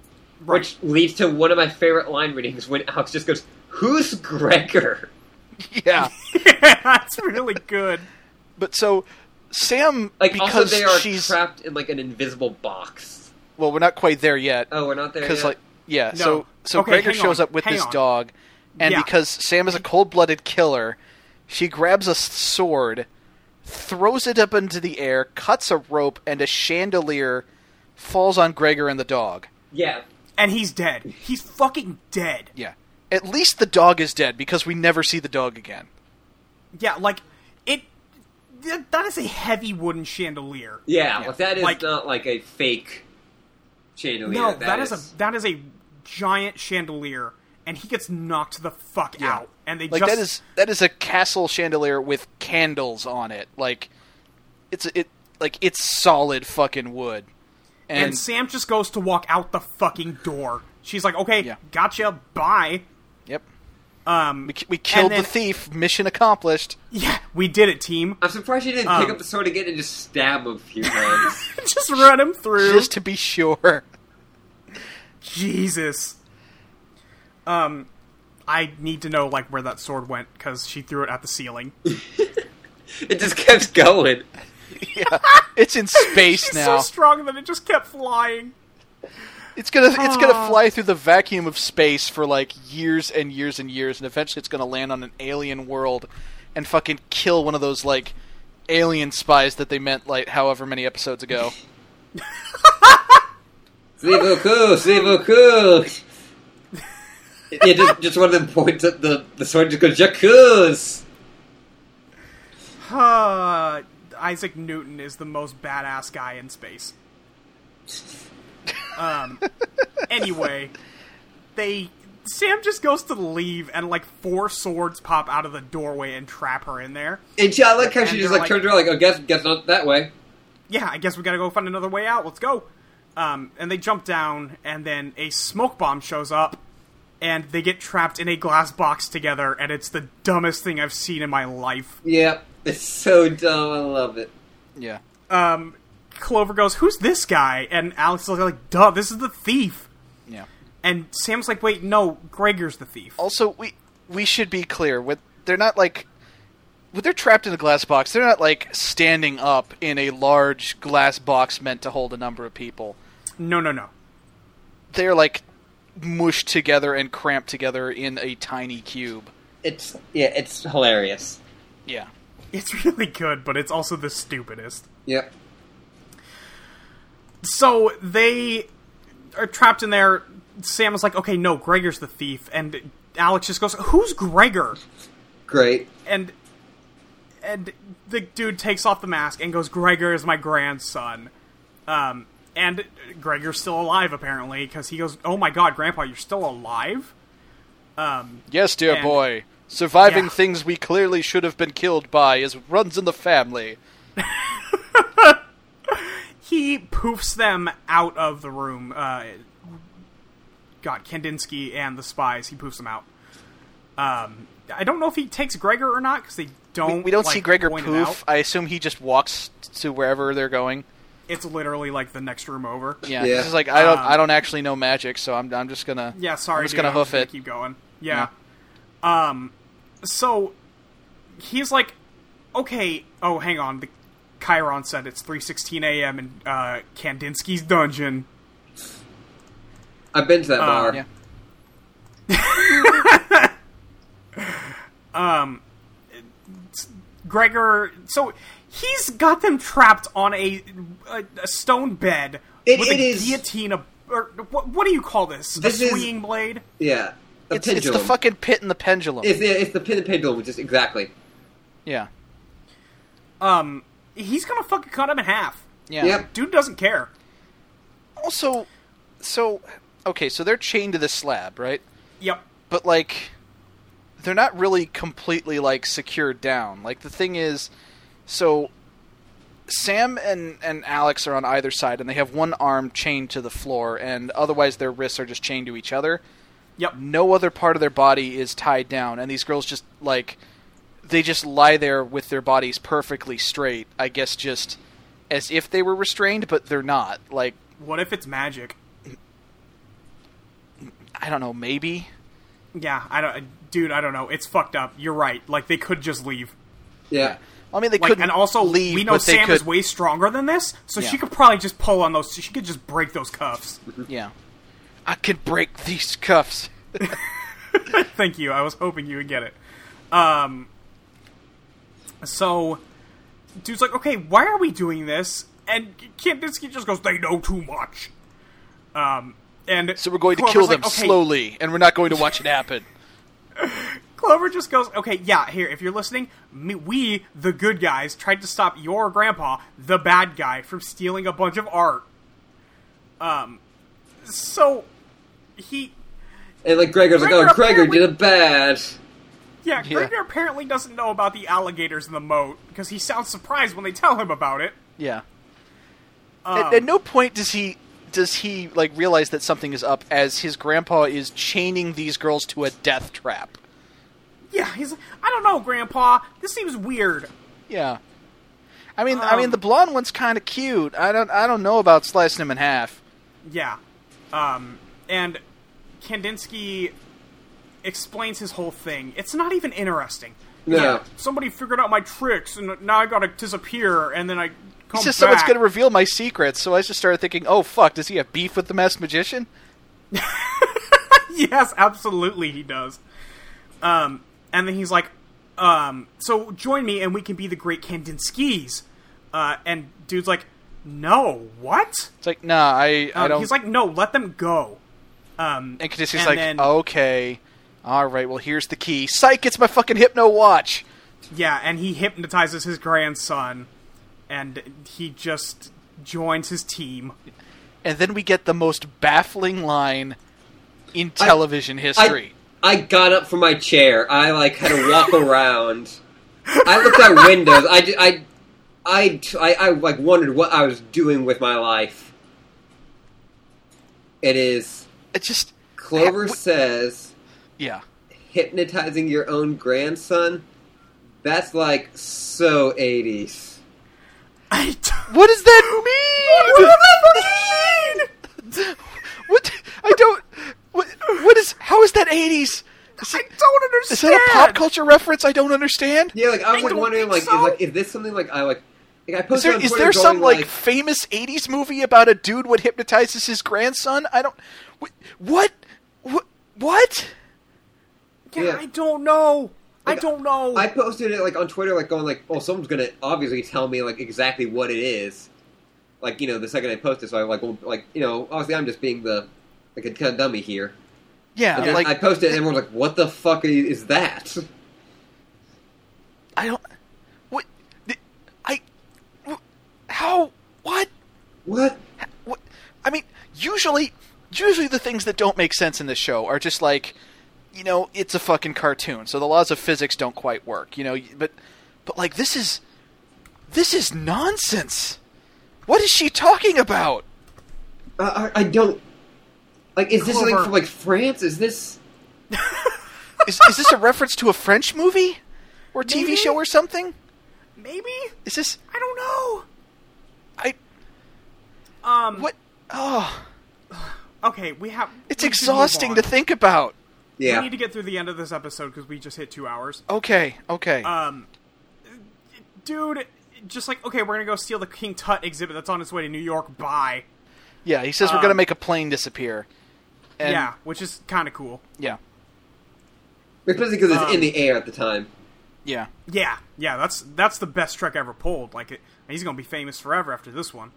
Right. which leads to one of my favorite line readings when Alex just goes, "Who's Gregor?" Yeah. [laughs] that's really good. but so Sam Like because also they are she's trapped in like an invisible box. well, we're not quite there yet. Oh, we're not there because yet. like yeah No. so so Okay, gregor hang shows on, up with hang this on. dog and Yeah. because sam is a cold-blooded killer she grabs a s- sword throws it up into the air cuts a rope and a chandelier falls on gregor and the dog yeah, And he's dead. He's fucking dead. yeah at least the dog is dead because we never see the dog again Yeah, like it. th- That is a heavy wooden chandelier. yeah, Yeah. Like that is Like- not like a fake chandelier. no, That that is, a that is a giant chandelier, and he gets knocked the fuck Yeah. out. And they like just that is that is a castle chandelier with candles on it like it's it like it's solid fucking wood and, Sam just goes to walk out the fucking door. She's like, "Okay, Yeah. gotcha, bye." Yep. Um, we, we killed then- the thief. Mission accomplished. Yeah, we did it, team. [laughs] I'm surprised she Um. didn't pick up the sword again and just stab him a few times. [laughs] just run him through. Just to be sure. [laughs] Jesus. Um, I need to know like where that sword went because she threw it at the ceiling. it just kept going. [laughs] It's in space She's now. so strong that it just kept flying. it's gonna it's gonna Aw. fly through the vacuum of space for like years and years and years, and eventually it's gonna land on an alien world, and fucking kill one of those like alien spies that they meant like however many episodes [laughs] ago. C'est beaucoup, c'est beaucoup. yeah, just, just one of them points at the the sword just goes jacuzzi. Uh, Isaac Newton is the most badass guy in space. Um, anyway, they Sam just goes to leave, and like four swords pop out of the doorway and trap her in there. And she, I like how And she they're just like, like- turns around like, oh, guess guess not that way. yeah, I guess we gotta go find another way out. Let's go. Um, and they jump down, and then a smoke bomb shows up, and they get trapped in a glass box together, and it's the dumbest thing I've seen in my life. Yeah, it's so dumb. I love it. yeah. Um, Clover goes, Who's this guy? And Alex is like, Duh, this is the thief. Yeah. And Sam's like, Wait, no, Gregor's the thief. Also, we we should be clear with they're not like when they're trapped in a glass box. They're not like standing up in a large glass box meant to hold a number of people. No, no, no. They're like mushed together and cramped together in a tiny cube. It's yeah, it's hilarious. Yeah. It's [laughs] really good, but it's also the stupidest. Yep. so they are trapped in there. Sam is like, okay, no, Gregor's the thief, and Alex just goes, "Who's Gregor?" Great. And and the dude takes off the mask and goes, "Gregor is my grandson." Um, and Gregor's still alive apparently because he goes, "Oh my god, Grandpa, you're still alive." Yes, dear And- boy. Surviving Yeah. things we clearly should have been killed by is runs in the family. He poofs them out of the room. Uh, god, Kandinsky and the spies. He poofs them out. Um, I don't know if he takes Gregor or not because they don't. We don't see like, Gregor point it out. poof. I assume he just walks to wherever they're going. it's literally like the next room over. Yeah, Yeah. this is like I don't Um, I don't actually know magic, so I'm I'm just gonna Yeah, sorry. I'm just dude, gonna I'm hoof it. Keep going. Yeah. Um. So he's like, okay. Oh, hang on. The Chiron said it's three sixteen a.m. in uh, Kandinsky's dungeon. I've been Um, to that bar. yeah. Gregor. So he's got them trapped on a a, a stone bed It- with it a is- guillotine. Of, or what, what do you call this? This a is- swinging blade. Yeah. The It's, it's pendulum. the fucking pit and the pendulum. It's, yeah, it's the pin and pendulum, just exactly. yeah. Um. He's gonna fucking cut him in half. Yeah. Yep. Dude doesn't care. Also, so okay, so they're chained to this slab, right? Yep. But like, they're not really completely like secured down. Like the thing is, so Sam and and Alex are on either side, and they have one arm chained to the floor, and otherwise their wrists are just chained to each other. Yep. no other part of their body is tied down and these girls just like they just lie there with their bodies perfectly straight i guess just as if they were restrained but they're not like What if it's magic? i don't know maybe Yeah, I don't, dude. I don't know. It's fucked up. You're right. Like they could just leave. Yeah. i mean they Like, couldn't and also leave we know but they Sam could is way stronger than this, so Yeah. she could probably just pull on those. She could just break those cuffs. yeah i could break these cuffs Thank you. I was hoping you would get it. Um. So, dude's like, okay, why are we doing this? And Kandinsky just goes, they know too much. Um. And so we're going to Clover's kill like, them okay, slowly and we're not going to watch it happen Clover just goes, okay, yeah, here, if you're listening, me, we, the good guys, tried to stop your grandpa, the bad guy, from stealing a bunch of art. Um, so, he, And like Gregor's like, Gregor oh, Gregor apparently- did it bad. yeah, Yeah. Gregor apparently doesn't know about the alligators in the moat, because he sounds surprised when they tell him about it. [laughs] yeah Um, at, at no point does he does he like realize that something is up as his grandpa is chaining these girls to a death trap Yeah, he's like, I don't know, grandpa, this seems weird. Yeah. I mean, I mean, Um, the blonde one's kind of cute. I don't, I don't know about slicing him in half. Yeah. Um, and Kandinsky explains his whole thing. It's not even interesting. No. Yeah, somebody figured out my tricks, and now I gotta disappear, and then I come He back. says someone's going to reveal my secrets, so I just started thinking, oh fuck, does he have beef with the masked magician? [laughs] yes, absolutely, he does. Um, and then he's like, Um, so join me and we can be the great Kandinsky's. Uh, and dude's like, no, what? It's like, nah, I, I Um, don't. he's like, no, let them go. Um, and Caduceus is and like, then- okay, all right. Well, here's the key. Psych! It's my fucking hypno watch. yeah, and he hypnotizes his grandson, and he just joins his [laughs] team. And then we get the most baffling line in television I, history. I got up from my chair. I like had to walk around. I looked out windows. I, ju- I, I, I, I, like wondered what I was doing with my life. It is it just, Clover Ha- wh- says yeah. hypnotizing your own grandson. That's like so eighties. I don't- What does that mean? What [laughs] I don't. What, what is? How is that eighties? I don't Is understand. that a pop culture reference? I don't understand. Yeah, like I was I like don't wondering, think like, so. is, like, is this something like I like? like I Is posted there on is Twitter there some going, like famous '80s movie about a dude what hypnotizes his grandson? I don't. wh- What? What? What? Yeah, Yeah. I don't know. I Like, don't know. I posted it like on Twitter, like going like, "Oh, someone's gonna obviously tell me like exactly what it is." Like you know, the second I post it, so I like, well, like you know, obviously I'm just being the like a kind of dummy here. Yeah, And then like I posted, it and everyone's like, "What the fuck i- is that?" [laughs] I don't. What? th- I. wh- How? What? What? what I mean, usually, usually the things that don't make sense in this show are just like, you know, it's a fucking cartoon, so the laws of physics don't quite work, you know. y- But, but like this is, this is nonsense. What is she talking about? Uh, I, I don't. Like, is this something Clover. from like France? Is this? Is, is this a reference to a French movie or TV Maybe? show or something? Maybe Is this I don't I know. Um, what? Oh, Okay, we have. it's we should move exhausting on. to think about. Yeah. We need to get through the end of this episode because we just hit two hours. Okay, okay. Um, dude, just like okay, we're gonna go steal the King Tut exhibit that's on its way to New York. Bye. yeah, he says we're gonna um, make a plane disappear. And, yeah, which is kind of cool. yeah, Especially because it's Um, in the air at the time. yeah. Yeah, yeah, that's that's the best trick ever pulled. Like, it, he's gonna be famous forever after this one.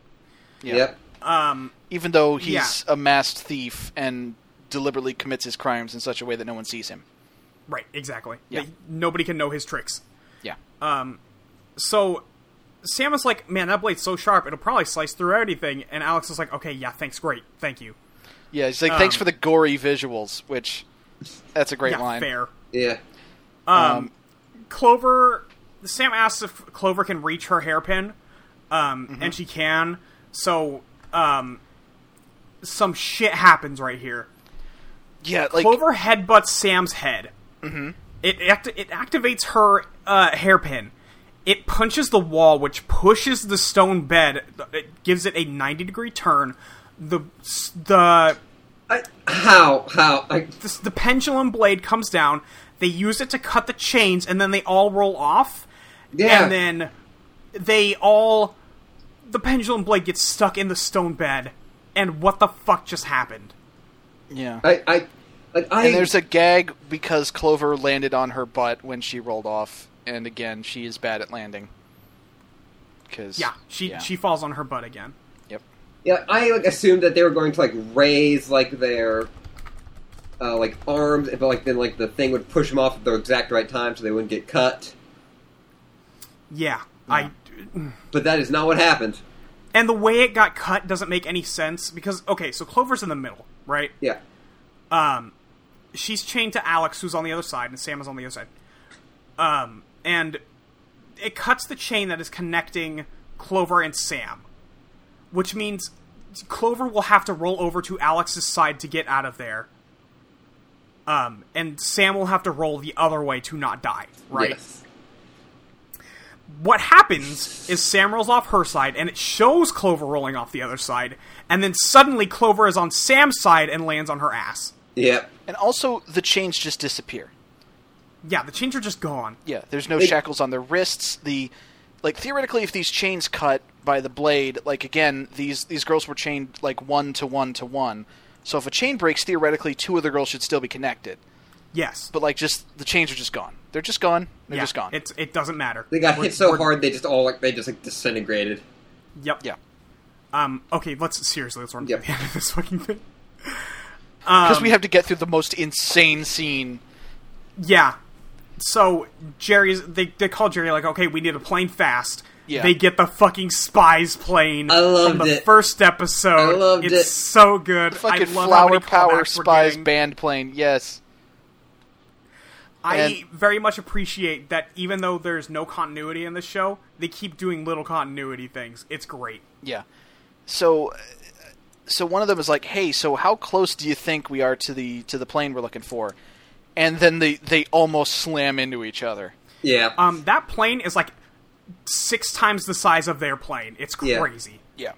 Yeah. Yep. Um, Even though he's a masked thief and deliberately commits his crimes in such a way that no one sees him. right, exactly. Yeah. Like, nobody can know his tricks. Yeah. Uh, So Samus like, man, that blade's so sharp, it'll probably slice through anything. And Alex is like, okay, yeah, thanks, great, thank you. yeah, he's like, thanks um, for the gory visuals, which that's a great yeah, line. fair. Yeah. Um, Clover. Sam asks if Clover can reach her hairpin, um, Mm-hmm. and she can. So, um, some shit happens right here. yeah, like Clover headbutts Sam's head. Mm-hmm. It act- it activates her uh, hairpin. It punches the wall, which pushes the stone bed. It gives it a ninety degree turn. The the I, how? How? I, this, the pendulum blade comes down. They use it to cut the chains, and then they all roll off. yeah. And then they all the pendulum blade gets stuck in the stone bed. And what the fuck just happened? yeah. I. I. Like I. And there's a gag because Clover landed on her butt when she rolled off, and again, she is bad at landing. Cause Yeah, she she falls on her butt again. yep. Yeah, I like assumed that they were going to like raise like their uh, like arms, but like then like the thing would push them off at the exact right time so they wouldn't get cut. Yeah, I But that is not what happened. and the way it got cut doesn't make any sense because okay, so Clover's in the middle, right? Yeah, Um, she's chained to Alex, who's on the other side, and Sam is on the other side. Um, and it cuts the chain that is connecting Clover and Sam, which means Clover will have to roll over to Alex's side to get out of there. Um, and Sam will have to roll the other way to not die, right? Yes. what happens is Sam rolls off her side, and it shows Clover rolling off the other side, and then suddenly Clover is on Sam's side and lands on her ass. Yep. And also, the chains just disappear. Yeah, the chains are just gone. Yeah, there's no They- shackles on their wrists. The like theoretically, if these chains cut by the blade, like again, these these girls were chained like one to one to one. So if a chain breaks, theoretically, two other girls should still be connected. Yes. But like, just the chains are just gone. They're just gone. They're yeah, just gone. It's it doesn't matter. They got We're- hit so we're- hard they just all like they just like disintegrated. Yep. yeah. Um. Okay. Let's seriously. Let's run Yep. to the [laughs] end of this fucking thing. um, Because we have to get through the most insane scene. Yeah. So Jerry's they they call Jerry like, okay, we need a plane fast. Yeah. They get the fucking spies plane I loved from the it. first episode. I loved it's it. so good. Fucking I love how flower many power callbacks we're spies getting. band plane. Yes. I and- very much appreciate that even though there's no continuity in the show, they keep doing little continuity things. It's great. Yeah. So, uh, so one of them is like, "Hey, so how close do you think we are to the to the plane we're looking for?" And then they they almost slam into each other. Yeah. Um, that plane is like six times the size of their plane. It's Yeah. crazy. Yeah.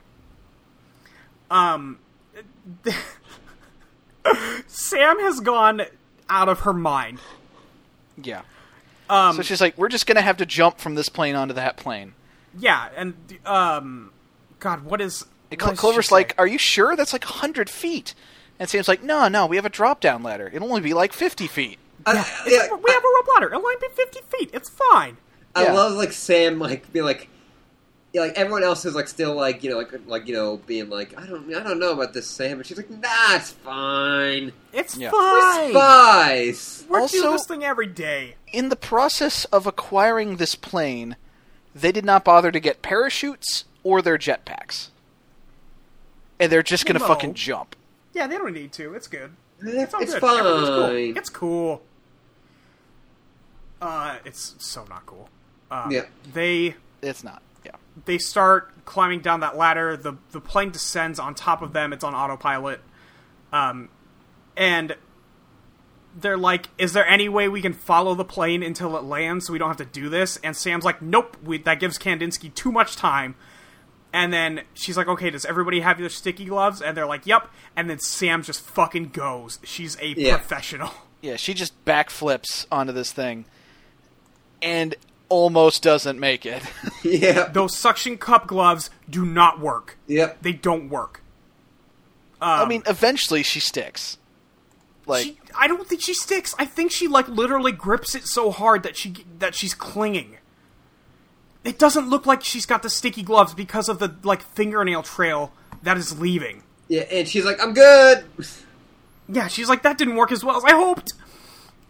Sam has gone out of her mind. Yeah. Um, so she's like, "We're just gonna have to jump from this plane onto that plane." Yeah, and um, God, what is? what And Cl- does she Clover's say? like, "Are you sure? That's like hundred feet." And Sam's like, "No, no, we have a drop down ladder. It'll only be like fifty feet." Uh, I, yeah, we have a rope ladder. It'll only be fifty feet. It's fine. I, yeah. I love like Sam like be like, yeah, like everyone else is like still like you know like like you know being like I don't I don't know about this Sam, and she's like Nah, it's fine. It's Yeah. fine. Spies. We're Also- doing this thing every day. in the process of acquiring this plane, they did not bother to get parachutes or their jetpacks. And they're just going to No. fucking jump. Yeah, they don't need to. It's good. It's, all good. Everything's cool. fine. It's cool. Uh, it's so not cool. Um, Yeah. They It's not. Yeah. they start climbing down that ladder. The the plane descends on top of them. It's on autopilot. Um, and they're like, "Is there any way we can follow the plane until it lands so we don't have to do this?" And Sam's like, "Nope, we, that gives Kandinsky too much time." And then she's like, "Okay, does everybody have their sticky gloves?" And they're like, "Yep." And then Sam just fucking goes. She's a Yeah. professional. Yeah, she just backflips onto this thing and almost doesn't make it. [laughs] Yeah. Those suction cup gloves do not work. Yep. They don't work. I mean, eventually she sticks. Like she, I don't think she sticks. I think she like literally grips it so hard that she that she's clinging. It doesn't look like she's got the sticky gloves because of the like fingernail trail that is leaving. Yeah, and she's like, I'm good. Yeah, she's like that didn't work as well as I hoped.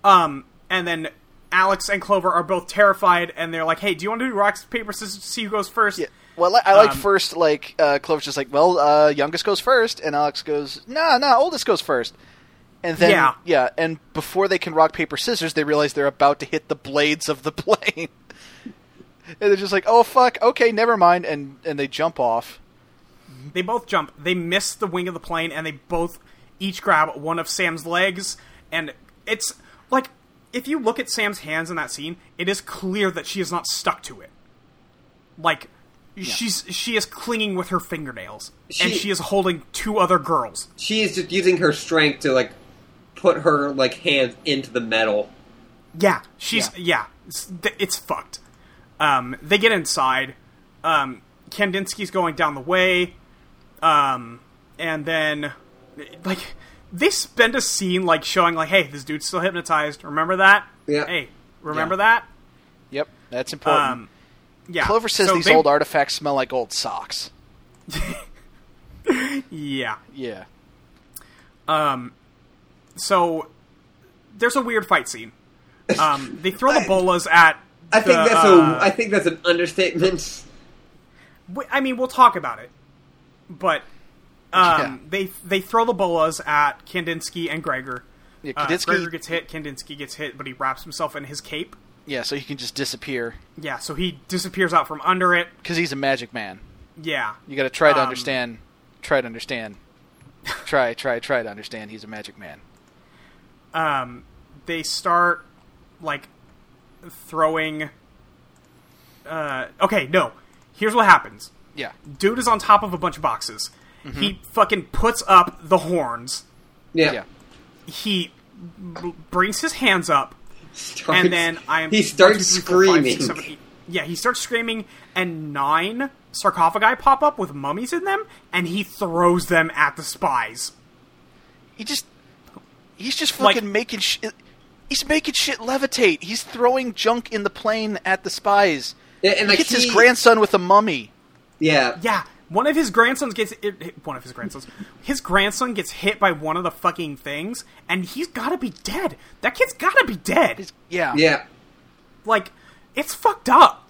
Um, and then Alex and Clover are both terrified, and they're like, "Hey, do you want to do rocks paper scissors to see who goes first? yeah. Well, I, I like Um, first like uh, Clover's just like, well, uh, youngest goes first, and Alex goes, no, no, oldest goes first, and then Yeah. and before they can rock paper scissors, they realize they're about to hit the blades of the [laughs] plane, and they're just like, oh fuck, okay, never mind, and and they jump off. They both jump. They miss the wing of the plane, and they both each grab one of Sam's legs. And it's like if you look at Sam's hands in that scene, it is clear that she is not stuck to it. Like she's she is clinging with her fingernails, and She- she is holding two other girls. She is just using her strength to like put her like hands into the metal. Yeah, she's yeah. It's, th- it's fucked. Um, they get inside. Um, Kandinsky's going down the way, um, and then like they spend a scene like showing like, hey, this dude's still hypnotized. Remember that? Yeah. Hey, remember Yeah. that? Yep, that's important. Um, yeah. Clover says So these they- old artifacts smell like old socks. Yeah. Yeah, So there's a weird fight scene. [laughs] Um, they throw the bolas at. I think the, that's uh, a I think that's an understatement. We- I mean, we'll talk about it, but um, Yeah. they they throw the bolas at Kandinsky and Gregor. yeah, Uh, Kandinsky- Gregor gets hit. Kandinsky gets hit, but he wraps himself in his cape. yeah, so he can just disappear Yeah, so he disappears out from under it. because he's a magic man. Yeah, You got to try to Um, understand. Try to understand. try, try, try to understand. He's a magic man. um, they start like throwing. Uh, okay, no. Here's what happens. Yeah. Mm-hmm. Dude is on top of a bunch of boxes. He fucking puts up the horns. Yeah. Yeah. He b- brings his hands up. Starts- and then I am He one, starts two, three, four, five, screaming. six, seven, eight. yeah, he starts screaming, and nine sarcophagi pop up with mummies in them, and he throws them at the spies. He just. He's just Like- fucking making shit. He's making shit levitate. He's throwing junk in the plane at the spies. Yeah, and, like, he gets he- his grandson with a mummy. Yeah. Yeah, one of his grandsons gets it, it- one of his grandsons. His grandson gets hit by one of the fucking things, and he's got to be dead. That kid's got to be dead. Yeah. Yeah. Like, it's fucked up.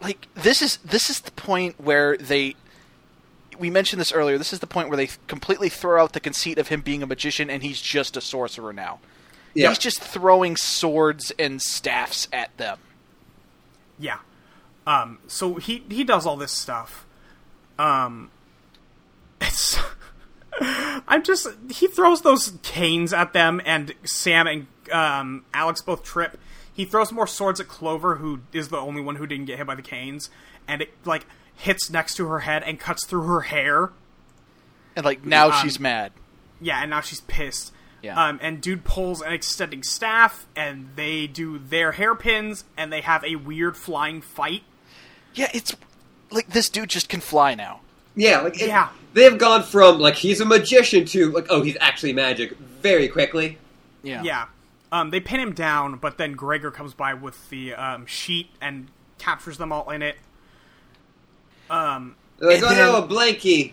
like this is this is the point where they we mentioned this earlier this is the point where they completely throw out the conceit of him being a magician and he's just a sorcerer now Yeah. he's just throwing swords and staffs at them Yeah. Um. So he he does all this stuff. Um. [laughs] It's. I'm just. He throws those canes at them, and Sam and um, Alex both trip. He throws more swords at Clover, who is the only one who didn't get hit by the canes, and it like hits next to her head and cuts through her hair. and like now Um, she's mad Yeah, and now she's pissed. Yeah. Um, and dude pulls an extending staff, and they do their hairpins, and they have a weird flying fight. yeah it's like this dude just can fly now Yeah. Like, it- Yeah. They have gone from, like, he's a magician to, like, oh, he's actually magic very quickly. yeah Yeah. Um, they pin him down, but then Gregor comes by with the um, sheet and captures them all in it. They're like, And oh, then- no, a blankie.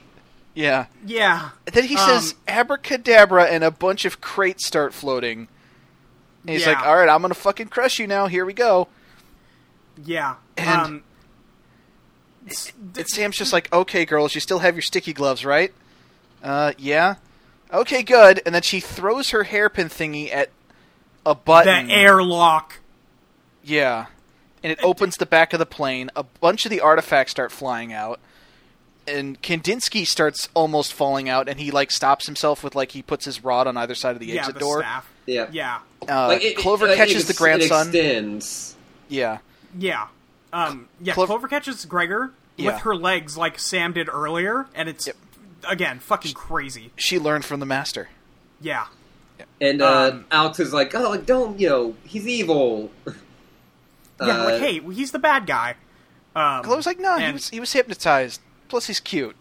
yeah Yeah. And then he says Um, abracadabra and a bunch of crates start floating and he's Yeah. like all right i'm gonna fucking crush you now here [laughs] we go Yeah. And- um, s- And Sam's just like, okay, girls, you still have your sticky gloves, right? Uh, yeah. Okay, good. And then she throws her hairpin thingy at a the button. airlock. Yeah. And it opens the back of the plane. A bunch of the artifacts start flying out. And Kandinsky starts almost falling out, and he, like, stops himself with, like, he puts his rod on either side of the yeah, exit the door. staff. Yeah. Yeah. Uh, Like, it- it- Clover like, it catches ex- the grandson. It extends. Yeah. Yeah. Um, yeah, Clo- Clover catches Gregor Yeah. with her legs like Sam did earlier, and it's, Yep. again, fucking crazy. She learned from the master. Yeah. And uh, Um, Alex is like, oh, like, don't, you know, he's evil. [laughs] Yeah, Uh, like, hey, he's the bad guy. Um, Clover's like, no, he and- was, he was hypnotized. Plus, he's cute.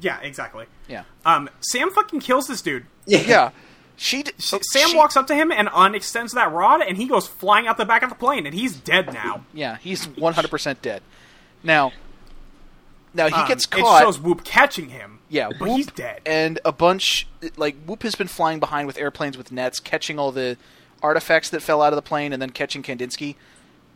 yeah, exactly. [laughs] Yeah. Um, Sam fucking kills this dude. Yeah. Yeah. She, d- Sh- oh, Sam she- walks up to him and unextends that rod, and he goes flying out the back of the plane, and he's dead now. Yeah, he's 100% dead. Now, now he Um, gets It caught. shows Whoop catching him. yeah, but Whoop he's dead. And a bunch like Whoop has been flying behind with airplanes with nets, catching all the artifacts that fell out of the plane, and then catching Kandinsky.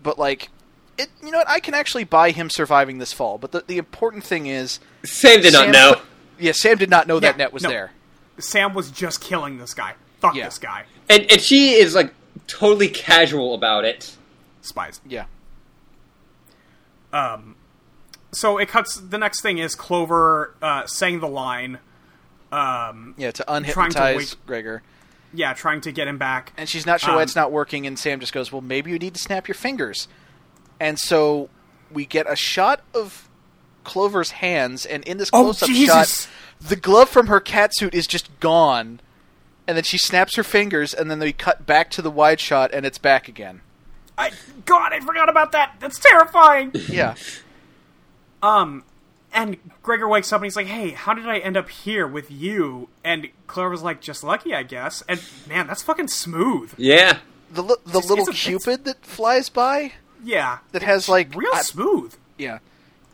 But like, it you know what? I can actually buy him surviving this fall. But the the important thing is, [laughs] Sam did not Sam know. put- yeah, Sam did not know that Yeah, net was no. there. Sam was just killing this guy. Fuck Yeah. this guy. And, and she is, like, totally casual about it. Spies. Yeah, So it cuts. The next thing is Clover uh, saying the line. Um, yeah, to trying to unhypnotize wake- Gregor, yeah, trying to get him back. and she's not sure why Um, it's not working. And Sam just goes, "Well, maybe you need to snap your fingers." And so we get a shot of Clover's hands, and in this Oh, close-up Jesus! shot, the glove from her catsuit is just gone, and then she snaps her fingers, and then they cut back to the wide shot, and it's back again. I God, I forgot about that. That's terrifying. [laughs] Yeah, and Gregor wakes up and he's like, "Hey, how did I end up here with you?" And Clover's like, "Just lucky, I guess." And man, that's fucking smooth. Yeah. the li- the little it's a- it's- cupid that flies by Yeah, that has like real I- smooth. yeah,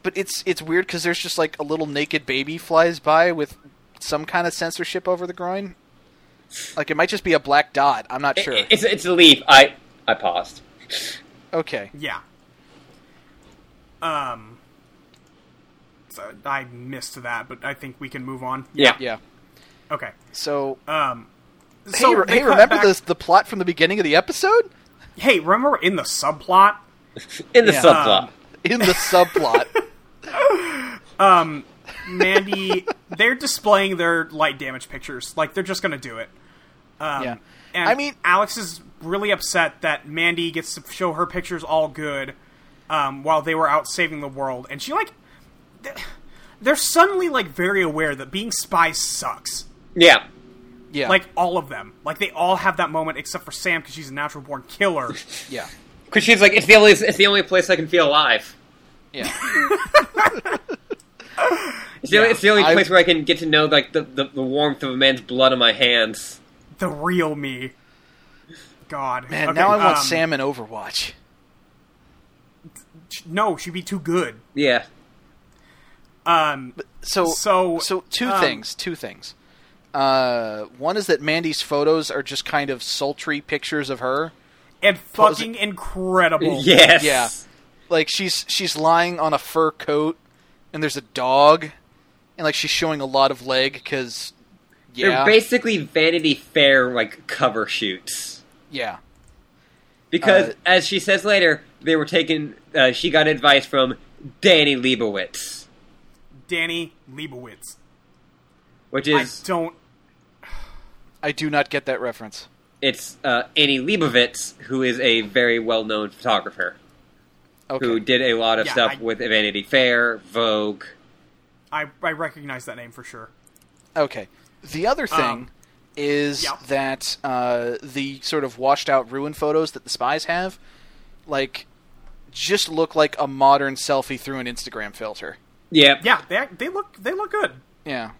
but it's it's weird because there's just like a little naked baby flies by with some kind of censorship over the groin. Like it might just be a black dot. I'm not sure. It- it's, it's a leaf. I, I paused. okay. Yeah. Um. So I missed that, but I think we can move on. Yeah. Yeah. Okay. So, Um. hey, re- they hey cut remember back- the the plot from the beginning of the episode? Hey, remember in the subplot? In the Yeah. subplot. In [laughs] the subplot. [laughs] Mandy, they're displaying their light damage pictures. Like they're just gonna do it. yeah. Um, And I mean, Alex is really upset that Mandy gets to show her pictures all good um, while they were out saving the world, and she like th- they're suddenly like very aware that being spies sucks. yeah. [laughs] yeah. Like all of them, like they all have that moment except for Sam because she's a natural born [laughs] killer. yeah. Because she's like, it's the only it's the only place I can feel alive. [laughs] Yeah. It's the, only, it's the only I- place where I can get to know like the, the, the warmth of a man's blood on my hands. the real me. God. Man, Okay, now I want um, Sam in Overwatch. sh- No, she'd be too good. Yeah. Um, So so, so two um, things, two things. Uh, one is that Mandy's photos are just kind of sultry pictures of her. and Pose- fucking incredible. Yes. [laughs] Oh, Yeah. Like she's she's lying on a fur coat and there's a dog and like she's showing a lot of leg cuz yeah. They're basically Vanity Fair like cover shoots. yeah. Because Uh, as she says later, they were taken uh, she got advice from Danny Leibowitz, Danny Leibowitz. which I is don't. I do not get that reference. it's uh, Annie Leibovitz who is a very well-known photographer Okay. who did a lot of Yeah, stuff I- with Vanity Fair, Vogue. I I recognize that name for sure. Okay. The other thing Um, is yeah. that uh, the sort of washed out ruin photos that the spies have, like, just look like a modern selfie through an Instagram filter. Yep. Yeah, they act- they look they look good. Yeah.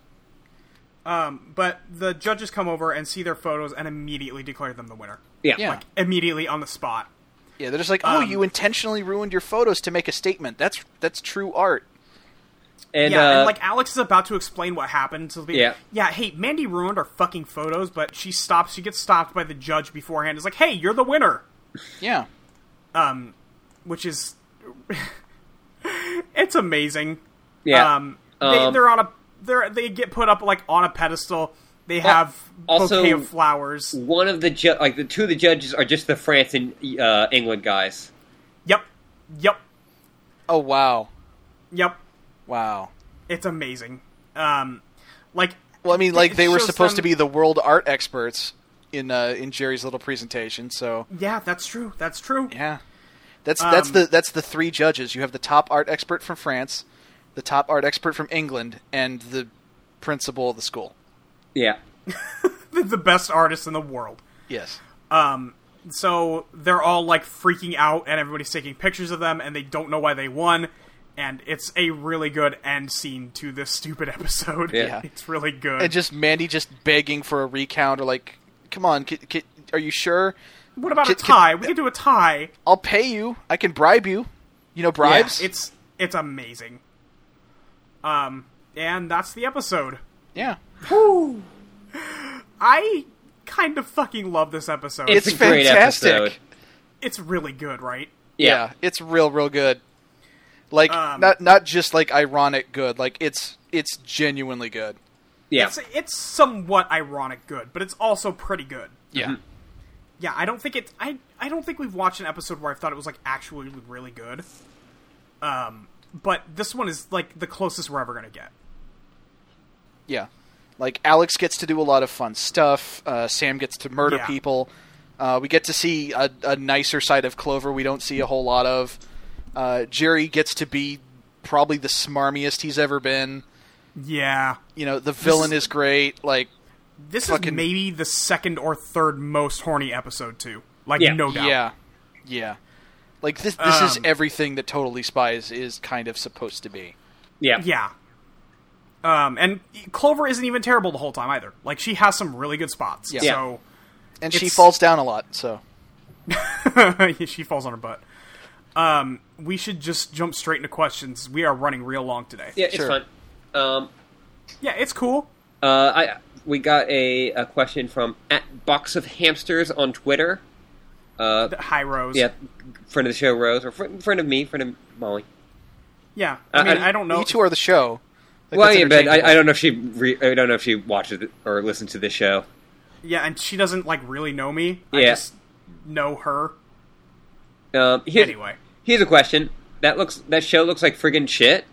Um, but the judges come over and see their photos and immediately declare them the winner. Yeah. Yeah. Like, Immediately on the spot. Yeah, they're just like, oh, Um, you intentionally ruined your photos to make a statement. That's that's true art. and, yeah, uh, and like Alex is about to explain what happened. So Yeah. yeah, yeah. Hey, Mandy ruined our fucking photos, but she stops. She gets stopped by the judge beforehand. It's like, hey, you're the winner, Yeah. which is [laughs] it's amazing. yeah. Um, they, Um, they're on a they're they get put up like on a pedestal. They have also- bouquet of flowers. one of the ju- like the two of the judges are just the France and uh, England guys. Yep, yep, Oh wow, yep. wow. It's amazing. Um, like Well, I mean, like It they were shows supposed to them- be the world art experts in uh, in Jerry's little presentation. So yeah, that's true. That's true. Yeah, that's that's Um, the that's the three judges. You have the top art expert from France, the top art expert from England, and the principal of the school. Yeah. the best artist in the world. Yes. so they're all like freaking out and everybody's taking pictures of them and they don't know why they won and it's a really good end scene to this stupid [laughs] episode Yeah. it's really good And just Mandy just begging for a recount or like, come on, c- c- are you sure? what about a Could- could- tie we can do a tie I'll pay you. I can bribe you. You know bribes. it's it's amazing um and that's the episode yeah. i kind of fucking love this episode It's, a great fantastic. episode. it's really good right Yeah. it's real, real good. Like Um, not not just like ironic good. Like it's it's genuinely good. Yeah. it's, it's somewhat ironic good but it's also pretty good Yeah. Yeah, I don't think it. I I don't think we've watched an episode where I thought it was like actually really good. Um, but this one is like the closest we're ever gonna get. Yeah. Like Alex gets to do a lot of fun stuff. Uh, Sam gets to murder Yeah. people. Uh, we get to see a, a nicer side of Clover we don't see a whole lot of. Uh, Jerry gets to be probably the smarmiest he's ever been. Yeah, You know, the villain is great. Like, this Fucking- is maybe the second or third most horny episode too. Like Yeah. no doubt. yeah, yeah. Like this, this is Um, everything that Totally Spies is kind of supposed to be. yeah. Yeah. Um, and Clover isn't even terrible the whole time either. Like she has some really good spots. Yeah. So And she It's- falls down a lot. So [laughs] she falls on her butt. Um, we should just jump straight into questions. We are running real long today. Yeah, it's Sure. fun. Um, Yeah, it's cool. uh, I we got a, a question from at Box of Hamsters on Twitter. Uh, High Rose. yeah, friend of the show Rose, or fr- friend of me, friend of Molly. Yeah. I Uh, mean, I- I, don't know. you two are the show. Like, well, that's yeah, but I, I interchangeable. don't know if she re- I don't know if she watches it or listens to this show. Yeah, and she doesn't like really know me. I Yeah. just know her. Um, here's, Anyway. here's a question. That looks that show looks like friggin' [laughs] shit.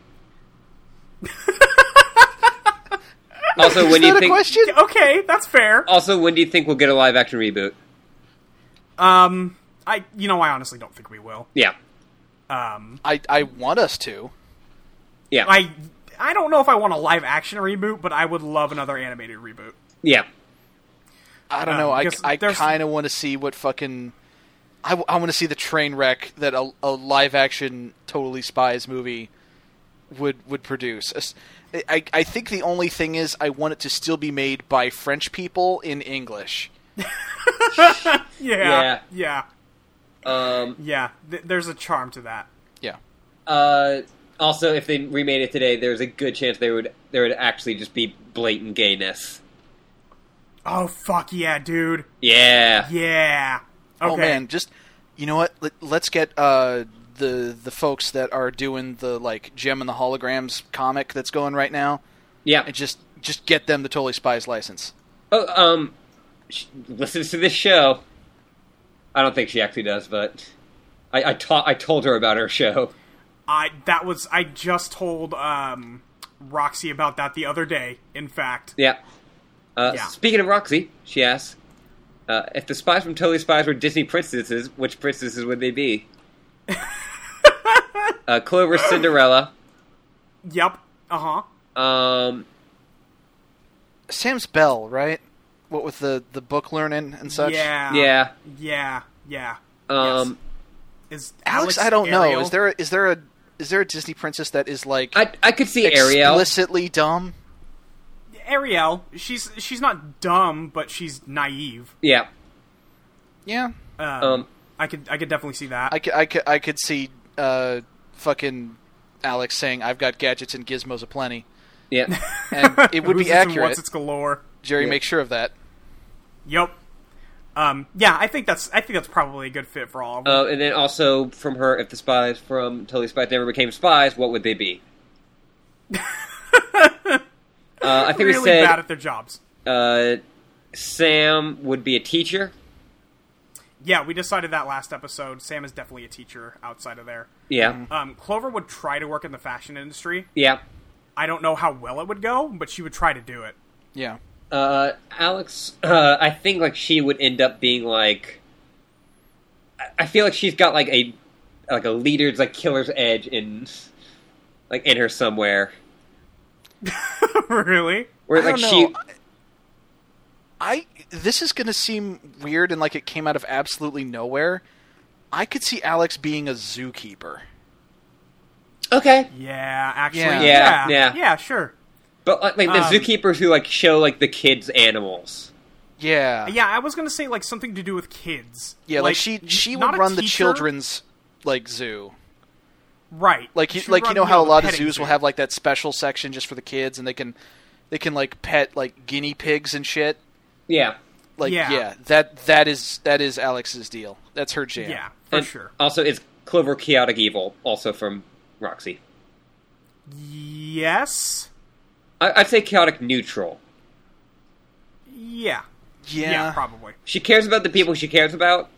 also, when Is do you that a think? question? Okay, that's fair. Also, when do you think we'll get a live action reboot? Um I you know, I honestly don't think we will. Yeah, Um I I want us to. yeah, I I don't know if I want a live action reboot, but I would love another animated reboot. yeah. I don't Um, know. I, because I there's- kind of want to see what fucking. I, want to see the train wreck that a, a live action Totally Spies movie would would produce. As- I, I think the only thing is I want it to still be made by French people in English. yeah, yeah, Um, yeah. Th- there's a charm to that. Yeah. uh, also, if they remade it today, there's a good chance they would there would actually just be blatant gayness. Oh fuck yeah, dude. Yeah, Yeah. Okay. Oh man, just you know what? Let, let's get uh, the the folks that are doing the like Gem and the Holograms comic that's going right now, yeah. and just just get them the Totally Spies license. Oh, um, she listens to this show. I don't think she actually does, but I I, ta- I told her about her show. I that was I just told um Roxy about that the other day. In fact, Yeah. Uh, Yeah. Speaking of Roxy, she asks uh, if the spies from Totally Spies were Disney princesses, which princesses would they be? [laughs] uh, Clover Cinderella. yep. Uh huh. Um, Sam's Bell, right? What with the the book learning and such. Yeah. yeah. Yeah. Yeah. Um, Is Alex, I don't Ariel- know. Is there a, is there a is there a Disney princess that is like I I could see Ariel. explicitly dumb? Ariel? She's she's not dumb, but she's naive. Yeah. Yeah, Um, Um, I could I could definitely see that. I could I could I could see uh, fucking Alex saying I've got gadgets and gizmos aplenty, [laughs] yeah. and it would Who's it's be and accurate. What's its galore? Jerry, Yeah. make sure of that. Yep. Um, yeah, I think that's I think that's probably a good fit for all of them. Uh, and then also from her, if the spies from Totally Spies never became spies, what would they [laughs] be? uh, I think really we said bad at their jobs. uh, Sam would be a teacher. Yeah, we decided that last episode. Sam is definitely a teacher outside of there. Yeah. Um, Clover would try to work in the fashion industry. Yeah. I don't know how well it would go, but she would try to do it. [laughs] Yeah. Uh, Alex, uh, I think like she would end up being like. I- I feel like she's got like a like a leader's like killer's edge in like in her somewhere. really? Where I like don't she know. I this is going to seem weird and like it came out of absolutely nowhere. I could see Alex being a zookeeper. okay, Yeah, actually. Yeah. Yeah, Yeah, yeah, yeah. sure. but like, like the Um, zookeepers who like show like the kids animals. Yeah. Yeah, I was gonna say like something to do with kids. Yeah, like, she she not would a run the teacher. children's like zoo. right. Like you, She would like you run, know how a the lot of petting zoos will zoo. have like that special section just for the kids and they can they can like pet like guinea pigs and shit. Yeah, Like yeah, Yeah. that that is that is Alex's deal. That's her jam. Yeah, for and sure. Also, is Clover chaotic evil also from Roxy? Yes. I- I'd say chaotic neutral. Yeah. Yeah. probably. She cares about the people she cares about,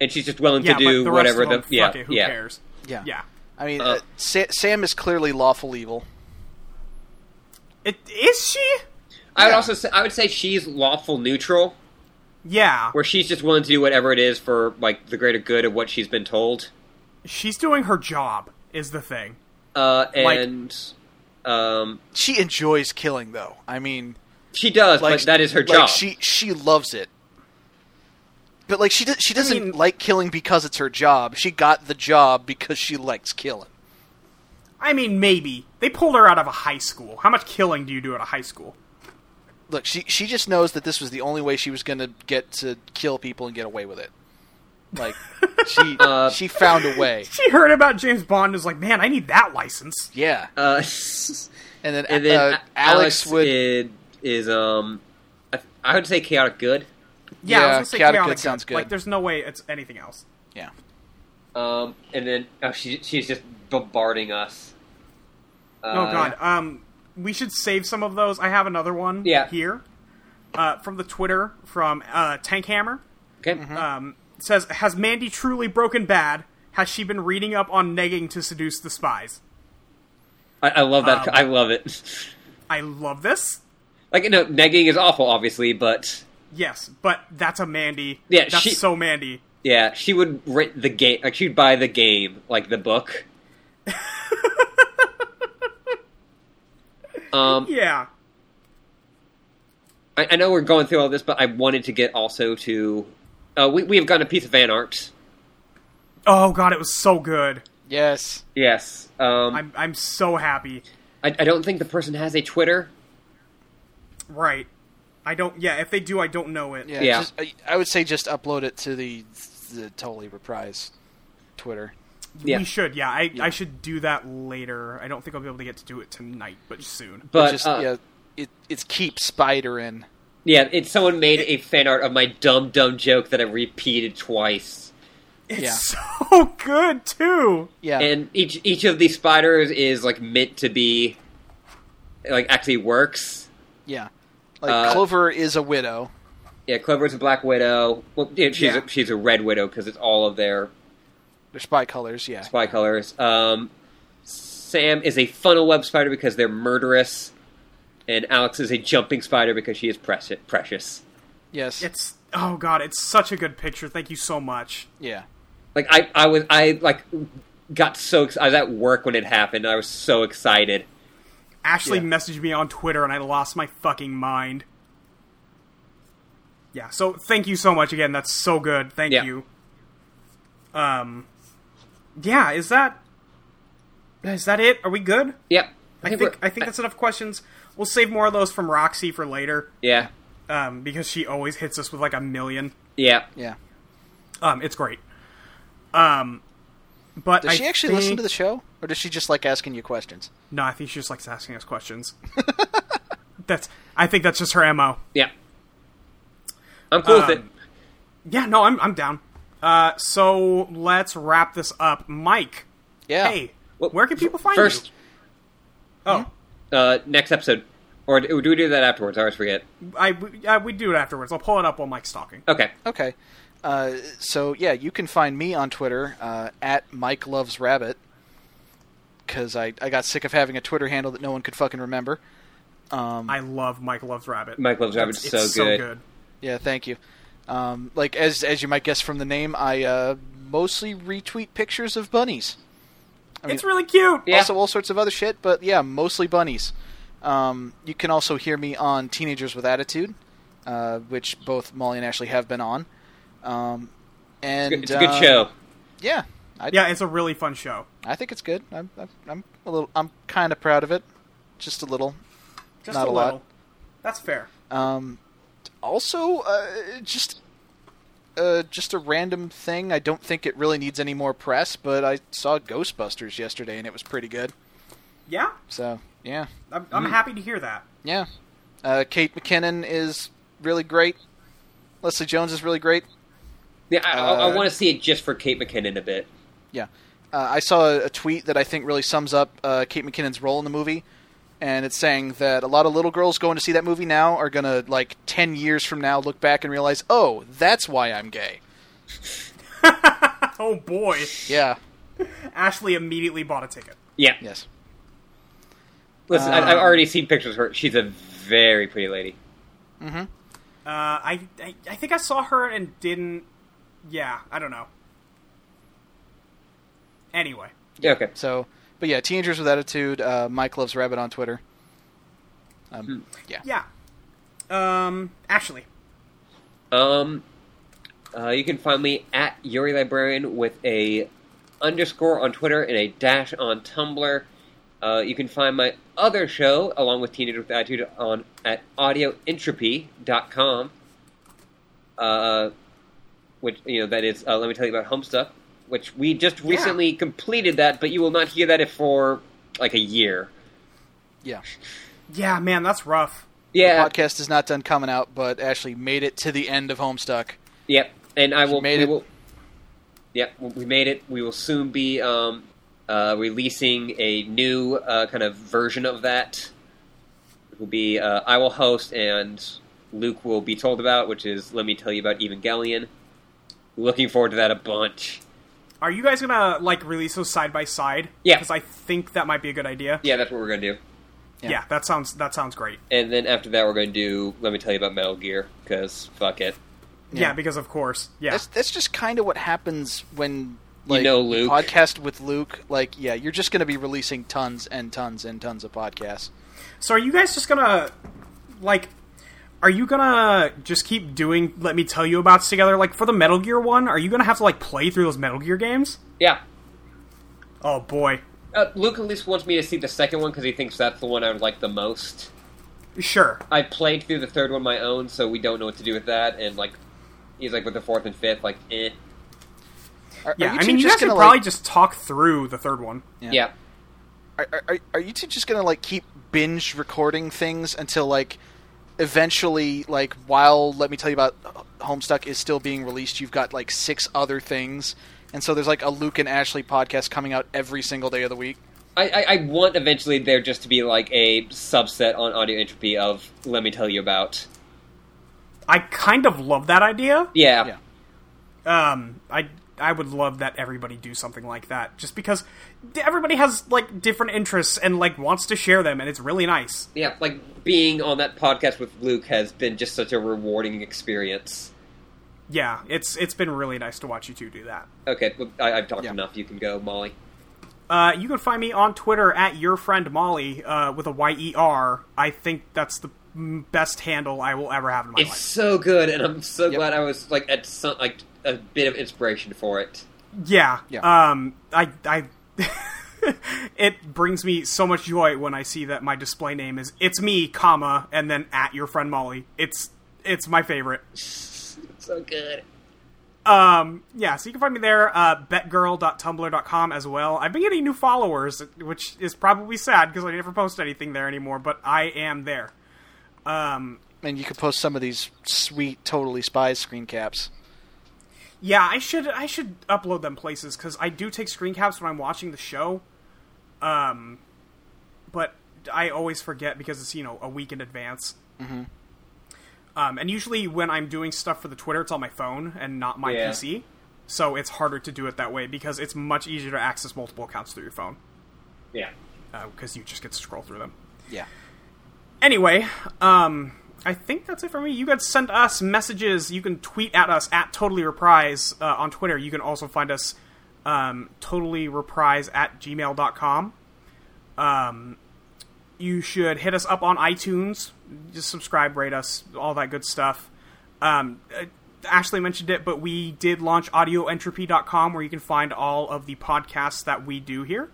and she's just willing Yeah, to do but the whatever rest of them, the yeah fuck it, who yeah. cares? yeah. Yeah. I mean, Uh. uh, Sa- Sam is clearly lawful evil. It is she? I would Yeah. also say, I would say she's lawful neutral. Yeah. where she's just willing to do whatever it is for like the greater good of what she's been told. She's doing her job is the thing. Uh, Like- and um, She enjoys killing though. I mean, she does, like but that is her like, job. She she loves it. But like she do, she doesn't mean- like killing because it's her job. She got the job because she likes killing. I mean, maybe they pulled her out of a high school. How much killing do you do at a high school? Look, she she just knows that this was the only way she was going to get to kill people and get away with it. [laughs] Like she Uh, she found a way. She heard about James Bond and was like, "Man, I need that license." Yeah. uh, [laughs] And then, and then uh, A- Alex, would is, is, um, I, I would say chaotic good. Yeah, I Yeah, was gonna say chaotic chaotic good sounds good. Like, there's no way it's anything else. yeah. Um, and then oh, she she's just bombarding us. Uh, oh God. Um, we should save some of those. I have another one. Yeah. Here, uh, from the Twitter from uh, Tank Hammer Okay. um, says, "Has Mandy truly broken bad? Has she been reading up on negging to seduce the spies?" I, I love that. um, [laughs] I love it. I love this. like no, negging is awful, obviously, but Yes, but that's a Mandy. Yeah, that's she- so Mandy. yeah, she would rent the game. Like she'd buy the game, like the book. um, Yeah. I, I know we're going through all this, but I wanted to get also to. Uh, we we have gotten a piece of fan art. Oh God, it was so good. Yes. Yes. Um, I, I'm I'm so happy. I don't think the person has a Twitter. Right. I don't. Yeah, if they do, I don't know it. Yeah, Yeah. Just, I, I would say just upload it to the the totally reprise Twitter. Yeah. We should. Yeah, I I should do that later. I don't think I'll be able to get to do it tonight, but soon. But just, uh, yeah. yeah, it, it's keep Spider in. it's someone made a fan art of my dumb dumb joke that I repeated twice. [laughs] It's Yeah. so good too. Yeah, And each each of these spiders is like meant to be like actually works. yeah. Like Uh, Clover is a widow. Yeah, Clover's a black widow. Well, yeah, she's Yeah. a, she's a red widow because it's all of their They're spy colors. Yeah, spy colors. Um, Sam is a funnel web spider because they're murderous, and Alex is a jumping spider because she is preci- precious. yes, It's oh god, it's such a good picture. Thank you so much. yeah. Like I, I was, I like got so ex- I was at work when it happened. And I was so excited. Ashley Yeah. messaged me on Twitter and I lost my fucking mind. Yeah, so thank you so much again. That's so good. Thank Yeah. you. Um Yeah, is that is that it? Are we good? Yep. I think we're- I think that's enough questions. We'll save more of those from Roxy for later, yeah, um, because she always hits us with like a million. yeah. Yeah. Um, it's great. Um, but Does I she actually think... listen to the show, or does she just like asking you questions? No, I think she just likes asking us questions. [laughs] that's. I think that's just her mo. Yeah. I'm cool with it. Um, Yeah, no, I'm I'm down. Uh, so let's wrap this up, Mike. Yeah. Hey, Well, where can people find First, you? Oh, uh, next episode, or do do we do that afterwards? I always forget. I we, uh, we do it afterwards. I'll pull it up while Mike's talking. Okay. Okay. Uh, so yeah, you can find me on Twitter uh, at Mike Loves Rabbit because I, I got sick of having a Twitter handle that no one could fucking remember. I love Mike loves rabbit. Um, Mike loves rabbit It's so so good. good. Yeah, thank you. Um, like as as you might guess from the name, I uh, mostly retweet pictures of bunnies. mean- it's really cute. Yeah. Also, all sorts of other shit, but yeah, mostly bunnies. Um, you can also hear me on Teenagers with Attitude, uh, which both Molly and Ashley have been on. Um, and It's a good uh, show. Yeah, I, Yeah, it's a really fun show. I think it's good. I'm, I'm, I'm a little. I'm kind of proud of it, just a little. Just Not a a little. lot. That's fair. Um, also, uh, just uh, just a random thing. I don't think it really needs any more press, but I saw Ghostbusters yesterday, and it was pretty good. Yeah, So yeah, I'm, I'm Hmm. happy to hear that. yeah. Uh, Kate McKinnon is really great. Leslie Jones is really great. Yeah, I, I, I uh, want to see it just for Kate McKinnon a bit. Yeah. Uh, I saw a, a tweet that I think really sums up uh, Kate McKinnon's role in the movie, and it's saying that a lot of little girls going to see that movie now are gonna like ten years from now look back and realize, oh, that's why I'm gay. Oh boy, Yeah. Ashley immediately bought a ticket. Yeah. Yes. Listen, I, I've already seen pictures of her. She's a very pretty lady. Uh, I, I I think I saw her and didn't. Yeah, I don't know. Anyway, Yeah, okay. So, but yeah, teenagers with attitude. Uh, Mike loves rabbit on Twitter. Um, yeah. yeah. Um, Ashley, Um, uh, you can find me at Yuri Librarian with a underscore on Twitter and a dash on Tumblr. Uh, you can find my other show along with Teenagers with Attitude on at audioentropy.com. Uh, which you know that is. Uh, let me tell you about home stuff, which we just recently completed that, but you will not hear that if for like a year. Yeah. yeah, man, that's rough. Yeah, Podcast is not done coming out, but Ashley made it to the end of Homestuck. Yep, and I will. made we it. will. Yep, we made it. We will soon be um, uh, releasing a new uh, kind of version of that. It will be uh, I will host and Luke will be told about, which is let me tell you about Evangelion. Looking forward to that a bunch. Are you guys gonna like release those side by side? Yeah. because I think that might be a good idea. Yeah, that's what we're gonna do. Yeah. Yeah. that sounds that sounds great. And then after that, we're gonna do let me tell you about Metal Gear because fuck it. Yeah. Yeah. because of course, yeah, That's that's just kind of what happens when like know Luke. podcast with Luke. Like, yeah, you're just going to be releasing tons and tons and tons of podcasts. So are you guys just gonna like? Are you gonna just keep doing? Let me tell you about together. Like for the Metal Gear one, are you gonna have to like play through those Metal Gear games? Yeah. Oh boy, Uh, Luke at least wants me to see the second one because he thinks that's the one I would like the most. Sure. I played through the third one my own, so we don't know what to do with that. And like, he's like with the fourth and fifth, like, eh. Are, are Yeah, you I two mean, you guys just could gonna probably like, just talk through the third one. Yeah. are, are, are you two just gonna like keep binge recording things until like eventually like while let me tell you about Homestuck is still being released, you've got like six other things, and so there's like a Luke and Ashley podcast coming out every single day of the week. I, I, I want eventually there just to be like a subset on audio entropy of let me tell you about. I kind of love that idea. Yeah. Yeah. Um, I I would love that everybody do something like that, just because everybody has like different interests and like wants to share them, and it's really nice. Yeah, like being on that podcast with Luke has been just such a rewarding experience. Yeah, it's it's been really nice to watch you two do that. Okay, well, I, I've talked Yeah. enough. You can go, Molly. Uh, you can find me on Twitter at your friend Molly uh, with a Y E R. I think that's the mm, best handle I will ever have in my It's so good, and I'm so Yep. glad I was like at some like a bit of inspiration for it. life. Yeah. Yeah. Um. I. I. [laughs] it brings me so much joy when I see that my display name is it's me, comma, and then at your friend Molly. It's it's my favorite. [laughs] So good. Um, yeah, so you can find me there, uh, betgirl.tumblr.com as well. I've been getting new followers, which is probably sad because I never post anything there anymore, but I am there. Um, And you could post some of these sweet, totally spies screen caps. yeah, I should, I should upload them places because I do take screen caps when I'm watching the show. Um, but I always forget because it's, you know, a week in advance. Um, and usually when I'm doing stuff for the Twitter, it's on my phone and not my Yeah. PC. So it's harder to do it that way because it's much easier to access multiple accounts through your phone. Yeah. because you just get to scroll through them. Yeah. Anyway, um, I think that's it for me. You guys send us messages. You can tweet at us at Totally Reprise uh, on Twitter. You can also find us um, Totally Reprise at gmail.com. Um, you should hit us up on iTunes. Just subscribe, rate us, all that good stuff. Um, uh, Ashley mentioned it, but we did launch audioentropy.com where you can find all of the podcasts that we do here,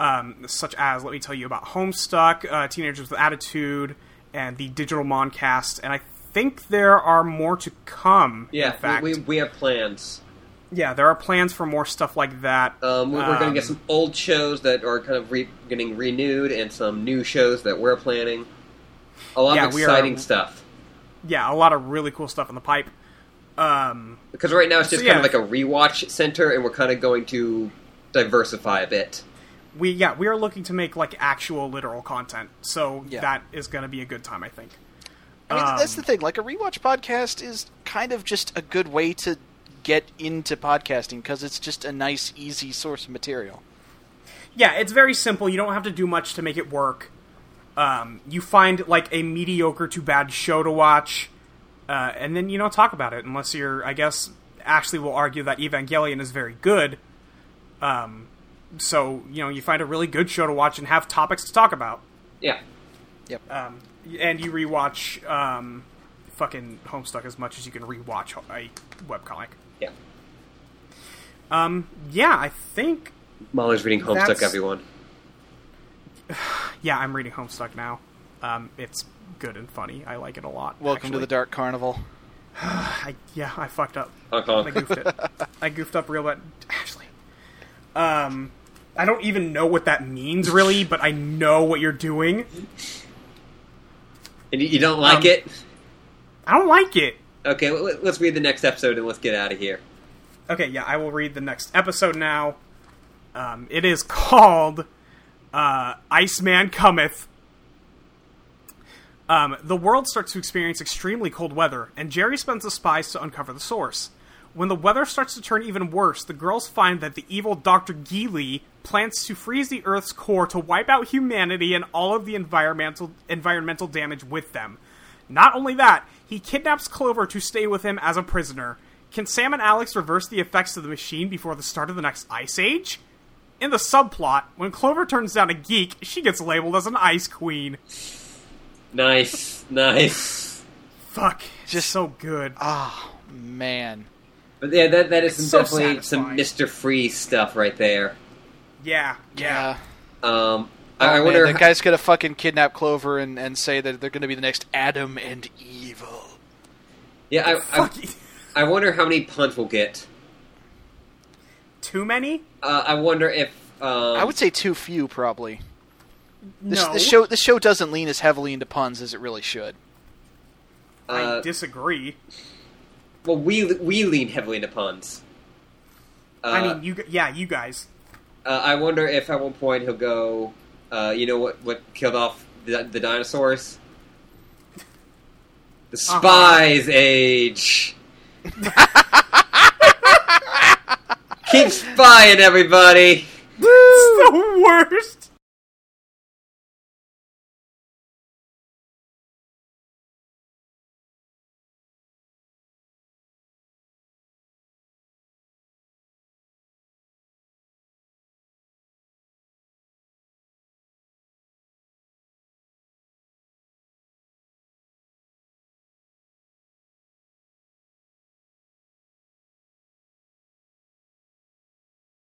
um, such as Let Me Tell You About Homestuck, uh, Teenagers with Attitude, and the Digital Moncast. And I think there are more to come. in Yeah. fact. We, we we have plans. yeah, there are plans for more stuff like that. Um, we- we're going Um, to get some old shows that are kind of re- getting renewed, and some new shows that we're planning. A lot Yeah, of we are- exciting stuff. yeah, a lot of really cool stuff in the pipe. Um, Because right now it's just So, yeah. kind of like a rewatch center, and we're kind of going to diversify a bit. we yeah we are looking to make like actual literal content so Yeah. that is going to be a good time i think I mean, that's Um, the thing. Like a rewatch podcast is kind of just a good way to get into podcasting because it's just a nice, easy source of material. yeah it's very simple you don't have to do much to make it work um, you find like a mediocre to bad show to watch uh, and then you don't talk about it unless you're i guess ashley will argue that evangelion is very good um, so you know you find a really good show to watch and have topics to talk about Yeah. Yep. um, and you rewatch um, fucking homestuck as much as you can rewatch a webcomic Yeah. Um, yeah, I think. Molly's reading Homestuck, That's- everyone. Yeah, I'm reading Homestuck now. Um, it's good and funny. I like it a lot. Welcome to actually. the Dark Carnival. I, yeah, I fucked up. Honk I honk. goofed [laughs] it. I goofed up real bad. Ashley. Um, I don't even know what that means really, but I know what you're doing. And you, you don't like Um, it? I don't like it. Okay, well, let- let's read the next episode and let's get out of here. Okay, yeah, I will read the next episode now. Um, it is [laughs] called uh, Iceman Cometh. Um, the world starts to experience extremely cold weather, and Jerry spends the spies to uncover the source. When the weather starts to turn even worse, the girls find that the evil Dr. Geely plans to freeze the Earth's core to wipe out humanity and all of the environmental environmental damage with them. Not only that, he kidnaps Clover to stay with him as a prisoner. Can Sam and Alex reverse the effects of the machine before the start of the next ice age? In the subplot, when Clover turns down a geek, she gets labeled as an ice queen. [laughs] Nice. Nice. Fuck. Just Just- so good. Ah, man. But yeah, that, that is some It's so definitely some satisfying. Mr. Freeze stuff right there. yeah, yeah. Yeah. Um, I, I Oh, Man, wonder. that guy's gonna fucking kidnap Clover and, and say that they're gonna be the next Adam and Evil. yeah, I, Fuck. I, I wonder how many puns we'll get. [laughs] Too many? Uh, I wonder if um, I would say too few, probably. This, no. this show this show doesn't lean as heavily into puns as it really should. uh, I disagree. well, we we lean heavily into puns. Uh, I mean, you. g- Yeah, you guys. uh, I wonder if at one point he'll go. Uh, you know what? What killed off the, the dinosaurs? The Uh-huh. spies [laughs] age. Keep spying, everybody. It's the worst.